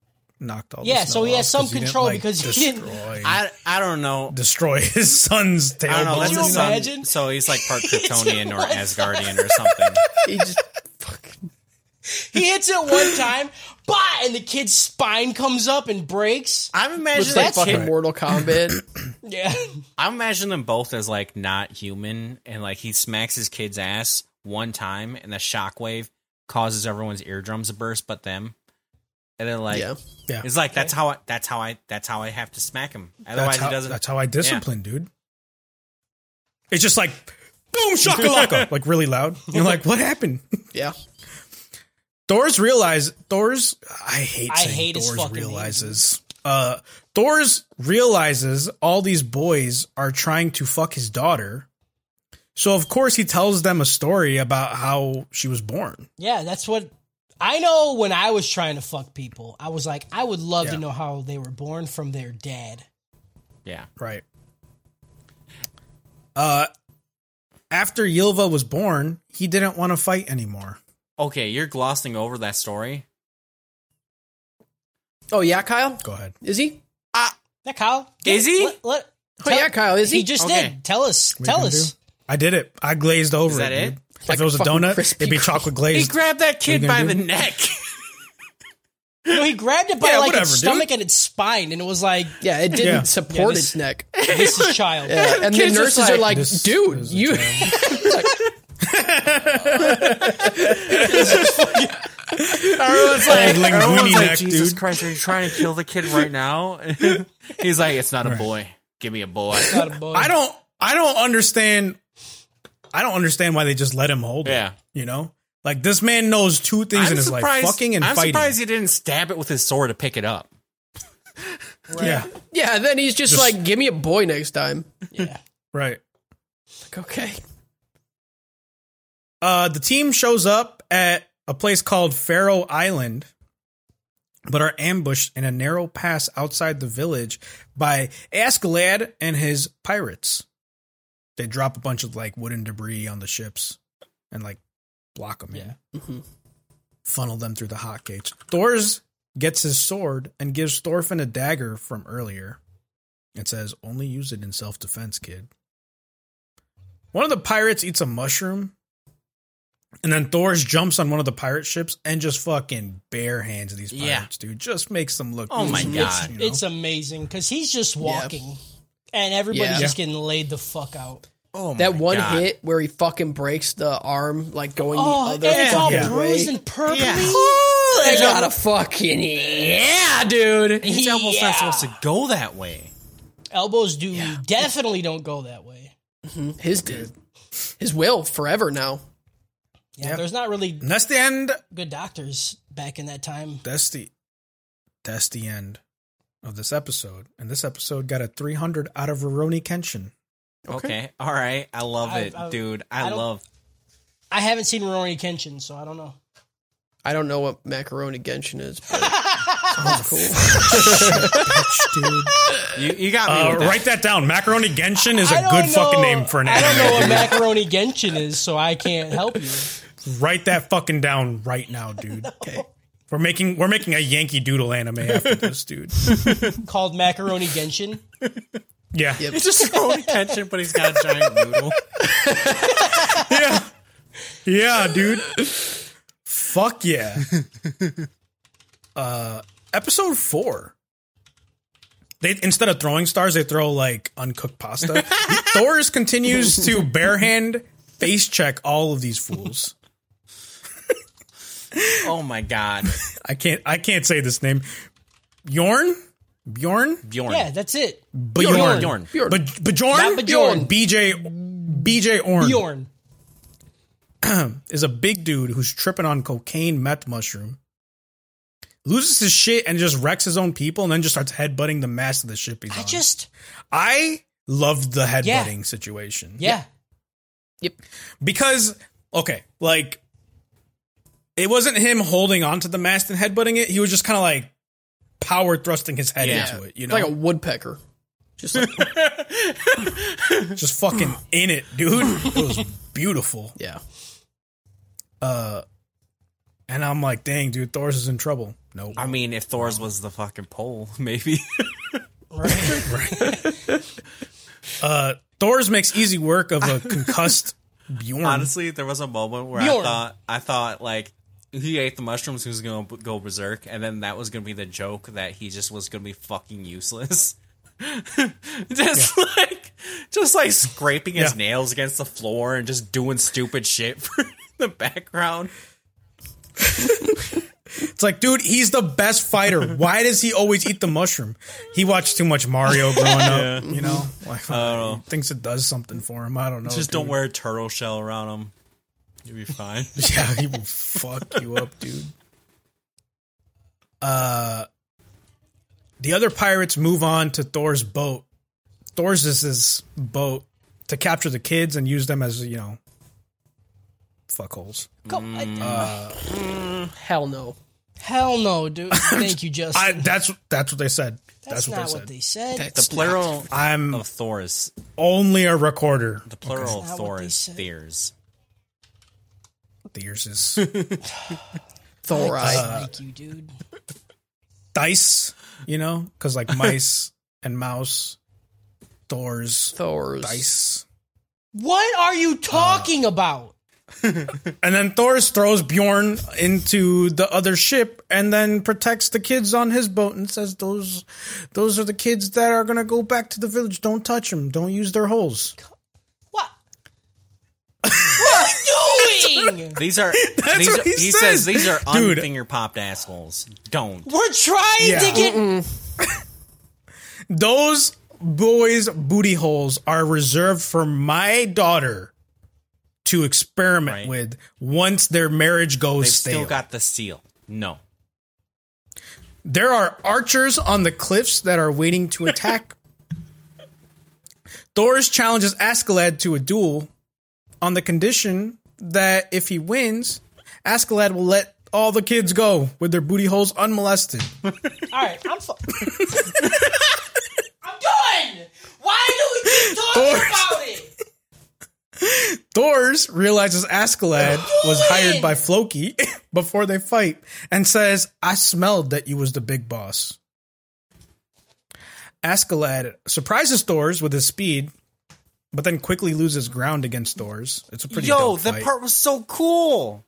[SPEAKER 2] knocked all. the
[SPEAKER 4] Yeah,
[SPEAKER 2] snow
[SPEAKER 4] so he
[SPEAKER 2] off
[SPEAKER 4] has some
[SPEAKER 2] 'cause didn't,
[SPEAKER 4] control because he didn't-
[SPEAKER 2] destroy,
[SPEAKER 3] I I don't know.
[SPEAKER 2] destroy his son's
[SPEAKER 3] I don't know.
[SPEAKER 2] tailbone.
[SPEAKER 3] That's
[SPEAKER 4] Could
[SPEAKER 3] his
[SPEAKER 4] you
[SPEAKER 3] son.
[SPEAKER 4] imagine?
[SPEAKER 3] So he's like part
[SPEAKER 4] It's
[SPEAKER 3] Kryptonian or
[SPEAKER 4] one side.
[SPEAKER 3] Asgardian or something.
[SPEAKER 5] He just fucking
[SPEAKER 4] He hits it one time, bah, and the kid's spine comes up and breaks.
[SPEAKER 3] I'm imagining
[SPEAKER 5] looks like
[SPEAKER 3] that
[SPEAKER 5] fucking
[SPEAKER 3] kid.
[SPEAKER 5] Mortal Kombat.
[SPEAKER 4] Yeah.
[SPEAKER 3] I imagine them both as like not human, and like he smacks his kid's ass one time, and the shockwave causes everyone's eardrums to burst, but them. And then like,
[SPEAKER 5] Yeah.
[SPEAKER 2] Yeah.
[SPEAKER 3] it's like that's how I, that's how I that's how I have to smack him.
[SPEAKER 2] That's
[SPEAKER 3] Otherwise,
[SPEAKER 2] how,
[SPEAKER 3] he doesn't.
[SPEAKER 2] that's how I discipline, dude. It's just like boom shakalaka, like really loud. You're like, what happened?
[SPEAKER 5] Yeah.
[SPEAKER 2] Thor's realize Thor's I hate
[SPEAKER 4] I
[SPEAKER 2] saying
[SPEAKER 4] hate his
[SPEAKER 2] Thor's
[SPEAKER 4] fucking name,
[SPEAKER 2] realizes. Uh Thor's realizes all these boys are trying to fuck his daughter. So of course he tells them a story about how she was born.
[SPEAKER 4] Yeah, that's what I know when I was trying to fuck people. I was like, I would love
[SPEAKER 2] Yeah.
[SPEAKER 4] to know how they were born from their dad.
[SPEAKER 3] yeah,
[SPEAKER 2] Right. Uh after Yilva was born, he didn't want to fight anymore.
[SPEAKER 3] okay, you're glossing over that story.
[SPEAKER 5] Oh yeah, Kyle.
[SPEAKER 2] Go ahead.
[SPEAKER 5] Is he?
[SPEAKER 4] Yeah, Kyle.
[SPEAKER 3] Is he?
[SPEAKER 4] Let, let-
[SPEAKER 5] Oh yeah, Kyle. Is
[SPEAKER 4] he
[SPEAKER 5] he?
[SPEAKER 4] just
[SPEAKER 3] Okay.
[SPEAKER 4] did. Tell us.
[SPEAKER 2] What are you
[SPEAKER 4] Tell
[SPEAKER 2] gonna
[SPEAKER 4] us.
[SPEAKER 2] do? I did it. I glazed over
[SPEAKER 3] Is that
[SPEAKER 2] it.
[SPEAKER 3] it?
[SPEAKER 2] dude. if it was a
[SPEAKER 5] fucking
[SPEAKER 2] donut,
[SPEAKER 5] Krispy
[SPEAKER 2] it'd be
[SPEAKER 5] Kreme.
[SPEAKER 2] chocolate
[SPEAKER 3] He
[SPEAKER 2] glazed.
[SPEAKER 3] grabbed that kid
[SPEAKER 2] you gonna
[SPEAKER 3] by the
[SPEAKER 2] do?
[SPEAKER 3] neck.
[SPEAKER 4] No, he grabbed it by
[SPEAKER 2] Yeah,
[SPEAKER 4] like
[SPEAKER 2] whatever,
[SPEAKER 4] its
[SPEAKER 2] dude.
[SPEAKER 4] stomach and its spine, and it was like,
[SPEAKER 5] Yeah, it didn't
[SPEAKER 2] Yeah.
[SPEAKER 5] support
[SPEAKER 4] Yeah, this-
[SPEAKER 5] its neck.
[SPEAKER 4] "This is child."
[SPEAKER 5] Yeah, and the
[SPEAKER 3] Kids just
[SPEAKER 5] nurses are like,
[SPEAKER 3] like,
[SPEAKER 2] "This
[SPEAKER 5] dude,
[SPEAKER 2] is a
[SPEAKER 5] you.
[SPEAKER 3] Everyone's like,
[SPEAKER 2] Languini
[SPEAKER 3] everyone's like
[SPEAKER 2] neck,
[SPEAKER 3] Jesus
[SPEAKER 2] dude."
[SPEAKER 3] Christ, are you trying to kill the kid right now? He's like, it's not a boy. Give me a boy.
[SPEAKER 4] Not a boy.
[SPEAKER 2] I don't I don't understand I don't understand why they just let him hold
[SPEAKER 3] Yeah.
[SPEAKER 2] it. You know? Like this man knows two things in his life, fucking and
[SPEAKER 3] I'm
[SPEAKER 2] fighting.
[SPEAKER 3] surprised he didn't stab it with his sword to pick it up.
[SPEAKER 2] Yeah.
[SPEAKER 5] Yeah, then he's just, like, give me a boy next time.
[SPEAKER 4] Yeah.
[SPEAKER 2] Right.
[SPEAKER 5] Like, okay.
[SPEAKER 2] Uh the team shows up at a place called Faroe Island, but are ambushed in a narrow pass outside the village by Askeladd and his pirates. They drop a bunch of like wooden debris on the ships and like block them in,
[SPEAKER 3] Mm-hmm.
[SPEAKER 2] funnel them through the hot gates. Thor's gets his sword and gives Thorfinn a dagger from earlier. It says, only use it in self defense, kid. One of the pirates eats a mushroom and then Thor's jumps on one of the pirate ships and just fucking bare hands these
[SPEAKER 3] Yeah.
[SPEAKER 2] pirates, dude. Just makes them look.
[SPEAKER 3] Oh my
[SPEAKER 2] loose,
[SPEAKER 3] God.
[SPEAKER 2] you know?
[SPEAKER 4] It's amazing because he's just walking, and everybody's
[SPEAKER 5] Yeah.
[SPEAKER 4] just getting laid the fuck out.
[SPEAKER 3] Oh
[SPEAKER 5] That
[SPEAKER 3] my
[SPEAKER 5] one
[SPEAKER 3] God.
[SPEAKER 5] hit where he fucking breaks the arm, like going
[SPEAKER 4] Oh, and
[SPEAKER 5] the other
[SPEAKER 4] it's all
[SPEAKER 5] fucking
[SPEAKER 4] bruised
[SPEAKER 5] way.
[SPEAKER 4] and purple.
[SPEAKER 3] Yeah.
[SPEAKER 5] I got a fucking yeah, dude.
[SPEAKER 3] His elbow's
[SPEAKER 4] Yeah.
[SPEAKER 3] not supposed to go that way.
[SPEAKER 4] Elbows do definitely don't go that way.
[SPEAKER 5] His did. His will forever now.
[SPEAKER 4] Yeah,
[SPEAKER 2] Yep.
[SPEAKER 4] there's not really
[SPEAKER 2] And that's the end.
[SPEAKER 4] good doctors back in that time.
[SPEAKER 2] That's the. That's the end of this episode, and this episode got a 300 out of Roroni Kenshin.
[SPEAKER 3] Okay. All right. I love
[SPEAKER 4] I-
[SPEAKER 3] it,
[SPEAKER 4] I-
[SPEAKER 3] dude. I,
[SPEAKER 4] I don't-
[SPEAKER 3] love
[SPEAKER 4] I haven't seen Rory Kenshin, so I don't know.
[SPEAKER 5] I don't know what macaroni genshin is, but it's cool.
[SPEAKER 2] Dude,
[SPEAKER 3] you. You got me.
[SPEAKER 2] uh,
[SPEAKER 3] with that.
[SPEAKER 2] write that down. Macaroni Genshin is
[SPEAKER 4] I
[SPEAKER 2] a
[SPEAKER 4] don't
[SPEAKER 2] good
[SPEAKER 4] know-
[SPEAKER 2] fucking name for an
[SPEAKER 4] I
[SPEAKER 2] anime.
[SPEAKER 4] don't know what macaroni Genshin is, so I can't help you.
[SPEAKER 2] Write that fucking down right now, dude. Okay. We're making we're making a Yankee Doodle anime after this, dude.
[SPEAKER 4] Called macaroni Genshin.
[SPEAKER 2] Yeah.
[SPEAKER 3] It's just throwing attention, but he's got a giant noodle.
[SPEAKER 2] yeah. Yeah, dude. Fuck yeah. Uh episode 4. They instead of throwing stars, they throw like uncooked pasta. Thor's continues to barehand face check all of these fools.
[SPEAKER 3] Oh my god,
[SPEAKER 2] I can't I can't say this name. Bjorn? Bjorn?
[SPEAKER 3] Bjorn.
[SPEAKER 4] Yeah, that's it.
[SPEAKER 2] Bjorn.
[SPEAKER 3] Bjorn.
[SPEAKER 5] Bjorn.
[SPEAKER 2] Ba- Bjorn?
[SPEAKER 4] Not Bjorn.
[SPEAKER 2] BJ BJ Orn.
[SPEAKER 4] Bjorn.
[SPEAKER 2] is a big dude who's tripping on cocaine meth mushroom, loses his shit and just wrecks his own people, and then just starts headbutting the mast of the ship he's
[SPEAKER 4] I
[SPEAKER 2] on.
[SPEAKER 4] just
[SPEAKER 2] I loved the headbutting
[SPEAKER 4] Yeah.
[SPEAKER 2] situation.
[SPEAKER 4] yeah.
[SPEAKER 2] because okay, like it wasn't him holding onto the mast and headbutting it. He was just kind of like power thrusting his head
[SPEAKER 3] Yeah.
[SPEAKER 2] into it. You
[SPEAKER 5] It's
[SPEAKER 2] know,
[SPEAKER 5] like a woodpecker. Just like,
[SPEAKER 2] just fucking in it, dude. It was beautiful.
[SPEAKER 5] yeah.
[SPEAKER 2] And I'm like, dang, dude, Thor's is in trouble. No,
[SPEAKER 3] I mean, if Thor's was the fucking pole, maybe.
[SPEAKER 4] Right.
[SPEAKER 2] uh, Thor's makes easy work of a concussed Bjorn.
[SPEAKER 3] Honestly, there was a moment where I
[SPEAKER 4] Bjorn.
[SPEAKER 3] thought, I thought like he ate the mushrooms, he was gonna b- go berserk, and then that was gonna be the joke that he just was gonna be fucking useless. just like, just like scraping his
[SPEAKER 2] Yeah.
[SPEAKER 3] nails against the floor and just doing stupid shit for the background.
[SPEAKER 2] It's like, dude, he's the best fighter. Why does he always eat the mushroom? He watched too much Mario growing up, you know? Like, he thinks it does something for him. I don't know.
[SPEAKER 3] just
[SPEAKER 2] Oh, dude.
[SPEAKER 3] don't wear a turtle shell around him. You'll be fine.
[SPEAKER 2] Yeah, he will fuck you up, dude. Uh, the other pirates move on to Thor's boat. Thor's is his boat to capture the kids and use them as, you know, fuckholes.
[SPEAKER 4] Go- I-
[SPEAKER 5] Hell no.
[SPEAKER 4] hell no, dude. Thank you, Justin.
[SPEAKER 2] I, that's that's what they said.
[SPEAKER 4] that's,
[SPEAKER 2] That's, what
[SPEAKER 4] not
[SPEAKER 2] they said.
[SPEAKER 4] what they said.
[SPEAKER 3] the plural
[SPEAKER 2] I'm
[SPEAKER 3] of Thor is
[SPEAKER 2] only a recorder.
[SPEAKER 3] the plural of
[SPEAKER 4] not what
[SPEAKER 3] Thor
[SPEAKER 4] they
[SPEAKER 3] is
[SPEAKER 4] said.
[SPEAKER 3] Theirs.
[SPEAKER 2] The ears is
[SPEAKER 5] Thor I
[SPEAKER 2] uh,
[SPEAKER 4] Thank you, dude.
[SPEAKER 2] dice, you know, because like mice and mouse, Thor's
[SPEAKER 5] Thor's
[SPEAKER 2] dice,
[SPEAKER 4] What are you
[SPEAKER 2] uh,
[SPEAKER 4] talking about?
[SPEAKER 2] and then Thor's throws Bjorn into the other ship, and then protects the kids on his boat and says, "Those, those are the kids that are gonna go back to the village. Don't touch them. Don't use their holes."
[SPEAKER 4] What? what are you doing?
[SPEAKER 3] These are these
[SPEAKER 2] what
[SPEAKER 3] are,
[SPEAKER 2] he
[SPEAKER 3] he, says.
[SPEAKER 2] says.
[SPEAKER 3] these are
[SPEAKER 2] Dude.
[SPEAKER 3] unfinger popped assholes. Don't.
[SPEAKER 4] We're trying
[SPEAKER 2] Yeah.
[SPEAKER 4] to get
[SPEAKER 2] Those boys' booty holes are reserved for my daughter to experiment
[SPEAKER 3] Right.
[SPEAKER 2] with once their marriage goes
[SPEAKER 3] They've
[SPEAKER 2] stale.
[SPEAKER 3] still got the seal. No.
[SPEAKER 2] There are archers on the cliffs that are waiting to attack. Thor's challenges Askeladd to a duel on the condition that if he wins, Askeladd will let all the kids go with their booty holes unmolested.
[SPEAKER 4] All right, I'm. Fu- I'm done. Why do we keep talking about it?
[SPEAKER 2] Thors realizes Askeladd was hired by Floki before they fight and says, I smelled that you was the big boss. Askeladd surprises Thors with his speed, but then quickly loses ground against Thors. It's a pretty
[SPEAKER 3] Yo,
[SPEAKER 2] dope
[SPEAKER 3] that
[SPEAKER 2] fight.
[SPEAKER 3] part was so cool.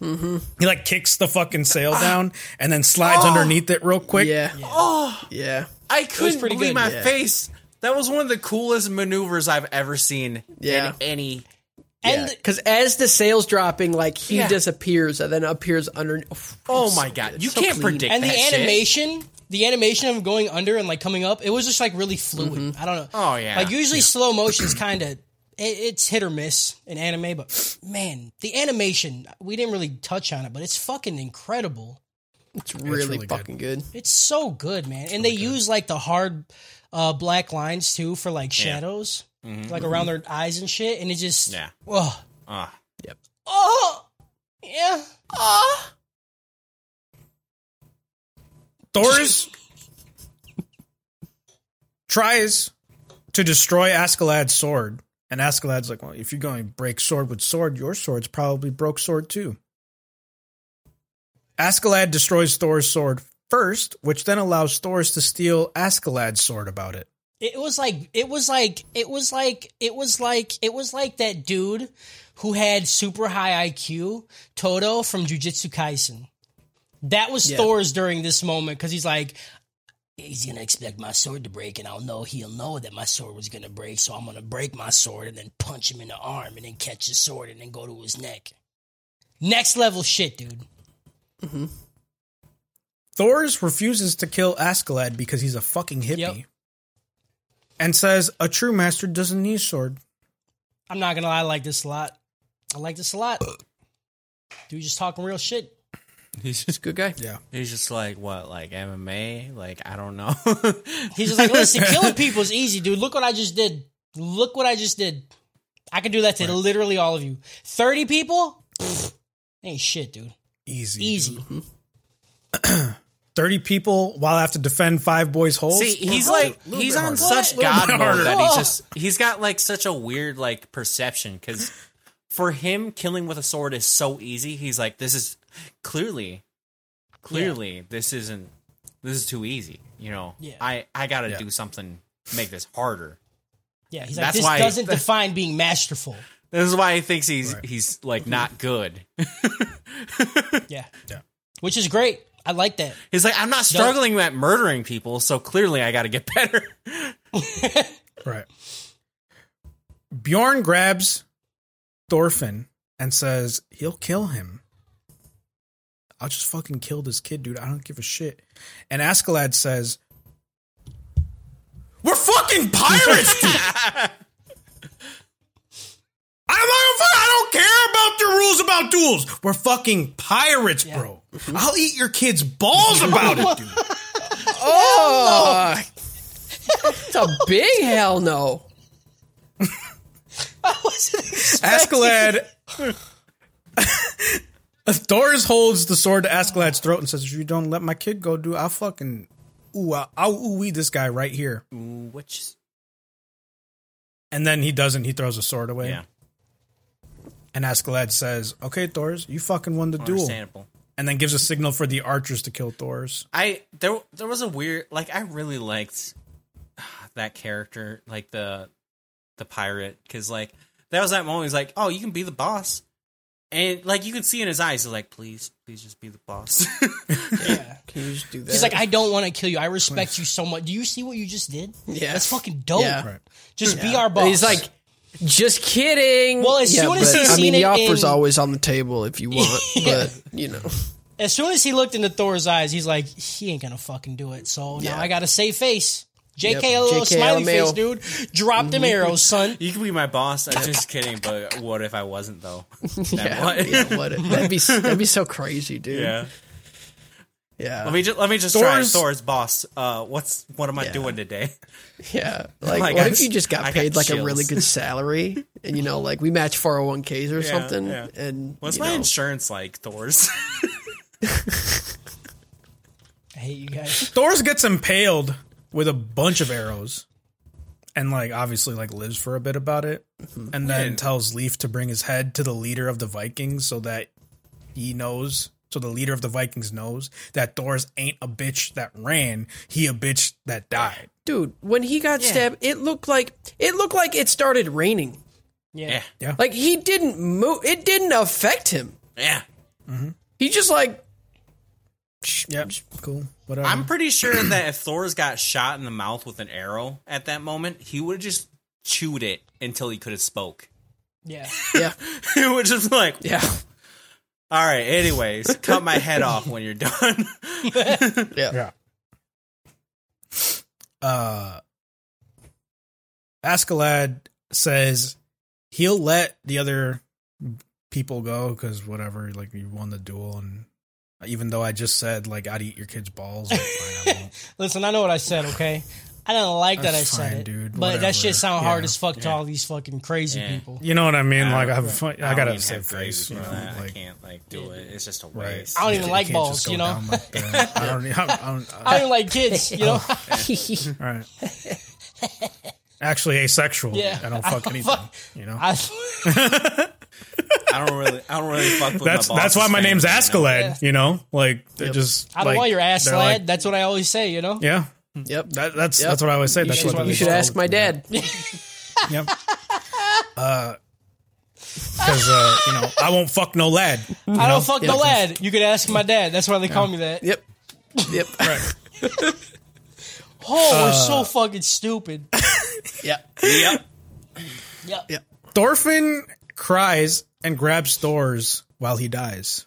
[SPEAKER 2] He like kicks the fucking sail
[SPEAKER 3] Ah.
[SPEAKER 2] down and then slides underneath it real quick.
[SPEAKER 5] Yeah.
[SPEAKER 3] Oh,
[SPEAKER 5] Yeah.
[SPEAKER 3] I couldn't
[SPEAKER 4] pretty
[SPEAKER 3] believe
[SPEAKER 4] good,
[SPEAKER 3] my
[SPEAKER 5] yeah.
[SPEAKER 3] face. That was one of the coolest maneuvers I've ever seen
[SPEAKER 5] Yeah.
[SPEAKER 3] in any.
[SPEAKER 4] And
[SPEAKER 5] Because as the sail's dropping, like he
[SPEAKER 3] Yeah.
[SPEAKER 5] disappears and then appears under.
[SPEAKER 3] Oh my god, you can't predict
[SPEAKER 4] and the
[SPEAKER 3] that shit.
[SPEAKER 4] animation, the animation of going under and like coming up, it was just like really fluid. I don't know.
[SPEAKER 3] Mm-hmm. Oh, yeah.
[SPEAKER 4] Like usually slow motion's kind of it, it's hit or miss in anime, but man, the animation we didn't really touch on it, but it's fucking incredible.
[SPEAKER 5] It's really,
[SPEAKER 2] really good.
[SPEAKER 5] fucking good.
[SPEAKER 4] It's so good, man. and they use like the hard uh, black lines too for like shadows, like around their eyes and shit. And it just,
[SPEAKER 3] Yeah.
[SPEAKER 4] oh,
[SPEAKER 3] Ah.
[SPEAKER 4] oh, yeah. Oh.
[SPEAKER 2] Thor's tries to destroy Askeladd's sword, and Askeladd's like, "Well, if you're going to break sword with sword, your sword's probably broke sword too." Askeladd destroys Thor's sword first, which then allows Thor's to steal Askeladd's sword about it.
[SPEAKER 4] It was like it was like it was like it was like it was like that dude who had super high IQ, Toto from Jujutsu Kaisen. That was Thor's during this moment because he's like, he's gonna expect my sword to break, and I'll know he'll know that my sword was gonna break, so I'm gonna break my sword and then punch him in the arm and then catch his sword and then go to his neck. Next level shit, dude.
[SPEAKER 2] Thor's refuses to kill Askeladd because he's a fucking hippie.
[SPEAKER 4] Yep.
[SPEAKER 2] And says a true master doesn't need sword.
[SPEAKER 4] I'm not gonna lie, I like this a lot. I like this a lot. Dude, just talking real shit.
[SPEAKER 3] He's just
[SPEAKER 5] Good guy.
[SPEAKER 2] Yeah.
[SPEAKER 3] he's just like what, like MMA? Like I don't know. Oh,
[SPEAKER 4] He's just like, listen, killing people is easy, dude. Look what I just did. Look what I just did. I can do that to literally all of you. 30 people? Pfft, ain't shit, dude.
[SPEAKER 2] Easy.
[SPEAKER 4] Easy.
[SPEAKER 2] 30 people while I have to defend five boys' holes.
[SPEAKER 3] See, he's like he's on such
[SPEAKER 4] Little
[SPEAKER 3] god
[SPEAKER 2] bit
[SPEAKER 3] mode
[SPEAKER 2] harder.
[SPEAKER 3] that he's just he's got like such a weird like perception because for him killing with a sword is so easy. He's like this is clearly, clearly this isn't this is too easy. You know,
[SPEAKER 4] Yeah.
[SPEAKER 3] I I gotta
[SPEAKER 2] Yeah.
[SPEAKER 3] do something to make this harder.
[SPEAKER 4] Yeah, he's like,
[SPEAKER 3] That's
[SPEAKER 4] this
[SPEAKER 3] why-
[SPEAKER 4] doesn't define being masterful.
[SPEAKER 3] This is why he thinks he's he's like not good.
[SPEAKER 4] Yeah. Which is great. I like that.
[SPEAKER 3] He's like I'm not struggling at murdering people, so clearly I gotta get better.
[SPEAKER 2] Right. Bjorn grabs Thorfinn and says, he'll kill him. I'll just fucking kill this kid, dude. I don't give a shit. And Askeladd says, We're fucking pirates, dude. I'm like, I don't care about your rules about duels. We're fucking pirates, bro. I'll eat your kid's balls about it, dude.
[SPEAKER 5] Oh, it's a big hell no.
[SPEAKER 2] Askeladd. Doris holds the sword to Askeladd's throat and says, "If you don't let my kid go, dude, I'll fucking ooh, I'll, I'll ooh this guy right here."
[SPEAKER 3] Which
[SPEAKER 2] And then he doesn't. He throws a sword away.
[SPEAKER 3] yeah,
[SPEAKER 2] And Askeladd says, "Okay, Thor's, you fucking won the duel,"
[SPEAKER 3] understandable.
[SPEAKER 2] and then gives a signal for the archers to kill Thor's.
[SPEAKER 3] I there there was a weird like I really liked ah, that character like the the pirate because like that was that moment he's like oh you can be the boss and like you could see in his eyes he's like please please just be the boss
[SPEAKER 5] Can you just do that?
[SPEAKER 4] He's like, I don't want to kill you. I respect you so much. Do you see what you just did?
[SPEAKER 5] Yeah.
[SPEAKER 4] That's fucking dope.
[SPEAKER 5] Yeah.
[SPEAKER 2] Right.
[SPEAKER 4] Just be our boss.
[SPEAKER 5] He's like, just kidding.
[SPEAKER 4] Well, as soon as
[SPEAKER 5] but,
[SPEAKER 4] he's
[SPEAKER 5] I mean,
[SPEAKER 4] seen it
[SPEAKER 5] the offer's
[SPEAKER 4] in-
[SPEAKER 5] always on the table if you want, but you know,
[SPEAKER 4] as soon as he looked into Thor's eyes, he's like, he ain't gonna fucking do it. So now
[SPEAKER 5] Yeah.
[SPEAKER 4] I gotta save face. JK,
[SPEAKER 5] Yep.
[SPEAKER 4] a Mm-hmm. little
[SPEAKER 5] JK
[SPEAKER 4] smiley face,
[SPEAKER 5] LMAO.
[SPEAKER 4] dude. Drop them arrows, son.
[SPEAKER 3] you can be my boss I'm just kidding but what if I wasn't though Then
[SPEAKER 5] yeah,
[SPEAKER 3] what?
[SPEAKER 5] yeah, what it- that'd be that'd be so crazy, dude.
[SPEAKER 3] yeah
[SPEAKER 5] Yeah.
[SPEAKER 3] Let me just let me just try
[SPEAKER 2] Thor's-
[SPEAKER 3] Thor's boss. Uh, what's what am I
[SPEAKER 5] Yeah.
[SPEAKER 3] doing today?
[SPEAKER 5] Yeah. Like,
[SPEAKER 3] Like,
[SPEAKER 5] what
[SPEAKER 3] I
[SPEAKER 5] if you just got
[SPEAKER 3] I got
[SPEAKER 5] paid like a really
[SPEAKER 3] chills.
[SPEAKER 5] good salary and, you know, like we match 401ks or
[SPEAKER 3] Yeah,
[SPEAKER 5] something?
[SPEAKER 3] yeah.
[SPEAKER 5] And,
[SPEAKER 3] What's
[SPEAKER 5] you
[SPEAKER 3] my
[SPEAKER 5] know,
[SPEAKER 3] insurance like, Thor's?
[SPEAKER 4] I hate you guys.
[SPEAKER 2] Thor's gets impaled with a bunch of arrows, and like obviously like lives for a bit about it, and then tells Leaf to bring his head to the leader of the Vikings so that he knows. So the leader of the Vikings knows that Thor's ain't a bitch that ran; he a bitch that died.
[SPEAKER 5] dude, when he got stabbed, it looked like, it looked like it started raining.
[SPEAKER 3] yeah,
[SPEAKER 2] Yeah,
[SPEAKER 5] Like he didn't move, it didn't affect him.
[SPEAKER 3] yeah.
[SPEAKER 5] He just like,
[SPEAKER 2] yep, cool, whatever.
[SPEAKER 3] I'm pretty sure that if Thor's got shot in the mouth with an arrow at that moment, he would have just chewed it until he could have spoke.
[SPEAKER 4] Yeah.
[SPEAKER 5] yeah,
[SPEAKER 3] he would just like,
[SPEAKER 5] yeah,
[SPEAKER 3] all right. Anyways, cut my head off when you're done.
[SPEAKER 2] Yeah. Uh, Askeladd says he'll let the other people go because whatever, like you won the duel, and even though I just said like I'd eat your kid's balls, like, fine, I won't.
[SPEAKER 4] Listen, I know what I said, okay? I didn't like that I
[SPEAKER 2] That's
[SPEAKER 4] said
[SPEAKER 2] fine,
[SPEAKER 4] it.
[SPEAKER 2] dude,
[SPEAKER 4] but
[SPEAKER 2] whatever.
[SPEAKER 4] that shit sound hard
[SPEAKER 2] Yeah,
[SPEAKER 4] as fuck to
[SPEAKER 3] yeah.
[SPEAKER 4] all these fucking crazy
[SPEAKER 3] Yeah.
[SPEAKER 4] people.
[SPEAKER 2] you know what I mean?
[SPEAKER 3] I
[SPEAKER 2] like
[SPEAKER 3] don't-
[SPEAKER 2] I've, I,
[SPEAKER 3] don't
[SPEAKER 2] gotta
[SPEAKER 3] even
[SPEAKER 2] save
[SPEAKER 3] have graves
[SPEAKER 2] face, you
[SPEAKER 3] for
[SPEAKER 2] know,
[SPEAKER 3] that. I
[SPEAKER 2] like.
[SPEAKER 3] can't like do it. It's just a
[SPEAKER 2] Right.
[SPEAKER 3] waste.
[SPEAKER 4] I don't
[SPEAKER 2] You
[SPEAKER 4] even
[SPEAKER 2] can't
[SPEAKER 4] like
[SPEAKER 2] just
[SPEAKER 4] balls,
[SPEAKER 2] go
[SPEAKER 4] you know?
[SPEAKER 2] down like that. I don't. I don't- I
[SPEAKER 4] I don't like kids, you know?
[SPEAKER 2] Oh. don't- all right. Actually, asexual.
[SPEAKER 4] Yeah.
[SPEAKER 2] I don't fuck anything.
[SPEAKER 4] fuck.
[SPEAKER 2] You know.
[SPEAKER 4] I,
[SPEAKER 3] I don't really. I don't really fuck with.
[SPEAKER 2] that's
[SPEAKER 3] my
[SPEAKER 2] that's why
[SPEAKER 3] boss's
[SPEAKER 2] my name's
[SPEAKER 3] family, you know?
[SPEAKER 2] Askeladd. You know, like they're just.
[SPEAKER 4] I don't
[SPEAKER 2] like,
[SPEAKER 4] want your ass,
[SPEAKER 2] they're
[SPEAKER 4] lad.
[SPEAKER 2] like-
[SPEAKER 4] That's what I always say, you know?
[SPEAKER 2] yeah,
[SPEAKER 5] yep.
[SPEAKER 2] that, that's
[SPEAKER 5] Yep.
[SPEAKER 2] that's what I always say. That's
[SPEAKER 4] should-
[SPEAKER 2] what
[SPEAKER 5] You
[SPEAKER 2] they
[SPEAKER 5] should
[SPEAKER 2] call
[SPEAKER 5] ask
[SPEAKER 2] it.
[SPEAKER 5] my dad.
[SPEAKER 2] Yep. Because uh, you know, I won't fuck no lad.
[SPEAKER 4] I don't fuck
[SPEAKER 5] Yeah.
[SPEAKER 4] the lad. You could ask my dad. That's why they call me that.
[SPEAKER 5] Yep, yep,
[SPEAKER 4] Oh,
[SPEAKER 2] Uh,
[SPEAKER 4] we're so fucking stupid.
[SPEAKER 5] yep,
[SPEAKER 3] Yep.
[SPEAKER 4] Yep.
[SPEAKER 5] yep.
[SPEAKER 2] Thorfinn cries and grabs Thor's while he dies.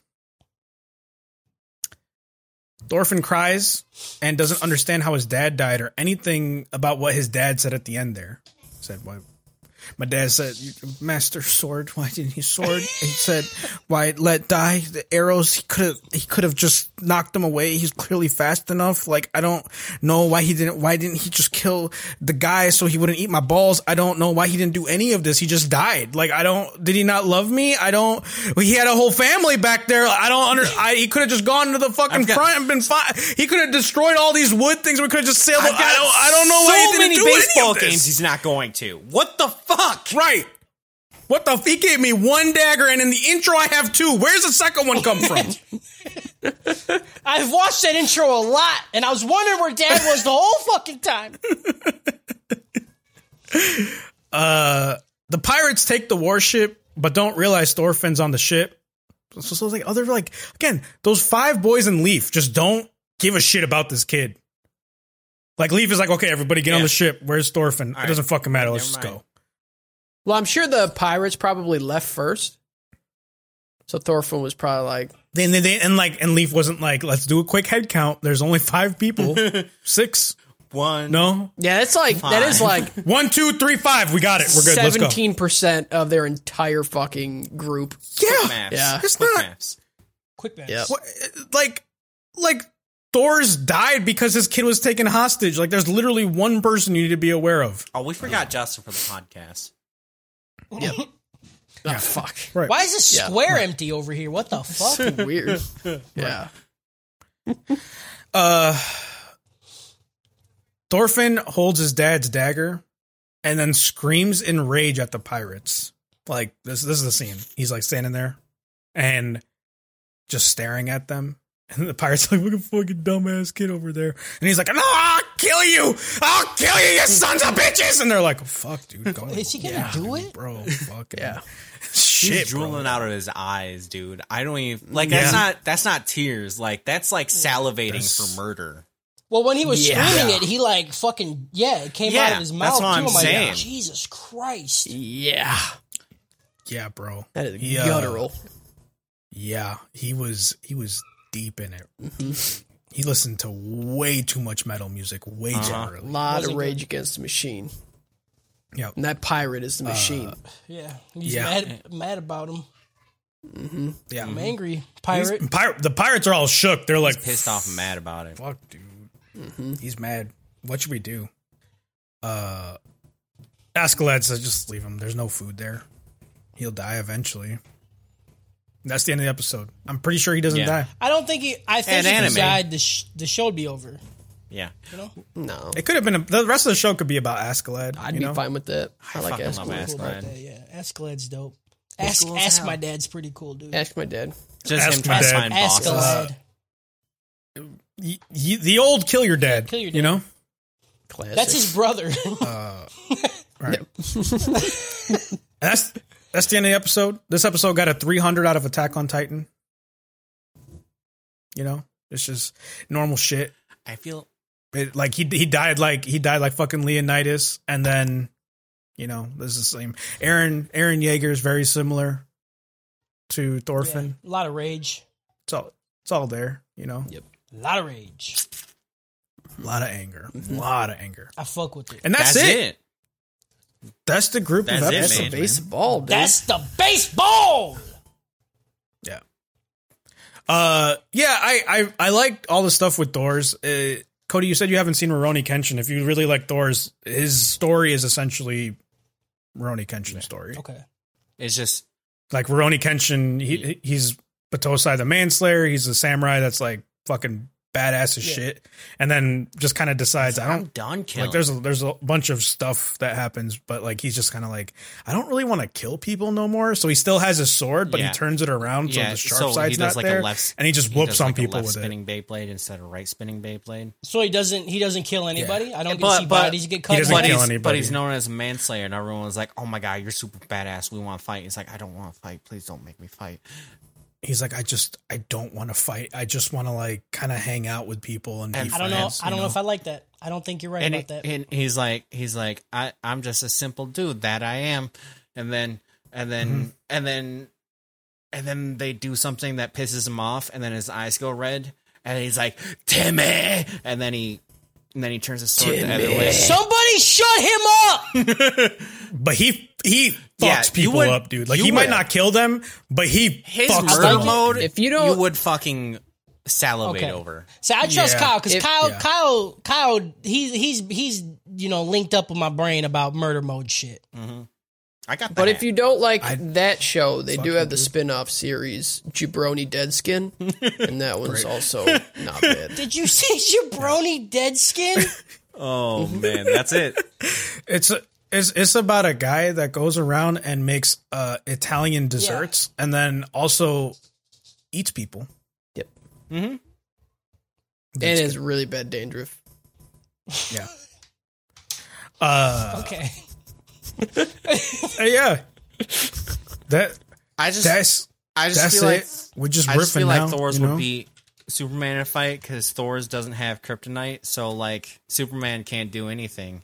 [SPEAKER 2] Thorfinn cries and doesn't understand how his dad died or anything about what his dad said at the end there. Said why my dad said Master Sword, why didn't he sword? he said, Why let die? The arrows he could have he could have just knocked them away. He's clearly fast enough. Like I don't know why he didn't why didn't he just kill the guy so he wouldn't eat my balls? I don't know why he didn't do any of this. He just died. Like I don't did he not love me? I don't he had a whole family back there. I don't under I, he could have just gone to the fucking
[SPEAKER 3] I've got-
[SPEAKER 2] front and been fine. He could have destroyed all these wood things. We could have just sailed. I don't I don't know
[SPEAKER 3] so
[SPEAKER 2] why he didn't
[SPEAKER 3] many
[SPEAKER 2] do
[SPEAKER 3] baseball
[SPEAKER 2] any of this.
[SPEAKER 3] games he's not going to. What the fuck?
[SPEAKER 2] Right. What the? f- He gave me one dagger, and in the intro, I have two. Where's the second one come from?
[SPEAKER 4] I've watched that intro a lot, and I was wondering where dad was the whole fucking time.
[SPEAKER 2] the pirates take the warship, but don't realize Thorfinn's on the ship. So, so like other like again, those five boys in Leaf just don't give a shit about this kid. Like Leaf is like, okay, everybody get on
[SPEAKER 3] Yeah.
[SPEAKER 2] the ship. Where's Thorfinn? it
[SPEAKER 3] right.
[SPEAKER 2] doesn't fucking matter. Let's
[SPEAKER 3] Never
[SPEAKER 2] just
[SPEAKER 3] mind.
[SPEAKER 2] go.
[SPEAKER 5] Well, I'm sure the pirates probably left first, so Thorfinn was probably like,
[SPEAKER 2] Then they, they and like and Leaf wasn't like, let's do a quick head count. There's only five people, six.
[SPEAKER 3] One.
[SPEAKER 2] No,
[SPEAKER 5] "Yeah, that's like that is
[SPEAKER 3] Fine.
[SPEAKER 5] like
[SPEAKER 2] one, two, three, five. We got it. We're good. Let's go.
[SPEAKER 5] seventeen percent of their entire fucking group."
[SPEAKER 2] Yeah,
[SPEAKER 3] Maps.
[SPEAKER 5] Yeah.
[SPEAKER 2] It's
[SPEAKER 3] Quick
[SPEAKER 2] not-
[SPEAKER 3] maps.
[SPEAKER 4] Quick man.
[SPEAKER 5] Yep.
[SPEAKER 2] What, like, like Thor's died because his kid was taken hostage. Like, there's literally one person you need to be aware of.
[SPEAKER 3] Oh, we forgot Justin for the podcast.
[SPEAKER 5] Yep. Oh fuck.
[SPEAKER 2] Right.
[SPEAKER 4] Why is this
[SPEAKER 5] Yeah.
[SPEAKER 4] square empty over here? What the fuck?
[SPEAKER 5] Weird. Yeah.
[SPEAKER 2] Uh, Thorfinn holds his dad's dagger and then screams in rage at the pirates. Like this, this is the scene. He's like standing there and just staring at them. And the pirates are like, look at fucking dumbass kid over there. And he's like, no, I'll kill you. I'll kill you, you sons of bitches. And they're like, fuck, dude. Go
[SPEAKER 4] Is he gonna do it?
[SPEAKER 2] Bro, fuck
[SPEAKER 5] Yeah.
[SPEAKER 2] Shit.
[SPEAKER 3] He's drooling
[SPEAKER 2] bro.
[SPEAKER 3] out of his eyes, dude. I don't even like.
[SPEAKER 2] Yeah.
[SPEAKER 3] That's not. That's not tears. Like that's like salivating
[SPEAKER 2] That's-
[SPEAKER 3] for murder.
[SPEAKER 4] Well, when he was
[SPEAKER 5] Yeah.
[SPEAKER 4] screaming it, he like fucking yeah, it came out
[SPEAKER 3] Yeah,
[SPEAKER 4] of his
[SPEAKER 3] that's
[SPEAKER 4] mouth.
[SPEAKER 3] what I'm
[SPEAKER 4] too. like,
[SPEAKER 3] saying.
[SPEAKER 4] Jesus Christ!
[SPEAKER 5] Yeah.
[SPEAKER 2] Yeah, bro.
[SPEAKER 5] That is
[SPEAKER 2] Yeah.
[SPEAKER 5] guttural.
[SPEAKER 2] Yeah, he was he was deep in it. He listened to way too much metal music, way too
[SPEAKER 5] A
[SPEAKER 2] early.
[SPEAKER 5] lot
[SPEAKER 4] Wasn't
[SPEAKER 5] of Rage Against the Machine.
[SPEAKER 2] Yeah,
[SPEAKER 5] And that pirate is the machine.
[SPEAKER 4] Yeah, he's
[SPEAKER 2] Yeah.
[SPEAKER 4] mad mad about him.
[SPEAKER 2] Yeah.
[SPEAKER 4] I'm angry. Pirate.
[SPEAKER 2] Pir- the pirates are all shook. They're like,
[SPEAKER 3] Pissed off and mad about it.
[SPEAKER 2] fuck, dude. He's mad. What should we do? Uh, Askeladd says, just leave him. There's no food there. He'll die eventually. That's the end of the episode. I'm pretty sure he doesn't
[SPEAKER 3] Yeah.
[SPEAKER 2] die.
[SPEAKER 4] I don't think he. I think
[SPEAKER 3] And
[SPEAKER 4] if
[SPEAKER 3] anime.
[SPEAKER 4] he died, the, sh- the show'd be over.
[SPEAKER 3] Yeah.
[SPEAKER 5] No,
[SPEAKER 2] It could have been a, the rest of the show could be about Askeladd.
[SPEAKER 5] I'd
[SPEAKER 2] you
[SPEAKER 5] be
[SPEAKER 2] know?
[SPEAKER 5] fine with that. I, like
[SPEAKER 3] fucking
[SPEAKER 5] ask
[SPEAKER 3] love
[SPEAKER 5] my,
[SPEAKER 3] Ask
[SPEAKER 4] Cool about
[SPEAKER 3] Glad.
[SPEAKER 4] that, yeah. Askeladd's dope. Ask,
[SPEAKER 3] cool as
[SPEAKER 4] ask
[SPEAKER 3] hell.
[SPEAKER 4] my dad's pretty cool, dude.
[SPEAKER 5] ask my dad.
[SPEAKER 3] Just
[SPEAKER 2] Ask
[SPEAKER 3] him
[SPEAKER 2] my
[SPEAKER 3] trying to
[SPEAKER 2] dad.
[SPEAKER 3] find
[SPEAKER 4] Ask
[SPEAKER 3] bosses.
[SPEAKER 4] Askeladd.
[SPEAKER 2] Y- y- the old kill your dad.
[SPEAKER 4] kill your
[SPEAKER 2] You
[SPEAKER 4] dad.
[SPEAKER 2] know?
[SPEAKER 5] Classic.
[SPEAKER 4] That's his brother.
[SPEAKER 2] Right. And that's that's the end of the episode. This episode got a 300 out of Attack on Titan. You know, it's just normal shit.
[SPEAKER 3] I feel
[SPEAKER 2] It, like he he died like he died like fucking Leonidas, and then you know this is the same. Aaron Aaron Yeager is very similar to
[SPEAKER 4] Yeah,
[SPEAKER 2] Thorfinn.
[SPEAKER 4] a lot of rage.
[SPEAKER 2] It's all it's all there. You know,
[SPEAKER 4] A lot of rage.
[SPEAKER 2] a lot of anger, a lot of anger,
[SPEAKER 4] I fuck with it.
[SPEAKER 2] and that's,
[SPEAKER 3] that's,
[SPEAKER 2] it.
[SPEAKER 3] it.
[SPEAKER 2] That's the group
[SPEAKER 3] That's
[SPEAKER 2] of
[SPEAKER 3] it,
[SPEAKER 2] episodes.
[SPEAKER 5] That's a
[SPEAKER 3] man.
[SPEAKER 5] baseball, dude.
[SPEAKER 4] That's the baseball.
[SPEAKER 2] Yeah. Uh, yeah, I, I, I liked all the stuff with Thor's. Uh, Cody, you said you haven't seen Roroni Kenshin. If you really like Thor's, his story is essentially Roroni Kenshin's story.
[SPEAKER 4] Okay.
[SPEAKER 3] It's just
[SPEAKER 2] Like Roroni Kenshin, he he's Batosai the Manslayer. He's a samurai that's like fucking badass as
[SPEAKER 4] Yeah.
[SPEAKER 2] shit, and then just kind of decides I
[SPEAKER 3] I'm
[SPEAKER 2] don't.
[SPEAKER 3] done killing.
[SPEAKER 2] Like there's a there's a bunch of stuff that happens, but like he's just kind of like I don't really want to kill people no more. So he still has his sword, but
[SPEAKER 3] Yeah.
[SPEAKER 2] he turns it around so
[SPEAKER 3] Yeah,
[SPEAKER 2] the sharp
[SPEAKER 3] so he
[SPEAKER 2] side's not
[SPEAKER 3] does like a
[SPEAKER 2] there,
[SPEAKER 3] left-
[SPEAKER 2] and he just
[SPEAKER 3] he
[SPEAKER 2] whoops
[SPEAKER 3] does,
[SPEAKER 2] on
[SPEAKER 3] like, a
[SPEAKER 2] people
[SPEAKER 3] left
[SPEAKER 2] with it.
[SPEAKER 3] spinning Beyblade instead of right spinning Beyblade.
[SPEAKER 4] So he doesn't. He doesn't kill anybody. I don't get to
[SPEAKER 3] But-
[SPEAKER 4] see
[SPEAKER 3] but-
[SPEAKER 4] bodies get
[SPEAKER 2] He
[SPEAKER 4] cut.
[SPEAKER 2] doesn't
[SPEAKER 4] like
[SPEAKER 3] But
[SPEAKER 2] kill
[SPEAKER 4] that.
[SPEAKER 3] he's, but
[SPEAKER 2] anybody.
[SPEAKER 3] he's known as a manslayer, and everyone was like, "Oh my god, you're super badass. We want to fight." He's like, "I don't want to fight. Please don't make me fight."
[SPEAKER 2] He's like, I just I don't want to fight. I just want to like kind of hang out with people and,
[SPEAKER 3] And-
[SPEAKER 2] be
[SPEAKER 4] I don't know.
[SPEAKER 2] friends,
[SPEAKER 4] I don't
[SPEAKER 2] you
[SPEAKER 4] know. if I like that. I don't think you're right
[SPEAKER 3] and,
[SPEAKER 4] about
[SPEAKER 3] he-
[SPEAKER 4] that.
[SPEAKER 3] and he's like, he's like, I, I'm just a simple dude that I am, and then, and then, and then, and then they do something that pisses him off, and then his eyes go red, and he's like, Timmy, and then he, and then he turns his sword the other way.
[SPEAKER 4] Somebody shut him up.
[SPEAKER 2] but he he fucks
[SPEAKER 3] Yeah, you
[SPEAKER 2] people
[SPEAKER 3] would-
[SPEAKER 2] up, dude. Like
[SPEAKER 3] you
[SPEAKER 2] he might
[SPEAKER 3] would.
[SPEAKER 2] not kill them, but he
[SPEAKER 3] His
[SPEAKER 2] fucks
[SPEAKER 3] murder
[SPEAKER 2] them up.
[SPEAKER 3] mode,
[SPEAKER 5] If you don't-
[SPEAKER 3] you would fucking salivate
[SPEAKER 4] Okay.
[SPEAKER 3] over.
[SPEAKER 4] So I trust
[SPEAKER 2] Yeah.
[SPEAKER 4] Kyle because
[SPEAKER 5] If-
[SPEAKER 4] Kyle,
[SPEAKER 2] yeah.
[SPEAKER 4] Kyle, Kyle, he's he's he's you know linked up with my brain about murder mode shit.
[SPEAKER 3] I got that.
[SPEAKER 5] But if you don't like
[SPEAKER 2] I-
[SPEAKER 5] that show, they do have the spin-off series Jabroni Dead Skin, and that one's also not bad.
[SPEAKER 4] Did you see Jabroni dead skin?
[SPEAKER 3] oh man, that's it.
[SPEAKER 2] It's a it's, it's about a guy that goes around and makes uh, Italian desserts and then also eats people.
[SPEAKER 5] Yep.
[SPEAKER 2] That's
[SPEAKER 5] And it's really bad dandruff.
[SPEAKER 2] good. yeah. Uh,
[SPEAKER 4] Okay.
[SPEAKER 2] yeah. That
[SPEAKER 3] I just,
[SPEAKER 2] that's
[SPEAKER 3] I just
[SPEAKER 2] that's
[SPEAKER 3] feel like
[SPEAKER 2] it. We're just
[SPEAKER 3] I
[SPEAKER 2] riffing
[SPEAKER 3] just feel
[SPEAKER 2] now.
[SPEAKER 3] like Thor's
[SPEAKER 2] you know?
[SPEAKER 3] would be Superman in a fight because Thor's doesn't have kryptonite, so like Superman can't do anything.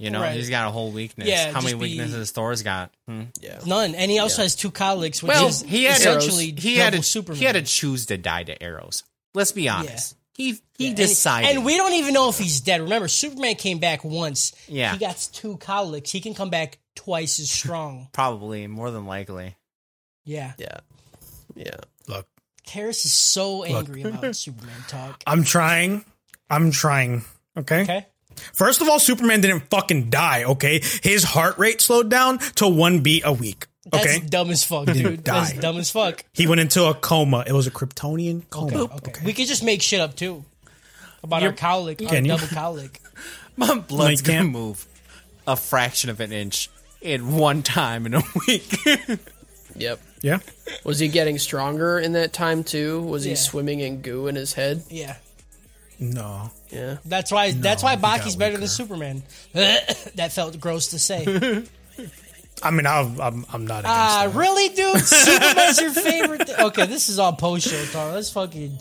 [SPEAKER 3] You know,
[SPEAKER 4] Right.
[SPEAKER 3] he's got a whole weakness.
[SPEAKER 4] Yeah,
[SPEAKER 3] How many
[SPEAKER 4] just be-
[SPEAKER 3] weaknesses Thor's got? Hmm.
[SPEAKER 4] None. And he also has two colleagues, which
[SPEAKER 5] Well,
[SPEAKER 4] is
[SPEAKER 3] He had
[SPEAKER 4] essentially
[SPEAKER 3] to, he had
[SPEAKER 4] double
[SPEAKER 3] to,
[SPEAKER 4] Superman.
[SPEAKER 3] he had to choose to die to arrows. Let's be honest. He he
[SPEAKER 4] And-
[SPEAKER 3] decided.
[SPEAKER 4] And, we don't even know if he's dead. Remember, Superman came back once.
[SPEAKER 3] Yeah.
[SPEAKER 4] He got two cowlicks. He can come back twice as strong.
[SPEAKER 3] probably more than likely.
[SPEAKER 4] Yeah.
[SPEAKER 5] Yeah, yeah.
[SPEAKER 2] Look,
[SPEAKER 4] Karis is so angry about Superman talk.
[SPEAKER 2] I'm trying. I'm trying. Okay?
[SPEAKER 4] Okay.
[SPEAKER 2] First of all, Superman didn't fucking die. Okay. His heart rate slowed down to one beat a week.
[SPEAKER 4] That's
[SPEAKER 2] Okay.
[SPEAKER 4] dumb as fuck,
[SPEAKER 2] Didn't
[SPEAKER 4] dude. That's
[SPEAKER 2] die.
[SPEAKER 4] dumb as fuck.
[SPEAKER 2] he went into a coma. It was a Kryptonian
[SPEAKER 4] Okay.
[SPEAKER 2] coma.
[SPEAKER 4] okay. We could just make shit up too. About our cowlick, our
[SPEAKER 2] Can you?
[SPEAKER 4] double cowlick.
[SPEAKER 3] My blood's gonna
[SPEAKER 2] can't-
[SPEAKER 3] move a fraction of an inch in one time in a week.
[SPEAKER 5] Yep.
[SPEAKER 2] Yeah.
[SPEAKER 5] Was he getting stronger in that time too? Was
[SPEAKER 4] Yeah.
[SPEAKER 5] he swimming in goo in his head?
[SPEAKER 4] Yeah.
[SPEAKER 2] No.
[SPEAKER 5] Yeah.
[SPEAKER 4] That's why that's why
[SPEAKER 2] he got
[SPEAKER 4] Baki's better than
[SPEAKER 2] weaker.
[SPEAKER 4] Superman. that felt gross to say.
[SPEAKER 2] I mean, I'll, I'm I'm not against
[SPEAKER 4] Ah,
[SPEAKER 2] that.
[SPEAKER 4] really, dude? Superman's your favorite. Th- okay, this is all post show talk. Let's fucking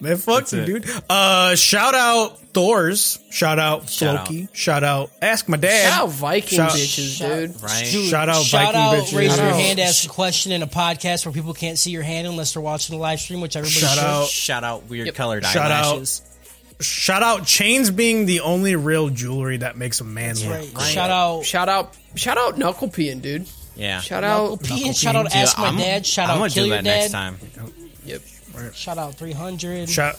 [SPEAKER 2] Man, fuck you,
[SPEAKER 3] it.
[SPEAKER 2] dude. Uh, shout out Thor's. Shout out
[SPEAKER 3] Shout
[SPEAKER 2] Floki. Shout out Ask My Dad.
[SPEAKER 5] Shout out Viking
[SPEAKER 2] Shout-
[SPEAKER 5] bitches, dude.
[SPEAKER 3] Right?
[SPEAKER 4] Dude,
[SPEAKER 2] Shout out
[SPEAKER 4] shout
[SPEAKER 2] Viking
[SPEAKER 4] out,
[SPEAKER 2] bitches.
[SPEAKER 4] Raise
[SPEAKER 5] Shout
[SPEAKER 4] your
[SPEAKER 5] out.
[SPEAKER 4] hand, ask a question in a podcast where people can't see your hand unless they're watching the live stream, which everybody
[SPEAKER 2] Shout
[SPEAKER 4] should.
[SPEAKER 2] out-
[SPEAKER 3] Shout out weird colored
[SPEAKER 2] Shout out-
[SPEAKER 3] eyelashes.
[SPEAKER 2] Shout out chains being the only real jewelry that makes a man look.
[SPEAKER 4] Right. Shout out.
[SPEAKER 5] Shout out, shout out knuckle peeing, dude.
[SPEAKER 3] Yeah.
[SPEAKER 5] Shout
[SPEAKER 4] Uncle
[SPEAKER 5] out.
[SPEAKER 4] P and shout out
[SPEAKER 2] Dude,
[SPEAKER 4] Ask My
[SPEAKER 3] I'm-
[SPEAKER 4] Dad. Shout
[SPEAKER 3] I'm
[SPEAKER 4] out
[SPEAKER 3] gonna
[SPEAKER 4] Kill
[SPEAKER 3] do
[SPEAKER 4] Your
[SPEAKER 3] that
[SPEAKER 4] Dad.
[SPEAKER 3] next time.
[SPEAKER 5] Yep.
[SPEAKER 4] Shout out 300.
[SPEAKER 2] Shout,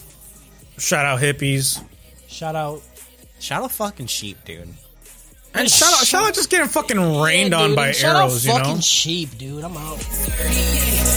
[SPEAKER 2] shout out hippies.
[SPEAKER 4] shout out.
[SPEAKER 3] Shout out fucking sheep, dude.
[SPEAKER 2] And shout out, shout out, just getting fucking rained
[SPEAKER 4] Yeah,
[SPEAKER 2] on
[SPEAKER 4] dude,
[SPEAKER 2] by
[SPEAKER 4] and shout
[SPEAKER 2] arrows.
[SPEAKER 4] out
[SPEAKER 2] You
[SPEAKER 4] fucking
[SPEAKER 2] know,
[SPEAKER 4] sheep, dude. I'm out.